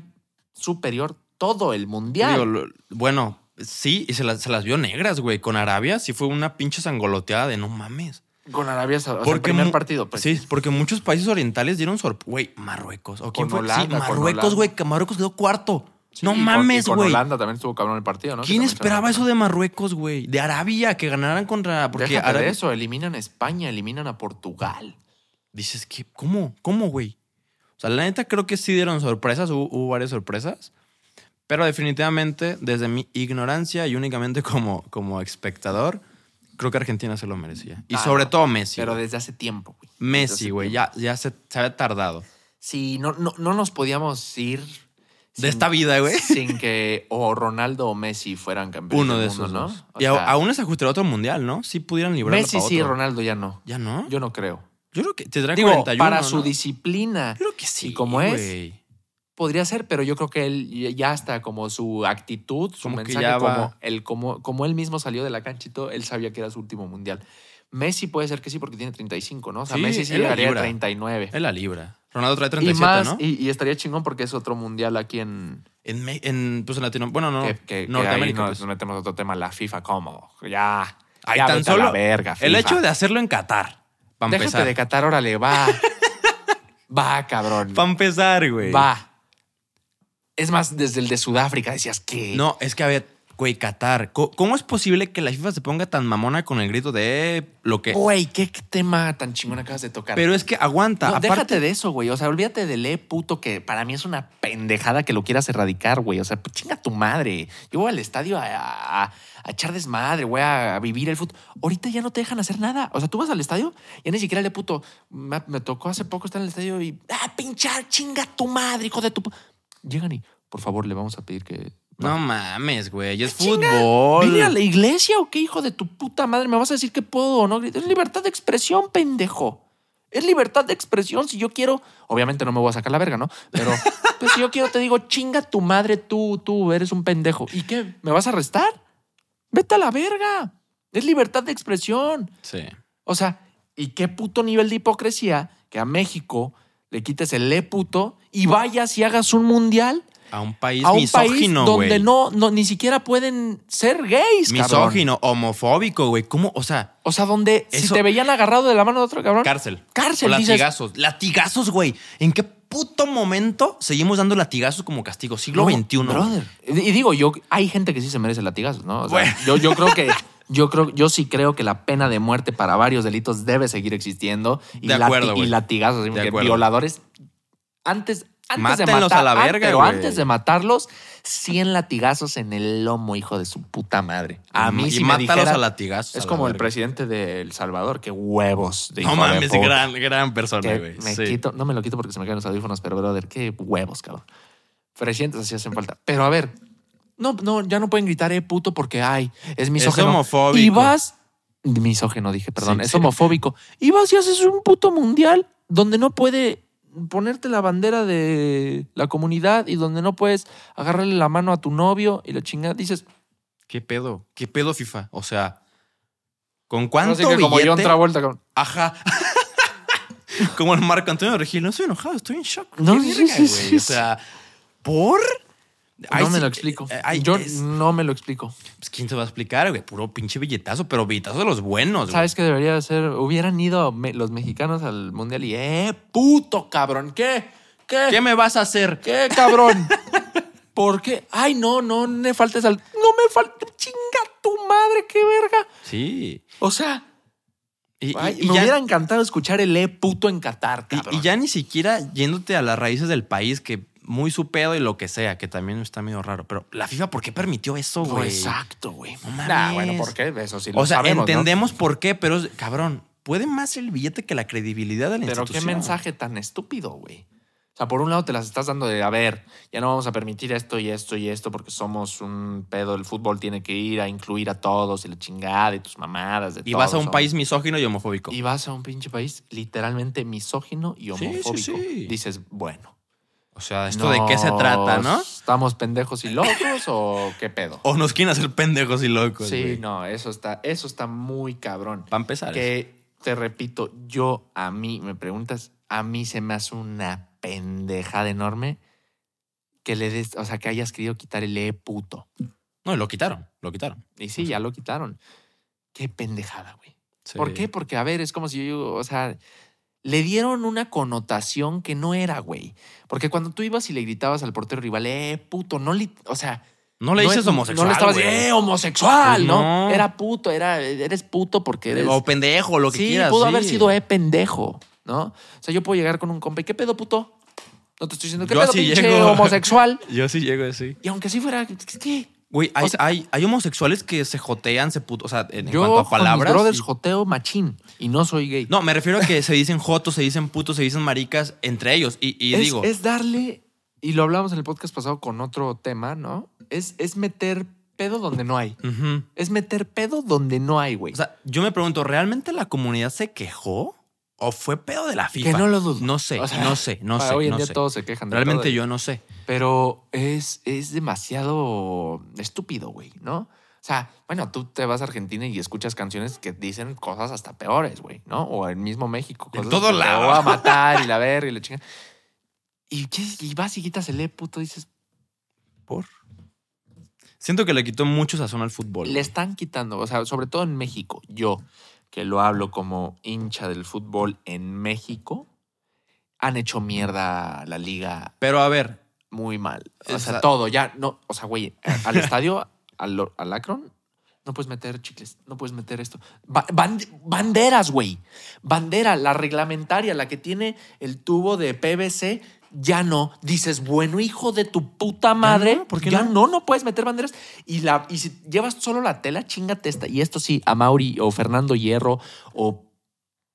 A: superior todo el mundial.
B: Digo, lo- bueno, sí, y se las, se las vio negras, güey. Con Arabia sí fue una pinche sangoloteada de no mames.
A: con Arabia Saudita. O sea, el
B: Porque
A: primer
B: mu-
A: partido, pues.
B: sí, porque muchos países orientales dieron sorpresa. Güey, Marruecos. ¿O quién
A: Con
B: fue? Sí,
A: Holanda, con
B: Marruecos,
A: Holanda.
B: güey. que Marruecos quedó cuarto.
A: Sí,
B: no
A: y con- y
B: mames,
A: con
B: güey.
A: Holanda también estuvo cabrón el partido, ¿no? Que
B: ¿Quién
A: también se
B: esperaba
A: anotó.
B: eso de Marruecos, güey? De Arabia, que ganaran contra. Porque
A: Déjate
B: Arabia.
A: de eso, eliminan a España, eliminan a Portugal.
B: Dices que, ¿cómo? ¿Cómo, güey? O sea, la neta creo que sí dieron sorpresas, hubo, hubo varias sorpresas, pero definitivamente desde mi ignorancia y únicamente como, como espectador, creo que Argentina se lo merecía. Y
A: Ah,
B: sobre
A: no,
B: todo Messi.
A: Pero
B: güey.
A: desde hace tiempo, güey. Desde
B: Messi,
A: hace
B: güey,
A: tiempo.
B: ya, ya se, se había tardado.
A: Sí, no, no, no nos podíamos ir. sin-
B: De esta vida, güey.
A: Sin que o Ronaldo o Messi fueran campeones.
B: [laughs] Uno de
A: del
B: esos
A: mundo,
B: dos.
A: ¿no? O
B: Y a-
A: sea,
B: aún les ajustará otro mundial, ¿no? Sí pudieran librarlo
A: Messi
B: para
A: sí,
B: otro.
A: Ronaldo ya no.
B: ¿Ya no? Yo,
A: Yo no creo.
B: creo que tendrá
A: Digo,
B: 41,
A: para su
B: ¿no?
A: disciplina
B: Yo creo que sí,
A: ¿Y cómo es?
B: güey.
A: podría ser, pero yo creo que él ya- ya hasta como su actitud, su
B: Como que
A: mensaje,
B: ya va.
A: como, él, como, como él mismo salió de la cancha y todo, él sabía que era su último mundial. Messi puede ser que sí, porque tiene 35, ¿no? O sea,
B: Sí,
A: Messi sí
B: él la
A: llegaría a
B: libra.
A: 39.
B: Es la libra. Ronaldo trae
A: y
B: 37,
A: más,
B: ¿no?
A: y, y estaría chingón porque es otro mundial aquí en,
B: En, Me- en, pues en Latino... Bueno, no.
A: que, que- que ahí
B: Norteamérica,
A: nos,
B: pues.
A: nos metemos a otro tema, la FIFA, ¿cómo? Ya.
B: Ay,
A: ya
B: tan
A: vete a la
B: solo
A: verga,
B: El
A: FIFA.
B: hecho de hacerlo en Qatar. Para
A: Déjate
B: empezar.
A: de Qatar, órale,
B: [laughs]
A: va. va, cabrón.
B: Para empezar, güey.
A: Va. Es más, desde el de Sudáfrica decías que.
B: No, es que a ver, güey, Qatar. Co- ¿Cómo es posible que la FIFA se ponga tan mamona con el grito de eh, lo que...
A: Güey, qué tema tan chingón acabas de tocar.
B: Pero es que aguanta.
A: No,
B: aparte,
A: déjate de eso, güey. O sea, olvídate del E puto que para mí es una pendejada que lo quieras erradicar, güey. O sea, pues, chinga tu madre. Yo voy al estadio a, a- a echar desmadre, güey, a, a vivir el fútbol. Ahorita ya no te dejan hacer nada. O sea, tú vas al estadio ya ni siquiera el E puto. Me, me tocó hace poco estar en el estadio y. ¡Ah, pinchar! ¡Chinga tu madre, hijo de tu. pu-". Llegan y, por favor, le vamos a pedir que.
B: No mames, güey. Es
A: Chinga,
B: fútbol.
A: ¿Vine a la iglesia o qué, hijo de tu puta madre? ¿Me vas a decir que puedo o no? gritar? Es libertad de expresión, pendejo. Es libertad de expresión. Si yo quiero, obviamente no me voy a sacar la verga, ¿no?
B: [laughs]
A: Pero pues, si yo quiero, te digo, chinga tu madre, tú, tú, eres un pendejo. ¿Y qué? ¿Me vas a arrestar? Vete a la verga. Es libertad de expresión.
B: Sí.
A: O sea, ¿y qué puto nivel de hipocresía que a México le quites el le puto y vayas y hagas un mundial?
B: A un país
A: a un
B: misógino,
A: país donde
B: güey.
A: no, no ni siquiera pueden ser gays, cabrón.
B: Misógino, homofóbico, güey. ¿Cómo? O sea,
A: O sea, donde si
B: Eso-
A: te veían agarrado de la mano de otro cabrón,
B: cárcel.
A: cárcel,
B: O
A: dices.
B: latigazos. Latigazos, güey. ¿En qué puto momento seguimos dando latigazos como castigo? Siglo
A: No,
B: XXI. güey.
A: brother. Y y digo, yo hay gente que sí se merece latigazos, ¿no? O sea,
B: Bueno.
A: yo, yo creo
B: [laughs]
A: que yo creo yo sí creo que la pena de muerte para varios delitos debe seguir existiendo y,
B: De
A: lati-
B: acuerdo,
A: y
B: güey.
A: latigazos, así
B: De
A: que
B: acuerdo.
A: violadores antes antes de
B: Mátenlos
A: matar,
B: a la
A: an-
B: verga,
A: pero
B: güey.
A: antes de matarlos 100 latigazos en el lomo, hijo de su puta madre. A mí
B: y
A: si me
B: mátalos
A: dijera,
B: a latigazos. a
A: Es
B: la
A: como el
B: verga.
A: presidente de El Salvador, que huevos. De
B: No
A: hijo de
B: mames,
A: puta.
B: gran, gran persona,
A: Que
B: güey.
A: me
B: Sí.
A: quito, no me lo quito porque se me caen los audífonos, pero brother, qué huevos, cabrón. Presidentes así hacen falta. Pero a ver, no, no, ya no pueden gritar, eh, puto, porque ay, es misógeno.
B: homofóbico.
A: Y vas, misógeno dije, perdón,
B: Sí,
A: es
B: sí.
A: homofóbico. Y vas y haces un puto mundial donde no puede ponerte la bandera de la comunidad y donde no puedes agarrarle la mano a tu novio y la chingada. Dices,
B: ¿Qué pedo? ¿Qué pedo, FIFA? O sea, ¿con
A: no
B: cuánto
A: sé que como John
B: billete?
A: Travolta, cabrón.
B: Ajá. [laughs] Como el Marco Antonio Regil. No estoy enojado, estoy en shock.
A: No,
B: Qué
A: sí,
B: verga,
A: sí,
B: güey.
A: sí,
B: O sea, ¿por? Ay,
A: no me
B: sí,
A: lo explico.
B: eh, ay,
A: Yo
B: es-
A: no me lo explico.
B: pues, ¿Quién se va a explicar, güey? Puro pinche billetazo, pero billetazo de los buenos, güey.
A: ¿Sabes qué debería ser? Hubieran ido me- los mexicanos al mundial y, ¡eh, puto cabrón! ¿Qué? ¿Qué?
B: ¿Qué me vas a hacer?
A: ¿Qué,
B: [laughs]
A: cabrón? ¿Por qué? Ay, no, no me faltes al. No me faltes. Chinga tu madre, qué verga.
B: Sí.
A: O sea,
B: Y, y-
A: ay,
B: y
A: me
B: ya,
A: hubiera encantado escuchar el E puto en Qatar,
B: y-
A: cabrón.
B: y ya ni siquiera yéndote a las raíces del país, que muy su pedo y lo que sea, que también está medio raro. Pero la FIFA, ¿por qué permitió eso,
A: No,
B: güey?
A: exacto, güey.
B: No mames.
A: Nah, bueno, ¿por qué? Eso sí lo
B: O sea,
A: sabemos, ¿no?
B: entendemos por qué, pero es- cabrón, puede más el billete que la credibilidad de la
A: Pero qué
B: institución.
A: mensaje tan estúpido, güey. O sea, por un lado te las estás dando de, a ver, ya no vamos a permitir esto y esto y esto porque somos un pedo, el fútbol tiene que ir a incluir a todos y la chingada y tus mamadas. De
B: Y vas a
A: todos,
B: un
A: hombre.
B: país misógino y homofóbico.
A: Y vas a un pinche país literalmente misógino y
B: sí,
A: homofóbico.
B: sí.
A: Dices, bueno.
B: o sea, ¿esto de qué se trata, no?
A: ¿Estamos pendejos y locos o qué pedo?
B: O nos quieren hacer pendejos y [laughs] locos.
A: sí,
B: güey.
A: no, eso está, eso está muy cabrón.
B: Para empezar. eso.
A: Que te repito, yo a mí, me preguntas, a mí se me hace una pendejada enorme que le des, o sea, que hayas querido quitar el e puto.
B: No, y lo quitaron, lo quitaron.
A: Y sí, ya lo quitaron. Qué pendejada, güey.
B: Sí.
A: ¿Por qué? Porque, a ver, es como si yo, o sea, le dieron una connotación que no era, güey. Porque cuando tú ibas y le gritabas al portero rival, eh, puto, no, li- o sea,
B: No le dices
A: es-
B: homosexual.
A: No le estabas
B: güey.
A: eh, homosexual,
B: Pues
A: ¿no?
B: no.
A: Era puto, era, eres puto porque "Eh, eres
B: O pendejo, lo que
A: sí,
B: quieras.
A: pudo
B: sí.
A: haber sido eh pendejo, ¿no? O sea, yo puedo llegar con un compa y qué pedo, puto. No te estoy diciendo que
B: Yo
A: pedo,
B: así
A: pinche
B: llego. [laughs]
A: homosexual.
B: Yo sí llego así.
A: Y aunque así fuera, ¿qué?
B: Güey, hay,
A: O sea-
B: hay, hay homosexuales que se jotean, se puto, o sea, en, en
A: Yo
B: cuanto a
A: con mis
B: palabras.
A: brothers
B: y-
A: joteo machín y no soy gay.
B: No, me refiero a que se dicen jotos, se dicen putos, se dicen maricas entre ellos. Y, y
A: es,
B: digo,
A: es darle, y lo hablamos en el podcast pasado con otro tema, ¿no? Es, es meter pedo donde no hay.
B: ujú.
A: Es meter pedo donde no hay, güey.
B: o sea, yo me pregunto, ¿realmente la comunidad se quejó o fue pedo de la FIFA?
A: que no lo dudo.
B: No sé,
A: O sea,
B: no sé, no
A: para
B: sé.
A: Hoy en
B: no
A: día
B: sé.
A: todos se quejan. de
B: Realmente
A: todo.
B: yo no sé.
A: Pero es, es demasiado estúpido, güey, ¿no? O sea, bueno, tú te vas a Argentina y escuchas canciones que dicen cosas hasta peores, güey, ¿no? O el mismo México.
B: En
A: Cosas
B: todo
A: que te
B: lado.
A: voy a matar
B: [laughs]
A: y la verga y la chinga. Y, ¿qué? y vas y quitas el E, puto, dices,
B: ¿Por? Siento que le quitó mucho sazón al fútbol.
A: le están quitando, o sea, sobre todo en México, yo que lo hablo como hincha del fútbol en México, han hecho mierda la liga
B: Pero a ver,
A: muy mal.
B: O
A: O sea,
B: sea-
A: todo, ya, no, o sea, güey, a- al [laughs] estadio, al, al Akron, no puedes meter chicles, no puedes meter esto. Ba- band- banderas, güey. Bandera, la reglamentaria, la que tiene el tubo de PVC, ya no. Dices, bueno, hijo de tu puta madre,
B: no? ¿Por qué
A: ya
B: no?
A: no, no puedes meter banderas. Y, la, y si llevas solo la tela, chingate esta. Y esto sí, a Mauri o Fernando Hierro o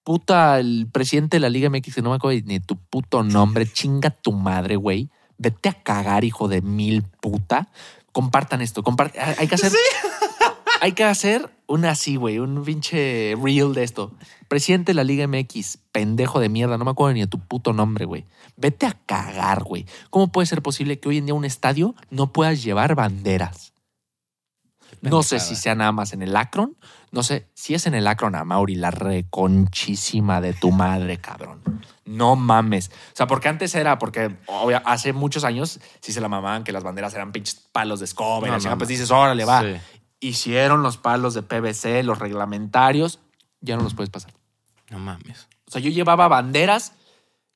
A: puta, el presidente de la Liga MX, que no me acuerdo ni tu puto nombre, chinga tu madre, güey. Vete a cagar, hijo de mil puta. Compartan esto, compart- hay hay que hacer. [laughs] Hay que hacer un así, güey, un pinche reel de esto. Presidente de la Liga MX, pendejo de mierda, no me acuerdo ni de tu puto nombre, güey. Vete a cagar, güey. ¿Cómo puede ser posible que hoy en día un estadio no puedas llevar banderas? No sé
B: pendejada.
A: si sea nada más en el Akron, no sé si es en el Akron a Mauri, la reconchísima de tu madre, cabrón. No mames. O sea, porque antes era, porque obvia- hace muchos años sí se la mamaban que las banderas eran pinches palos de escoba. y
B: No
A: la chingada,
B: mames.
A: pues dices, órale, va.
B: Sí.
A: Hicieron los palos de PVC, los reglamentarios, ya no los puedes pasar.
B: no mames.
A: O sea, yo llevaba banderas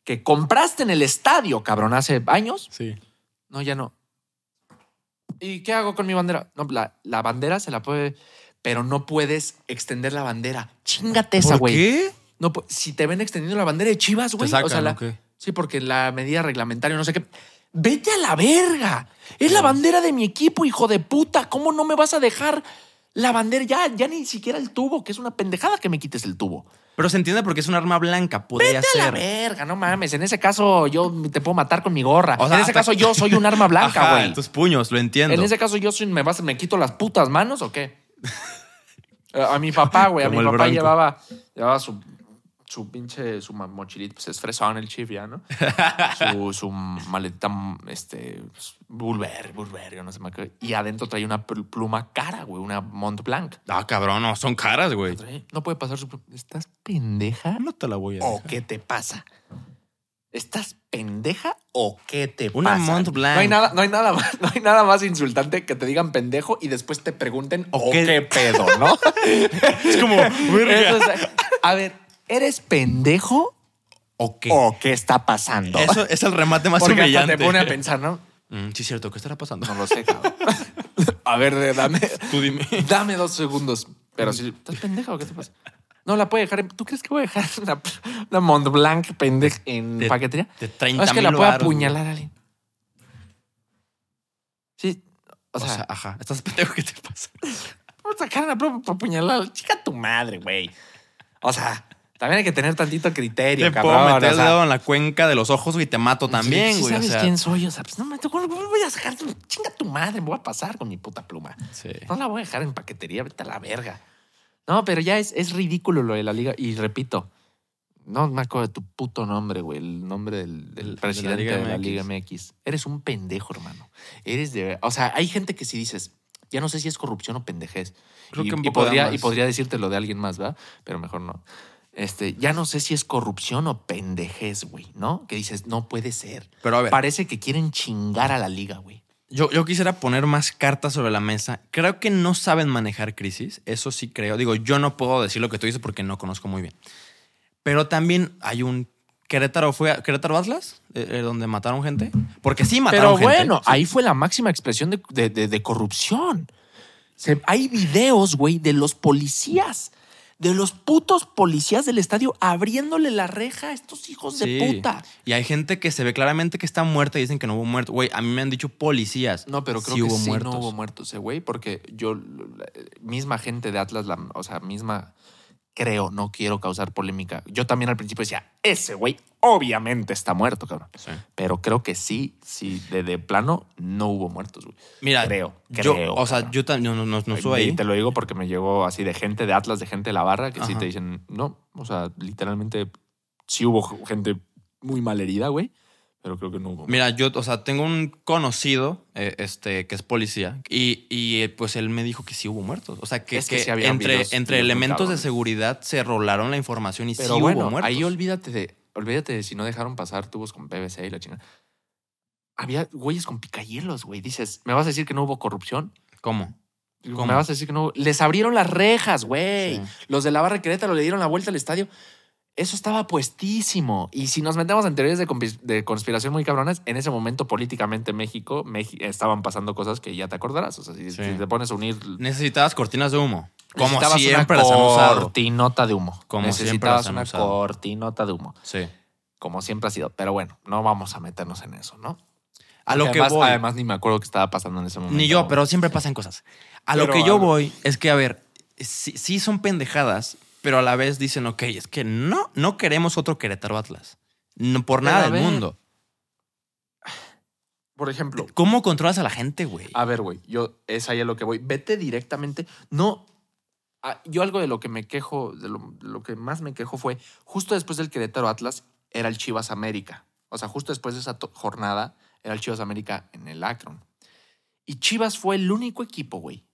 A: que compraste en el estadio, cabrón, hace años.
B: Sí.
A: No, ya no. ¿Y qué hago con mi bandera? No, la, la bandera se la puede, pero no puedes extender la bandera. Chingate esa,
B: ¿Por
A: güey.
B: qué?
A: No, pu- si te ven extendiendo la bandera de Chivas,
B: Te
A: güey.
B: sacan,
A: o sea, la-
B: ¿o qué?
A: Sí, porque la medida reglamentaria, no sé qué. Vete a la verga. Es la bandera de mi equipo, hijo de puta. ¿Cómo no me vas a dejar la bandera? Ya, ya ni siquiera el tubo, que es una pendejada que me quites el tubo.
B: Pero se entiende porque es un arma blanca, podría
A: Vete a la
B: ser.
A: verga, no mames. En ese caso, yo te puedo matar con mi gorra.
B: O sea,
A: en ese
B: hasta-
A: caso, yo soy un
B: [laughs]
A: arma blanca,
B: Ajá,
A: güey.
B: en tus puños, lo entiendo.
A: En ese caso, yo soy- me vas, me quito las putas manos o qué? [laughs] Eh, A a mi papá, güey, a mi
B: Como el
A: papá
B: Bronco.
A: llevaba, llevaba su, su pinche, su ma- mochilita, pues es fresón el chip
B: [laughs]
A: ya, ¿no? su, su maletita, este, pues, Burberry, Burberry, no sé más qué. Y adentro traía una pl- pluma cara, güey, una Mont Blanc.
B: Ah, cabrón, no, son caras, güey.
A: Trae- No puede pasar su pluma. ¿Estás pendeja
B: No te la voy a
A: o qué te pasa? ¿Estás pendeja o qué te
B: Una
A: pasa?
B: Mont Blanc.
A: No hay, nada, no, hay nada más, no hay nada más insultante que te digan pendejo y después te pregunten o, qué?
B: qué-
A: pedo, ¿no?
B: [laughs] Es como,
A: Eso es- a ver, ¿eres pendejo
B: ¿O qué?
A: o qué está pasando?
B: Eso es el remate más
A: Porque hasta
B: humillante.
A: te pone a pensar, ¿no?
B: Mm, sí, es cierto, ¿qué estará pasando?
A: No lo sé, cabrón. A ver, eh, dame,
B: Tú dime.
A: dame dos segundos. Pero si
B: [laughs]
A: estás pendeja o qué te pasa. No, la puede dejar. en- ¿Tú crees que voy a dejar una, una Mont Blanc pendeja en
B: De-
A: paquetería?
B: De 30
A: No, es que la
B: mil
A: pueda
B: varos, güey.
A: apuñalar a alguien. Sí. O
B: O
A: sea,
B: sea, ajá. Estás pendejo, ¿qué te pasa?
A: vamos a sacar una prueba para apuñalar. Chica tu madre, güey. O sea, también hay que tener tantito criterio,
B: Te
A: cabrón.
B: puedo meter
A: o
B: el
A: sea,
B: dedo en la cuenca de los ojos y te mato también,
A: sí,
B: güey. o
A: ¿Sabes
B: sea,
A: quién soy? O sea, pues no me ¿cómo voy a sacar. Chinga tu madre, me voy a pasar con mi puta pluma.
B: Sí.
A: No la voy a dejar en paquetería, vete a la verga. No, pero ya es, es ridículo lo de la liga. Y repito, no me acuerdo de tu puto nombre, güey. El nombre del, del
B: De la
A: presidente
B: Liga
A: de la
B: MX.
A: Liga MX. Eres un pendejo, hermano. Eres de. O sea, hay gente que si dices, ya no sé si es corrupción o pendejez.
B: Creo
A: y,
B: que un
A: y
B: poco de
A: podría, y
B: ambas.
A: podría decirte lo de alguien más, ¿verdad? Pero mejor no. Este, ya no sé si es corrupción o pendejez, güey, ¿no? Que dices, no puede ser.
B: Pero a ver,
A: Parece que quieren chingar a la liga, güey.
B: yo, yo quisiera poner más cartas sobre la mesa. Creo que no saben manejar crisis. Eso sí creo. Digo, yo no puedo decir lo que tú dices porque no conozco muy bien. Pero también hay un... Querétaro fue... a- ¿Querétaro Atlas? Eh, eh, donde mataron gente. Porque sí mataron
A: Pero
B: gente.
A: bueno, ahí fue la máxima expresión de, de- de- de corrupción. Se- hay videos, güey, de los policías de los putos policías del estadio abriéndole la reja a estos hijos de
B: Sí.
A: puta.
B: Y hay gente que se ve claramente que está muerta y dicen que no hubo muertos. Güey, a mí me han dicho policías.
A: No, pero creo
B: Sí
A: que
B: hubo
A: sí
B: muertos.
A: no hubo muertos, eh, güey, porque yo, la- misma gente de Atlas, la- o sea, misma, creo, no quiero causar polémica. Yo también al principio decía, ese güey obviamente está muerto, cabrón.
B: Sí.
A: Pero creo que sí, sí, de, de plano no hubo muertos, güey.
B: Mira,
A: creo,
B: yo,
A: creo,
B: o sea,
A: cabrón.
B: yo también no, no, no estuve
A: Y
B: ahí.
A: te lo digo porque me llegó así de gente de Atlas, de gente de la barra, que sí
B: Ajá.
A: te dicen, no, o sea, literalmente sí hubo gente muy malherida, güey, pero creo que no hubo.
B: Mira, yo, o sea, tengo un conocido eh, este, que es policía y, y eh, pues él me dijo que sí hubo muertos. O sea, que,
A: Es que
B: que
A: sí había
B: entre,
A: videos-
B: entre
A: videos muy
B: elementos de
A: cabrones.
B: seguridad se rolaron la información y
A: Pero
B: sí
A: bueno,
B: hubo muertos.
A: ahí olvídate de, olvídate de si no dejaron pasar tubos con PVC y la chingada. Había güeyes con picayelos, güey. Dices, ¿me vas a decir que no hubo corrupción?
B: ¿Cómo? ¿Cómo?
A: ¿Me vas a decir que no hubo? Les abrieron las rejas, güey.
B: Sí.
A: Los de la barra de Querétaro le dieron la vuelta al estadio. Eso estaba puestísimo. Y si nos metemos en teorías de, compis- de conspiración muy cabronas, en ese momento políticamente México, Meji- estaban pasando cosas que ya te acordarás. O sea, si,
B: Sí.
A: si te pones a unir...
B: Necesitabas cortinas de humo. Como
A: necesitabas
B: siempre
A: una
B: las han usado.
A: cortinota de humo.
B: Como siempre
A: necesitabas
B: las han
A: una
B: usado.
A: cortinota de humo
B: Sí.
A: como siempre ha sido. Pero bueno, no vamos a meternos en eso, ¿no?
B: A lo
A: Porque
B: que
A: además,
B: voy.
A: además, ni me acuerdo qué estaba pasando en ese momento.
B: Ni yo, pero siempre pasan cosas. A lo
A: Pero
B: que yo
A: algo.
B: voy es que, a ver, sí, sí son pendejadas, pero a la vez dicen, ok, es que no, no queremos otro Querétaro Atlas. No, por
A: Pero a
B: nada del
A: ver.
B: mundo.
A: Por ejemplo,
B: ¿Cómo controlas a la gente, güey?
A: a ver, güey, yo es ahí a lo que voy. Vete directamente. No. ah, Yo algo de lo que me quejo, de lo, de lo que más me quejo fue justo después del Querétaro Atlas era el Chivas América. O sea, justo después de esa to- jornada era el Chivas América en el Akron. Y Chivas fue el único equipo, güey,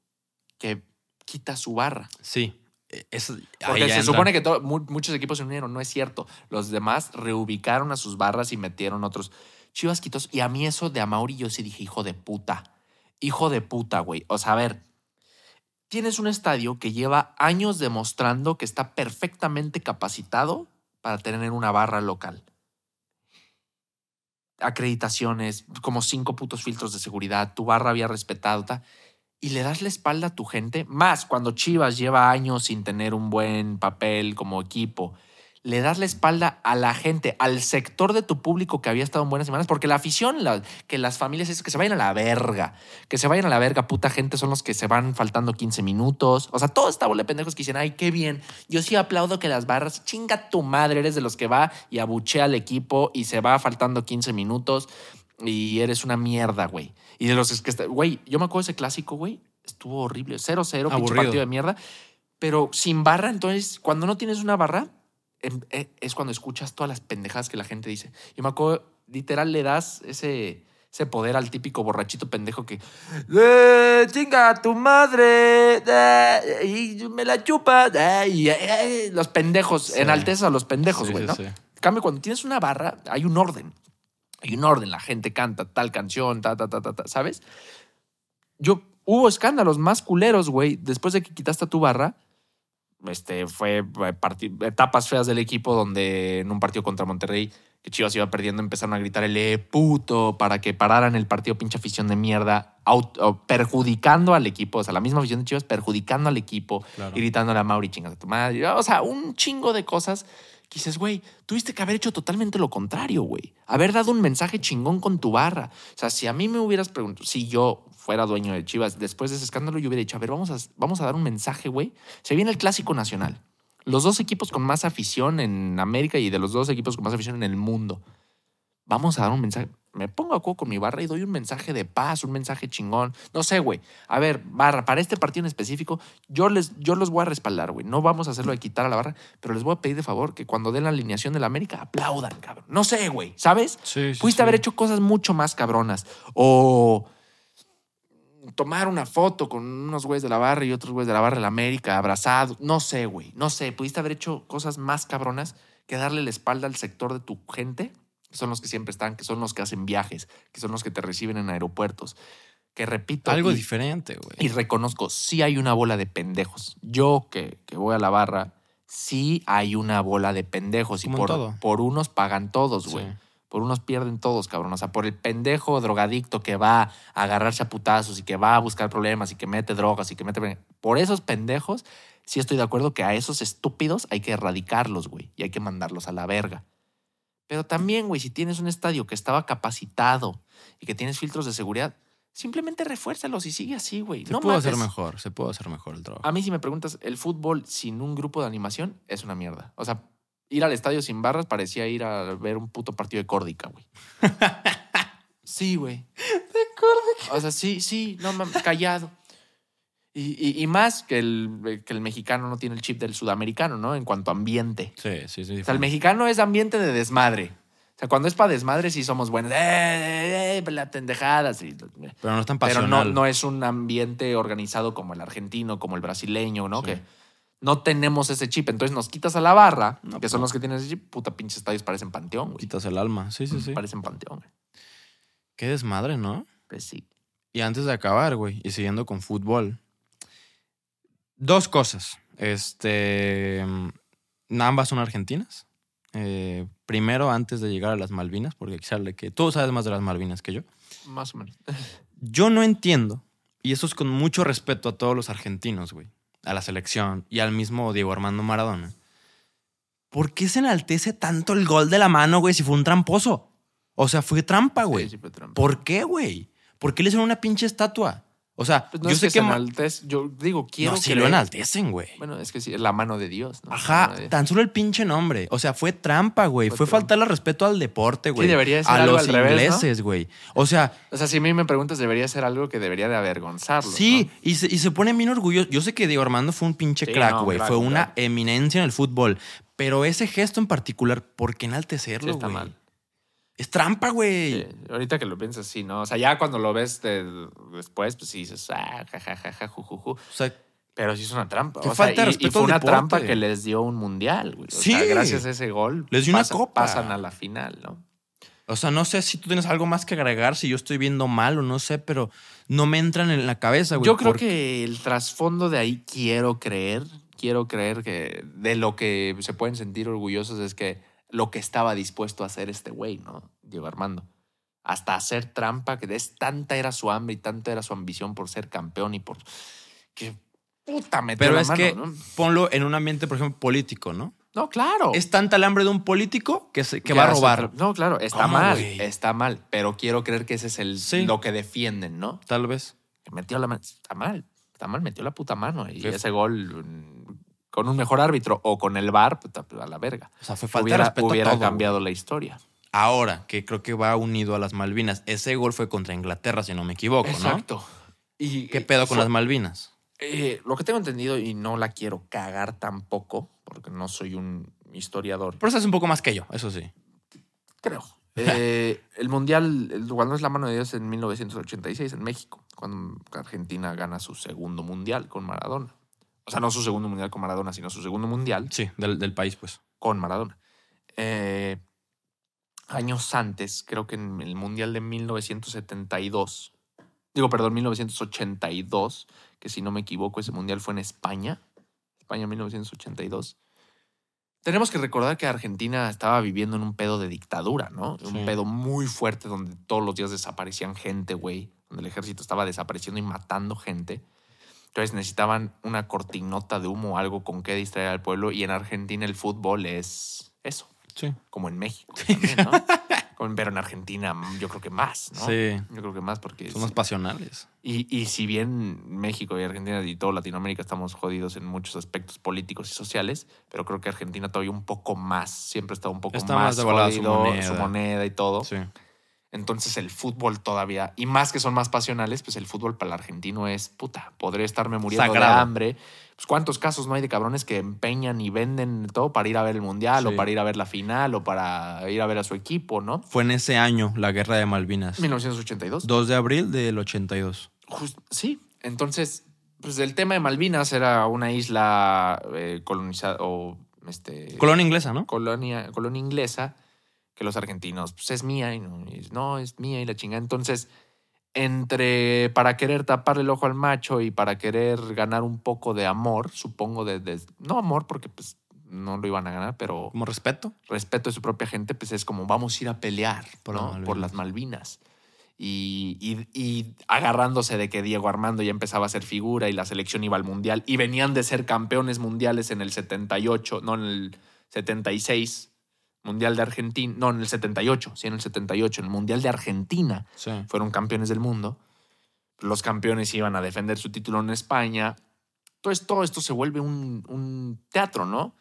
A: que quita su barra.
B: Sí. Eh, eso- ahí
A: Porque
B: ya
A: se
B: entra.
A: supone que todo- mu- muchos equipos se unieron, no es cierto. Los demás reubicaron a sus barras y metieron otros. Chivas quitos. Y a mí eso de Amauri yo sí dije, hijo de puta. Hijo de puta, güey. O sea, a ver. Tienes un estadio que lleva años demostrando que está perfectamente capacitado para tener una barra local. Acreditaciones, como cinco putos filtros de seguridad, tu barra había respetado, ta y le das la espalda a tu gente, más cuando Chivas lleva años sin tener un buen papel como equipo, le das la espalda a la gente, al sector de tu público que había estado en buenas semanas, porque la afición, la- que las familias, eso, que se vayan a la verga, que se vayan a la verga, puta gente, son los que se van faltando 15 minutos, o sea, toda esta bola de pendejos que dicen, ay, qué bien, yo sí aplaudo que las barras, chinga tu madre, eres de los que va y abuchea al equipo y se va faltando 15 minutos y eres una mierda, güey. Y de los que está, güey, yo me acuerdo de ese clásico, güey, estuvo horrible, 0-0, pinche
B: Aburrido.
A: partido de mierda, pero sin barra, entonces, cuando no tienes una barra, em- e- es cuando escuchas todas las pendejadas que la gente dice. Yo me acuerdo, literal, le das ese, ese poder al típico borrachito pendejo que. "Eh, ¡Chinga a tu madre! eh, y me la chupa! eh", y, eh, eh, los pendejos,
B: Sí.
A: enalteza a los pendejos,
B: Sí,
A: güey,
B: sí,
A: ¿no?
B: sí.
A: En cambio, cuando tienes una barra, hay un orden. Hay un orden, la gente canta tal canción, ta, ta, ta, ta, ta, ¿sabes? Yo, hubo escándalos más culeros, güey, después de que quitaste a tu barra. Este, fue eh, parti- etapas feas del equipo donde en un partido contra Monterrey, que Chivas iba perdiendo, empezaron a gritar el "Eh, puto para que pararan el partido, pinche afición de mierda, aut- o perjudicando al equipo, o sea, la misma afición de Chivas perjudicando al equipo,
B: Claro.
A: y gritándole a Mauri, chingas a tu madre. O sea, un chingo de cosas que dices, güey, tuviste que haber hecho totalmente lo contrario, güey. Haber dado un mensaje chingón con tu barra. O sea, si a mí me hubieras preguntado, si yo fuera dueño de Chivas, después de ese escándalo, yo hubiera dicho, a ver, vamos a, vamos a dar un mensaje, güey. Se viene el Clásico Nacional. Los dos equipos con más afición en América y de los dos equipos con más afición en el mundo. Vamos a dar un mensaje. Me pongo a cuoco con mi barra y doy un mensaje de paz, un mensaje chingón. No sé, güey. A ver, barra, para este partido en específico, yo, les, yo los voy a respaldar, güey. No vamos a hacerlo de quitar a la barra, pero les voy a pedir de favor que cuando den la alineación del América aplaudan, cabrón. No sé, güey. ¿Sabes?
B: Sí, sí,
A: Pudiste
B: sí.
A: haber hecho cosas mucho más cabronas. O tomar una foto con unos güeyes de la barra y otros güeyes de la barra de la América, abrazados. No sé, güey. No sé. Pudiste haber hecho cosas más cabronas que darle la espalda al sector de tu gente, que son los que siempre están, que son los que hacen viajes, que son los que te reciben en aeropuertos. Que repito.
B: Algo
A: y-
B: diferente,
A: y
B: güey.
A: reconozco, sí hay una bola de pendejos. Yo que, que voy a la barra, sí hay una bola de pendejos. Y
B: Como en
A: por,
B: todo.
A: por unos pagan todos,
B: Sí.
A: güey. Por unos pierden todos, cabrón. O sea, por el pendejo drogadicto que va a agarrarse a putazos y que va a buscar problemas y que mete drogas y que mete. Por esos pendejos, sí estoy de acuerdo que a esos estúpidos hay que erradicarlos, güey, y hay que mandarlos a la verga. Pero también, güey, si tienes un estadio que estaba capacitado y que tienes filtros de seguridad, simplemente refuérzalos y sigue así, güey.
B: Se
A: No Ah,
B: pudo
A: mates.
B: hacer mejor, se pudo hacer mejor el trabajo.
A: A mí, si me preguntas, el fútbol sin un grupo de animación es una mierda. O sea, ir al estadio sin barras parecía ir a ver un puto partido de córdica, güey. Sí, güey. O sea, sí, sí, no mames, callado. Y, y- y más que el, que el mexicano no tiene el chip del sudamericano, ¿no? En cuanto a ambiente.
B: Sí, sí, sí.
A: O sea, el mexicano es ambiente de desmadre. O sea, cuando es para desmadre, sí somos buenos. Eh, eh, eh, la pendejada. sí.
B: Pero no es tan
A: Pero no,
B: pasional.
A: no es un ambiente organizado como el argentino, como el brasileño, ¿no?
B: Sí.
A: Que no tenemos ese chip. Entonces nos quitas a la barra,
B: No,
A: que son
B: pues.
A: los que tienen ese chip. Puta, pinches estadios parecen panteón, güey.
B: Quitas el alma. Sí, sí, sí.
A: Parecen panteón, güey.
B: Qué desmadre, ¿no?
A: Pues sí.
B: Y antes de acabar, güey, y siguiendo con fútbol. Dos cosas. Este. mm, Ambas son argentinas. Eh, primero, antes de llegar a las Malvinas, porque Charlie, que tú sabes más de las Malvinas que yo.
A: Más o menos.
B: Yo no entiendo, y eso es con mucho respeto a todos los argentinos, güey, a la selección y al mismo Diego Armando Maradona. ¿Por qué se enaltece tanto el gol de la mano, güey, si fue un tramposo? O sea, fue trampa, Ah, güey.
A: Sí, sí, fue trampa.
B: ¿Por qué, güey? ¿Por qué le hicieron una pinche estatua? O sea,
A: Pues no
B: yo
A: es
B: sé
A: que,
B: que,
A: se
B: ma-
A: enaltez- Yo digo, quiero
B: no,
A: que
B: si lo enaltecen, güey.
A: Bueno, es que sí, es la mano de Dios, ¿no? La mano
B: Ajá,
A: de-
B: tan solo el pinche nombre. O sea, fue trampa, güey.
A: Fue
B: Fue,
A: trampa.
B: faltarle respeto al deporte, güey.
A: debería de ser
B: A
A: algo
B: los
A: al revés, ¿no?
B: ingleses, güey. O sea,
A: O sea, si a mí me preguntas, debería ser algo que debería de avergonzarlo.
B: Sí, y, se, y se pone bien orgulloso. Yo sé que Diego Armando fue un pinche
A: Sí,
B: crack,
A: no,
B: güey.
A: crack,
B: fue una
A: crack.
B: eminencia en el fútbol. Pero ese gesto en particular, ¿por qué enaltecerlo,
A: Sí,
B: güey?
A: está mal.
B: Es trampa, güey.
A: Sí, ahorita que lo piensas, sí, ¿no? O sea, ya cuando lo ves de- después, pues sí dices, ah, ja, ja, ja, ja, ju, ju, ju.
B: O sea,
A: Pero sí es una trampa.
B: Qué
A: o sea, y-
B: falta de
A: y,
B: respeto
A: fue
B: al
A: una
B: deporte.
A: trampa que les dio un mundial, güey. O
B: Sí.
A: sea, gracias a ese gol.
B: Les dio una copa.
A: Pasan a la final, ¿no?
B: o sea, no sé si tú tienes algo más que agregar, si yo estoy viendo mal o no sé, pero no me entran en la cabeza, güey.
A: Yo creo
B: ¿Por
A: que el trasfondo de ahí quiero creer, quiero creer que de lo que se pueden sentir orgullosos es que lo que estaba dispuesto a hacer este güey, ¿no? Diego Armando. Hasta hacer trampa, que es tanta era su hambre y tanta era su ambición por ser campeón y por... Que puta, metió
B: Pero
A: la
B: es
A: mano,
B: que-
A: ¿no?
B: Ponlo en un ambiente, por ejemplo, político, ¿no?
A: No, claro.
B: Es tanta el hambre de un político que, se, que va a
A: hace
B: robar.
A: otra- No, claro, está
B: ¿Cómo,
A: mal,
B: güey?
A: está mal, pero quiero creer que ese es el,
B: Sí.
A: lo que defienden, ¿no?
B: Tal vez.
A: Que metió la mano, está mal, está mal, metió la puta mano y
B: Sí.
A: ese gol mm, con un mejor árbitro o con el VAR, puta, a la verga.
B: O sea, fue falta de
A: hubiera
B: respeto a
A: hubiera
B: todo, güey.
A: cambiado la historia.
B: Ahora, que creo que va unido a las Malvinas. Ese gol fue contra Inglaterra, si no me equivoco, ¿no?
A: Exacto. Y,
B: ¿Qué pedo con
A: fue-
B: las Malvinas?
A: eh, lo que tengo entendido y no la quiero cagar tampoco, porque no soy un historiador,
B: Pero sabes un poco más que yo, eso sí.
A: creo. Eh, el mundial, el cuando es la mano de Dios en 1986 en México, cuando Argentina gana su segundo mundial con Maradona. O sea, no su segundo mundial con Maradona, sino su segundo mundial
B: Sí, del, del país, pues.
A: con Maradona. Eh, años antes, creo que en el Mundial de 1972, digo, perdón, 1982, que si no me equivoco, ese Mundial fue en España, España 1982. Tenemos que recordar que Argentina estaba viviendo en un pedo de dictadura, ¿no? Un
B: Sí.
A: pedo muy fuerte donde todos los días desaparecían gente, güey, donde el ejército estaba desapareciendo y matando gente. Entonces necesitaban una cortinota de humo, algo con que distraer al pueblo. Y en Argentina el fútbol es eso,
B: Sí.
A: como en México también, ¿no?
B: [laughs]
A: Como- Pero en Argentina mm, yo creo que más, ¿no?
B: Sí.
A: Yo creo que más porque...
B: Son más pasionales.
A: Y, y si bien México y Argentina y toda Latinoamérica estamos jodidos en muchos aspectos políticos y sociales, pero creo que Argentina todavía un poco más, siempre está un poco
B: Está
A: más,
B: más devaluada su
A: jodido,
B: moneda.
A: moneda y todo.
B: Sí.
A: Entonces el fútbol todavía, y más que son más pasionales, pues el fútbol para el argentino es puta, podría estarme muriendo
B: Sagrado.
A: de hambre. Pues cuántos casos no hay de cabrones que empeñan y venden todo para ir a ver el mundial o
B: Sí.
A: para ir a ver la final o para ir a ver a su equipo, ¿no?
B: Fue en ese año la guerra de Malvinas.
A: 1982.
B: 2 de abril del 82.
A: Jus- sí, entonces, pues el tema de Malvinas era una isla eh, colonizada o este,
B: Colonia inglesa, ¿no?
A: colonia, colonia inglesa que los argentinos, pues es mía y no, y es- no, es mía y la chingada. Entonces, entre para querer taparle el ojo al macho y para querer ganar un poco de amor, supongo, de, de- no amor, porque pues no lo iban a ganar, pero
B: Como respeto.
A: respeto de su propia gente, pues es como vamos a ir a pelear
B: Por
A: ¿no?
B: las Malvinas.
A: por las Malvinas. Y, y- y agarrándose de que Diego Armando ya empezaba a ser figura y la selección iba al mundial y venían de ser campeones mundiales en el 78, no en el 76, mundial de Argentina, no en el 78, sí en el 78, en el mundial de Argentina
B: Sí.
A: fueron campeones del mundo. Los campeones iban a defender su título en España. Entonces todo esto se vuelve un, un teatro, ¿no?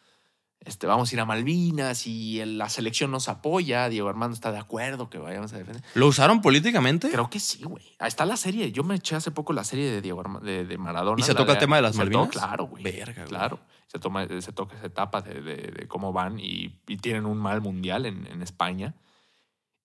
A: Este, vamos a ir a Malvinas y el- la selección nos apoya. Diego Armando está de acuerdo que vayamos a defender.
B: ¿Lo usaron políticamente?
A: Creo que sí, güey. Ahí está la serie. Yo me eché hace poco la serie de Diego Arma- de, de Maradona.
B: ¿Y se
A: la
B: toca el tema de las
A: se to-
B: Malvinas?
A: claro, güey.
B: Verga, güey.
A: Claro. Se, toma, eh, se toca esa etapa de, de- de cómo van y, y tienen un mal mundial en, en España.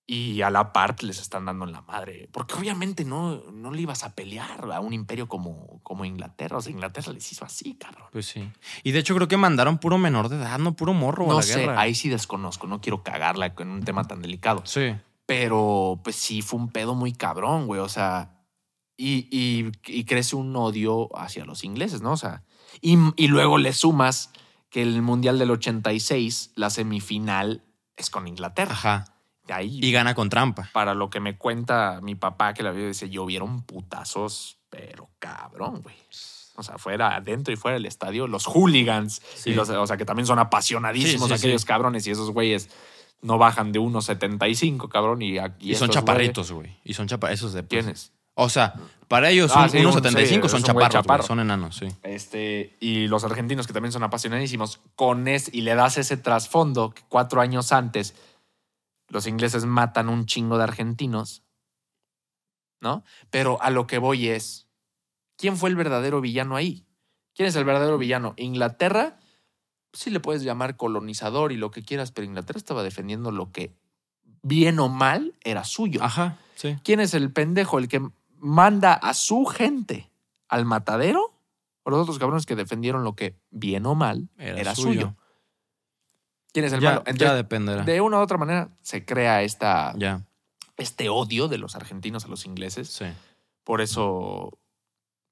A: Y a la par les están dando en la madre. Porque obviamente no, no le ibas a pelear a un imperio como, como Inglaterra. O sea, Inglaterra les hizo así, cabrón.
B: Pues sí. Y de hecho creo que mandaron puro menor de edad, no puro morro a
A: No
B: la
A: sé,
B: guerra.
A: ahí sí desconozco. No quiero cagarla en un tema tan delicado.
B: Sí.
A: Pero pues sí, fue un pedo muy cabrón, güey. O sea, y, y- y crece un odio hacia los ingleses, ¿no? O sea, y, y luego le sumas que el Mundial del 86, la semifinal, es con Inglaterra.
B: Ajá.
A: De ahí,
B: Y gana con trampa.
A: para lo que me cuenta mi papá, que la vio, dice, llovieron putazos, pero cabrón, güey. O sea, fuera adentro y fuera del estadio, los hooligans,
B: Sí.
A: y los- o sea, que también son apasionadísimos
B: Sí, sí,
A: aquellos
B: sí.
A: cabrones y esos güeyes no bajan de 1,75, cabrón. Y, aquí
B: Y, son chaparritos, güey. Y son chaparritos. Esos de pues.
A: ¿Tienes?
B: O sea, para ellos
A: Ah,
B: un-
A: sí, un-
B: 1.75
A: sí, es
B: son
A: un güey
B: chaparros, güey,
A: chaparro.
B: son enanos, sí.
A: Este, y los argentinos que también son apasionadísimos, con es, y le das ese trasfondo que cuatro años antes los ingleses matan un chingo de argentinos, ¿no? Pero a lo que voy es, ¿quién fue el verdadero villano ahí? ¿Quién es el verdadero villano? ¿Inglaterra? Pues Sí le puedes llamar colonizador y lo que quieras, pero Inglaterra estaba defendiendo lo que, bien o mal, era suyo.
B: Ajá, sí.
A: ¿Quién es el pendejo? ¿El que manda a su gente al matadero? ¿O los otros cabrones que defendieron lo que, bien o mal, era,
B: Era
A: suyo?
B: suyo?
A: ¿Quién es el
B: Ya,
A: malo? Entonces,
B: ya dependerá.
A: de una u otra manera se crea esta,
B: ya,
A: este odio de los argentinos a los ingleses.
B: sí.
A: Por eso...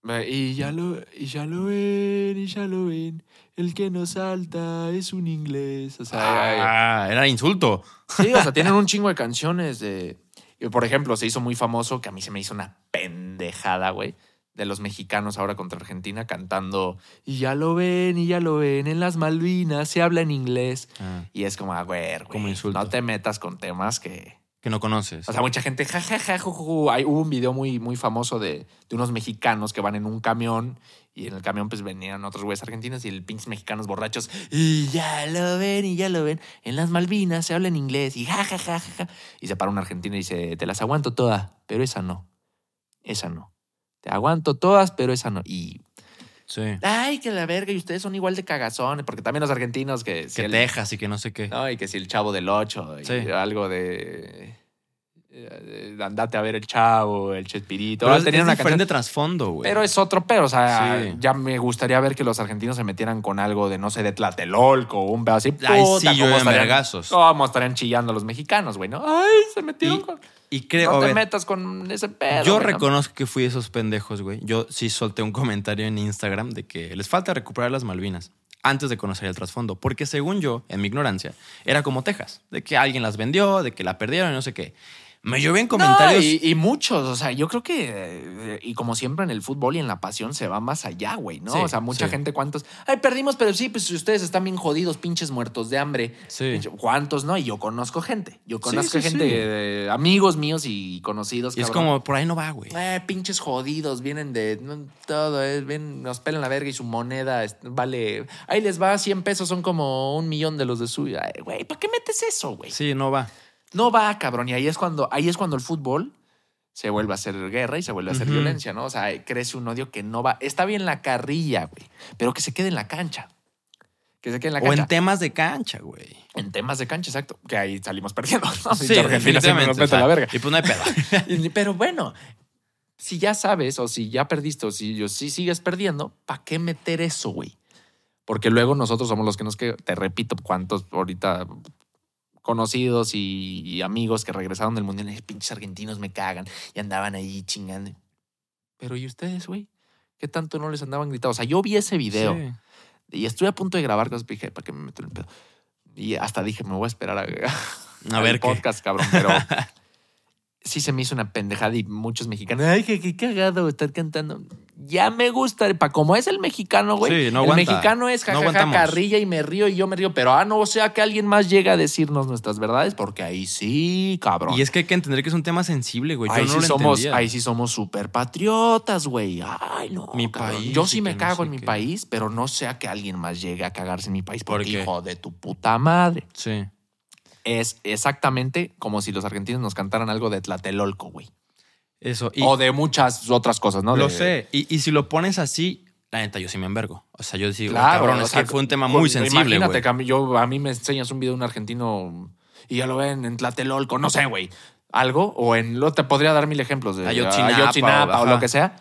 A: eh, Y ya, lo, y ya lo ven, y ya lo ven. El que nos salta es un inglés. O sea,
B: Ah, era insulto.
A: Sí, o sea, tienen un chingo de canciones de. y, Por ejemplo, se hizo muy famoso, que a mí se me hizo una pendejada, güey, de los mexicanos ahora contra Argentina cantando. Y ya lo ven, y ya lo ven, en las Malvinas se habla en inglés.
B: Ah,
A: Y es como, a ver,
B: Como
A: güey,
B: insulto.
A: no te metas con temas que.
B: que no conoces.
A: O sea, mucha gente, jajaja, ja, ju, ju, ju. Hay- Hubo un video muy, muy famoso de, de unos mexicanos que van en un camión y en el camión pues venían otros güeyes argentinos y el pinches mexicanos borrachos. Y ya lo ven, y ya lo ven. En las Malvinas se habla en inglés y jajaja. Ja, ja, ja". Y se para un argentino y dice, te las aguanto todas, pero esa no. Esa no. Te aguanto todas, pero esa no. Y,
B: sí.
A: ay, que la verga, y ustedes son igual de cagazones, porque también los argentinos que... si
B: Que
A: el-
B: Texas y que no sé qué.
A: no, y que si el chavo del 8,
B: Sí.
A: algo de, eh, Andate a ver el chavo, el Chespirito.
B: Pero
A: Ah,
B: es,
A: tenían
B: es
A: una
B: diferente
A: canción,
B: trasfondo, güey.
A: pero es otro pero. O sea,
B: Sí.
A: ya me gustaría ver que los argentinos se metieran con algo de, no sé, de Tlatelolco o un pedo así.
B: Ay,
A: Puta,
B: sí, yo
A: ¿cómo
B: de
A: estarían-
B: vergazos.
A: ¿Cómo estarían chillando los mexicanos, güey? ¿no? Ay, se metieron
B: Y-
A: con.
B: Y creo,
A: no
B: a
A: te
B: ver,
A: metas con ese pedo.
B: yo
A: güey, ¿no?
B: reconozco que fui esos pendejos, güey. Yo sí solté un comentario en Instagram de que les falta recuperar las Malvinas antes de conocer el trasfondo. Porque según yo, en mi ignorancia, era como Texas. De que alguien las vendió, de que la perdieron y no sé qué. Me llovían
A: No,
B: comentarios.
A: y, y muchos, o sea, yo creo que, eh, y como siempre en el fútbol y en la pasión, se va más allá, güey, ¿no?
B: Sí,
A: o sea, mucha
B: sí.
A: gente, ¿cuántos? Ay, perdimos, pero sí, pues ustedes están bien jodidos, pinches muertos de hambre.
B: Sí.
A: Pinche- ¿Cuántos no? Y yo conozco gente, yo conozco
B: sí,
A: gente,
B: sí.
A: eh, amigos míos y conocidos.
B: Y es
A: cabrón.
B: como, por ahí no va, güey.
A: Eh, pinches jodidos, vienen de no, todo, eh, ven, nos pelan la verga y su moneda es- vale. Ahí les va 100 pesos, son como un millón de los de suya. Ay, Güey, ¿para qué metes eso, güey?
B: Sí, no va.
A: No va, cabrón. Y ahí es cuando, ahí es cuando el fútbol se vuelve a hacer guerra y se vuelve a hacer
B: Ujú.
A: violencia, ¿no? O sea, crece un odio que no va. Está bien la carrilla, güey, pero que se quede en la cancha. Que se quede en la
B: o
A: cancha.
B: en temas de cancha, güey.
A: En temas de cancha, exacto. Que ahí salimos perdiendo. ¿no?
B: Sí,
A: Pinche Argentina siempre
B: definitivamente,
A: nos
B: o
A: mete
B: sea,
A: la verga.
B: Y pues no hay pedo.
A: Y- Pero bueno, si ya sabes o si ya perdiste o si, yo- si sigues perdiendo, ¿para qué meter eso, güey? Porque luego nosotros somos los que nos que te repito, cuántos ahorita conocidos y, y amigos que regresaron del mundial, "Ay, pinches argentinos me cagan y andaban ahí chingando. Pero ¿y ustedes, güey? ¿Qué tanto no les andaban gritando? O sea, yo vi ese [laughs] video
B: Sí.
A: Y estuve a punto de grabar cosas, pero dije, ¿para qué me meto en el pedo? Y hasta dije, me voy a esperar a,
B: A
A: al
B: ver qué.
A: podcast, cabrón. [laughs] Pero sí se me hizo una pendejada y muchos mexicanos, ay, qué, qué cagado estar cantando. Ya me gusta, pa, como es el mexicano, güey.
B: Sí, no
A: el
B: aguanta.
A: mexicano es
B: No
A: jajaja,
B: aguantamos.
A: carrilla y me río y yo me río. Pero ah, no, o sea que alguien más llega a decirnos nuestras verdades, porque ahí sí, cabrón.
B: Y es que hay que entender que es un tema sensible, güey. Yo
A: Ahí
B: no
A: sí,
B: lo
A: somos,
B: entendía.
A: ahí sí somos súper patriotas, güey. Ay, no.
B: Mi
A: cabrón.
B: país
A: Yo
B: y
A: sí me
B: que no
A: cago
B: sé
A: en mi
B: qué.
A: país, pero no sea que alguien más llegue a cagarse en mi país.
B: ¿Por
A: Porque,
B: qué?
A: hijo de tu puta madre.
B: Sí.
A: Es exactamente como si los argentinos nos cantaran algo de Tlatelolco, güey.
B: Eso. Y
A: O de muchas otras cosas, ¿no?
B: lo
A: De-
B: sé. Y, y si lo pones así, la neta, yo sí me envergo. O sea, yo digo,
A: Claro,
B: cabrón,
A: o
B: es
A: sea,
B: que fue un tema muy
A: con-
B: sensible,
A: Imagínate,
B: güey.
A: que a mí- yo, a mí me enseñas un video de un argentino y ya lo ven en Tlatelolco, no sé, güey. Algo, o en lo te podría dar mil ejemplos de
B: Ayotzinapa,
A: Ayotzinapa o
B: ajá.
A: lo que sea.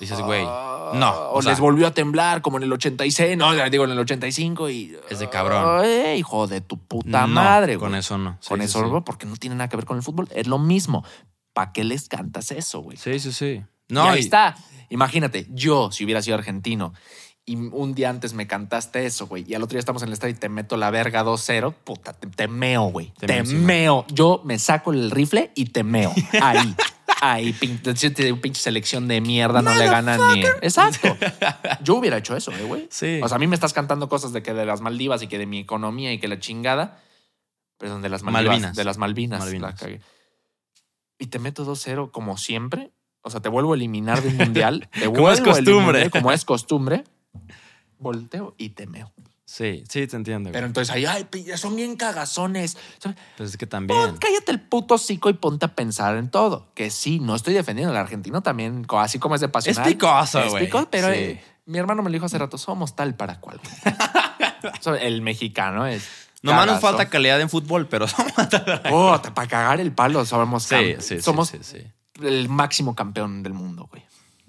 B: Dices, güey,
A: Ah,
B: no.
A: O,
B: O sea,
A: les volvió a temblar como en el 86, no, digo en el 85 y.
B: Es de cabrón.
A: Ay, hijo de tu puta
B: no,
A: madre, güey.
B: Con eso no. Sí,
A: Con
B: sí,
A: eso, bro, porque no tiene nada que ver con el fútbol. Es lo mismo. ¿Para qué les cantas eso, güey?
B: Sí, sí, sí. sí.
A: No,
B: No,
A: ahí
B: y-
A: está. Imagínate, yo, si hubiera sido argentino y un día antes me cantaste eso, güey, y al otro día estamos en el estadio y te meto la verga 2-0, puta, te, te meo, güey.
B: Te
A: Te,
B: meo encima.
A: meo. Yo me saco el rifle y te
B: [laughs]
A: meo. Ahí. Ahí, pin- pinche, pinche selección de mierda, no le ganan ni. Exacto. Yo hubiera hecho eso, eh, güey.
B: Sí.
A: O sea, a mí me estás cantando cosas de que de las Maldivas y que de mi economía y que la chingada. Perdón, de las Maldivas.
B: Malvinas.
A: De las Malvinas.
B: Malvinas.
A: La cagué. Y te meto 2-0 como siempre. O sea, te vuelvo a eliminar de un
B: [laughs]
A: mundial. te
B: Como es
A: vuelvo a eliminar,
B: costumbre.
A: como es costumbre. Volteo y te meo.
B: sí, sí, te entiendo.
A: Pero
B: güey. Pero,
A: entonces ahí, ay, pi- son bien cagazones. "Oh,
B: es que también.
A: Cállate el puto hocico y ponte a pensar en todo. Que sí, no estoy defendiendo al argentino también, co- así como es de pasional.
B: Es picoso,
A: Es
B: güey.
A: picoso, pero
B: Sí.
A: eh, mi hermano me lo dijo hace rato, somos tal para
B: [laughs]
A: cual. So, el mexicano es...
B: Nomás nos
A: cagazo.
B: falta calidad en fútbol, pero [laughs] somos.
A: Oh, te- para cagar el palo, somos,
B: sí,
A: cam-
B: sí, sí,
A: somos
B: sí, sí.
A: el máximo campeón del mundo, güey.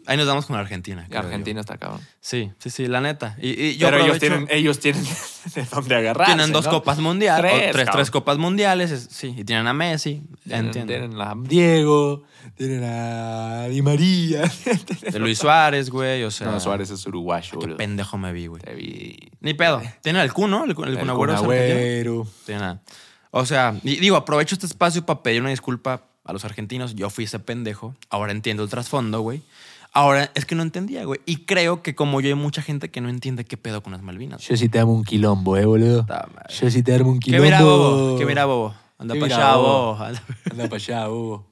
B: Ahí nos damos con Argentina. creo yo.
A: Argentina está cabrón.
B: Sí, sí, sí, la neta. Y, y yo
A: pero ellos
B: aprovecho-
A: tienen, ellos tienen [laughs] de dónde agarrar.
B: Tienen dos copas mundiales.
A: Tres,
B: Tres, tres,
A: cabrón.
B: copas mundiales. es- Sí, y tienen a Messi.
A: Tienen,
B: Entiendo.
A: tienen a Diego, tienen a Di María. [laughs]
B: De Luis Suárez, güey. O sea.
A: No, Suárez es uruguayo,
B: Ah, Qué
A: boludo.
B: pendejo me vi, güey.
A: Te vi.
B: Ni pedo. Tienen al Kun, ¿no? El, Kun- el,
A: El
B: Kun Agüero es
A: Kun
B: argentino.
A: Agüero.
B: Sí, nada. O sea, y digo, aprovecho este espacio para pedir una disculpa a los argentinos. Yo fui ese pendejo. Ahora entiendo el trasfondo, güey. Ahora es que no entendía, güey. Y creo que como yo hay mucha gente que no entiende qué pedo con las Malvinas.
A: Yo sí te amo un quilombo, eh, boludo.
B: Puta madre.
A: Yo sí te armo un
B: ¿Qué
A: quilombo.
B: mira, bobo? ¿Qué mira, bobo? Anda
A: ¿Qué
B: para
A: mira,
B: allá,
A: bobo?
B: bobo. Anda-
A: Anda para allá, bobo.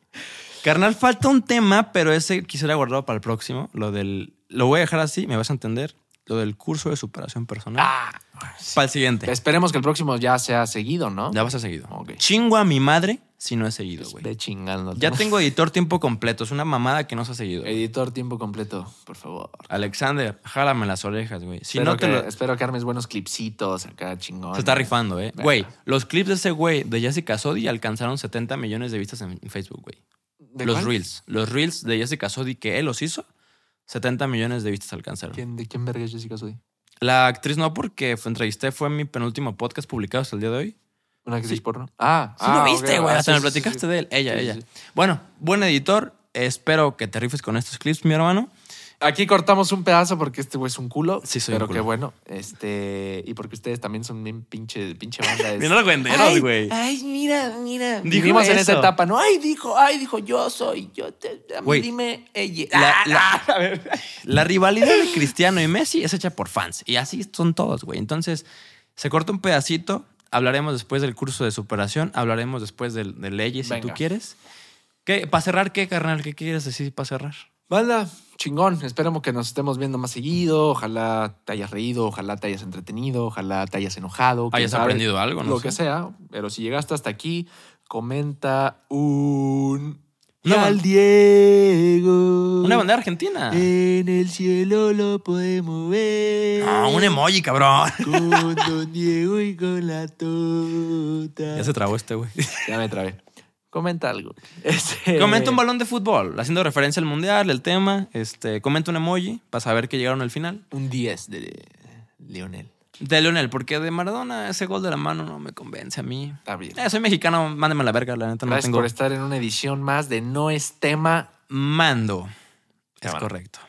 B: Carnal, falta un tema, pero ese quisiera guardarlo para el próximo. Lo del. Lo voy a dejar así, me vas a entender. Lo del curso de superación personal.
A: Ah,
B: Para el siguiente.
A: esperemos que el próximo ya sea seguido, ¿no?
B: Ya vas a seguido.
A: Ok. Pues
B: Chingo a mi madre si no he seguido, güey.
A: Ve chingando.
B: Ya tengo editor tiempo completo. Es una mamada que no se ha seguido. güey.
A: [laughs] Editor, tiempo completo, por favor.
B: Alexander, jálame las orejas, güey. Si
A: espero,
B: no te
A: que,
B: lo-
A: espero que armes buenos clipsitos acá, chingón.
B: Se está rifando, ¿eh?
A: Venga.
B: Güey, los clips de ese güey, de Jessica Sodi, alcanzaron 70 millones de vistas en Facebook, güey.
A: ¿De
B: Los
A: cuál?
B: reels. Los reels de Jessica Sodi que él los hizo, 70 millones de vistas alcanzaron.
A: ¿Quién, ¿De quién verga es Jessica Sodi?
B: La actriz no, porque fue, entrevisté, fue mi penúltimo podcast publicado hasta el día de hoy.
A: ¿Una actriz porno? Ah,
B: Sí,
A: ah,
B: lo
A: ok,
B: viste, güey.
A: ah,
B: Hasta
A: sí,
B: me
A: sí,
B: platicaste
A: sí.
B: de él. Ella,
A: Sí, sí,
B: ella.
A: sí.
B: Bueno, buen editor. Espero que te rifes con estos clips, mi hermano.
A: Aquí cortamos un pedazo porque este güey es un culo.
B: Sí, soy un
A: Pero
B: culo.
A: qué bueno. Este. Y porque ustedes también son bien pinche, pinche
B: [laughs]
A: banda. es-
B: Mira los
A: Ay,
B: venderos, güey.
A: Ay, mira, mira.
B: Dijo
A: Vivimos en
B: eso.
A: esa etapa, ¿no? Ay, dijo, ay, dijo, yo soy, yo te, a mí
B: Güey,
A: dime ella.
B: la-
A: Ah,
B: la-
A: a ver.
B: La rivalidad de Cristiano y Messi es hecha por fans. Y así son todos, güey. Entonces, se corta un pedacito. Hablaremos después del curso de superación. Hablaremos después del- de, leyes, si tú
A: Venga.
B: quieres. ¿Qué, ¿Para cerrar qué, carnal? ¿Qué quieres decir para cerrar?
A: Banda, chingón. Esperemos que nos estemos viendo más seguido. Ojalá te hayas reído, ojalá te hayas entretenido, ojalá te hayas enojado. quién
B: Hayas
A: sabe,
B: aprendido algo, ¿no?
A: Lo que
B: sé.
A: sea. Pero si llegaste hasta aquí, comenta un.
B: Una
A: "Y
B: ban-
A: al Diego.
B: Una bandera argentina.
A: En el cielo lo podemos ver.
B: No, Ah, un emoji, cabrón. [laughs]
A: Con Don Diego y con la tota.
B: Ya se trabó este, güey.
A: Ya me trabé. Comenta algo. Este-
B: Comenta un balón de fútbol, haciendo referencia al mundial, el tema. Este, comenta un emoji para saber que llegaron al final.
A: Un 10 de Lionel.
B: De Leonel, porque de Maradona ese gol de la mano no me convence a mí.
A: Está bien.
B: Eh, soy mexicano, mándeme a la verga, la neta no
A: Gracias este
B: tengo.
A: por estar en una edición más de No es tema.
B: Mando. Es
A: Cámara.
B: correcto.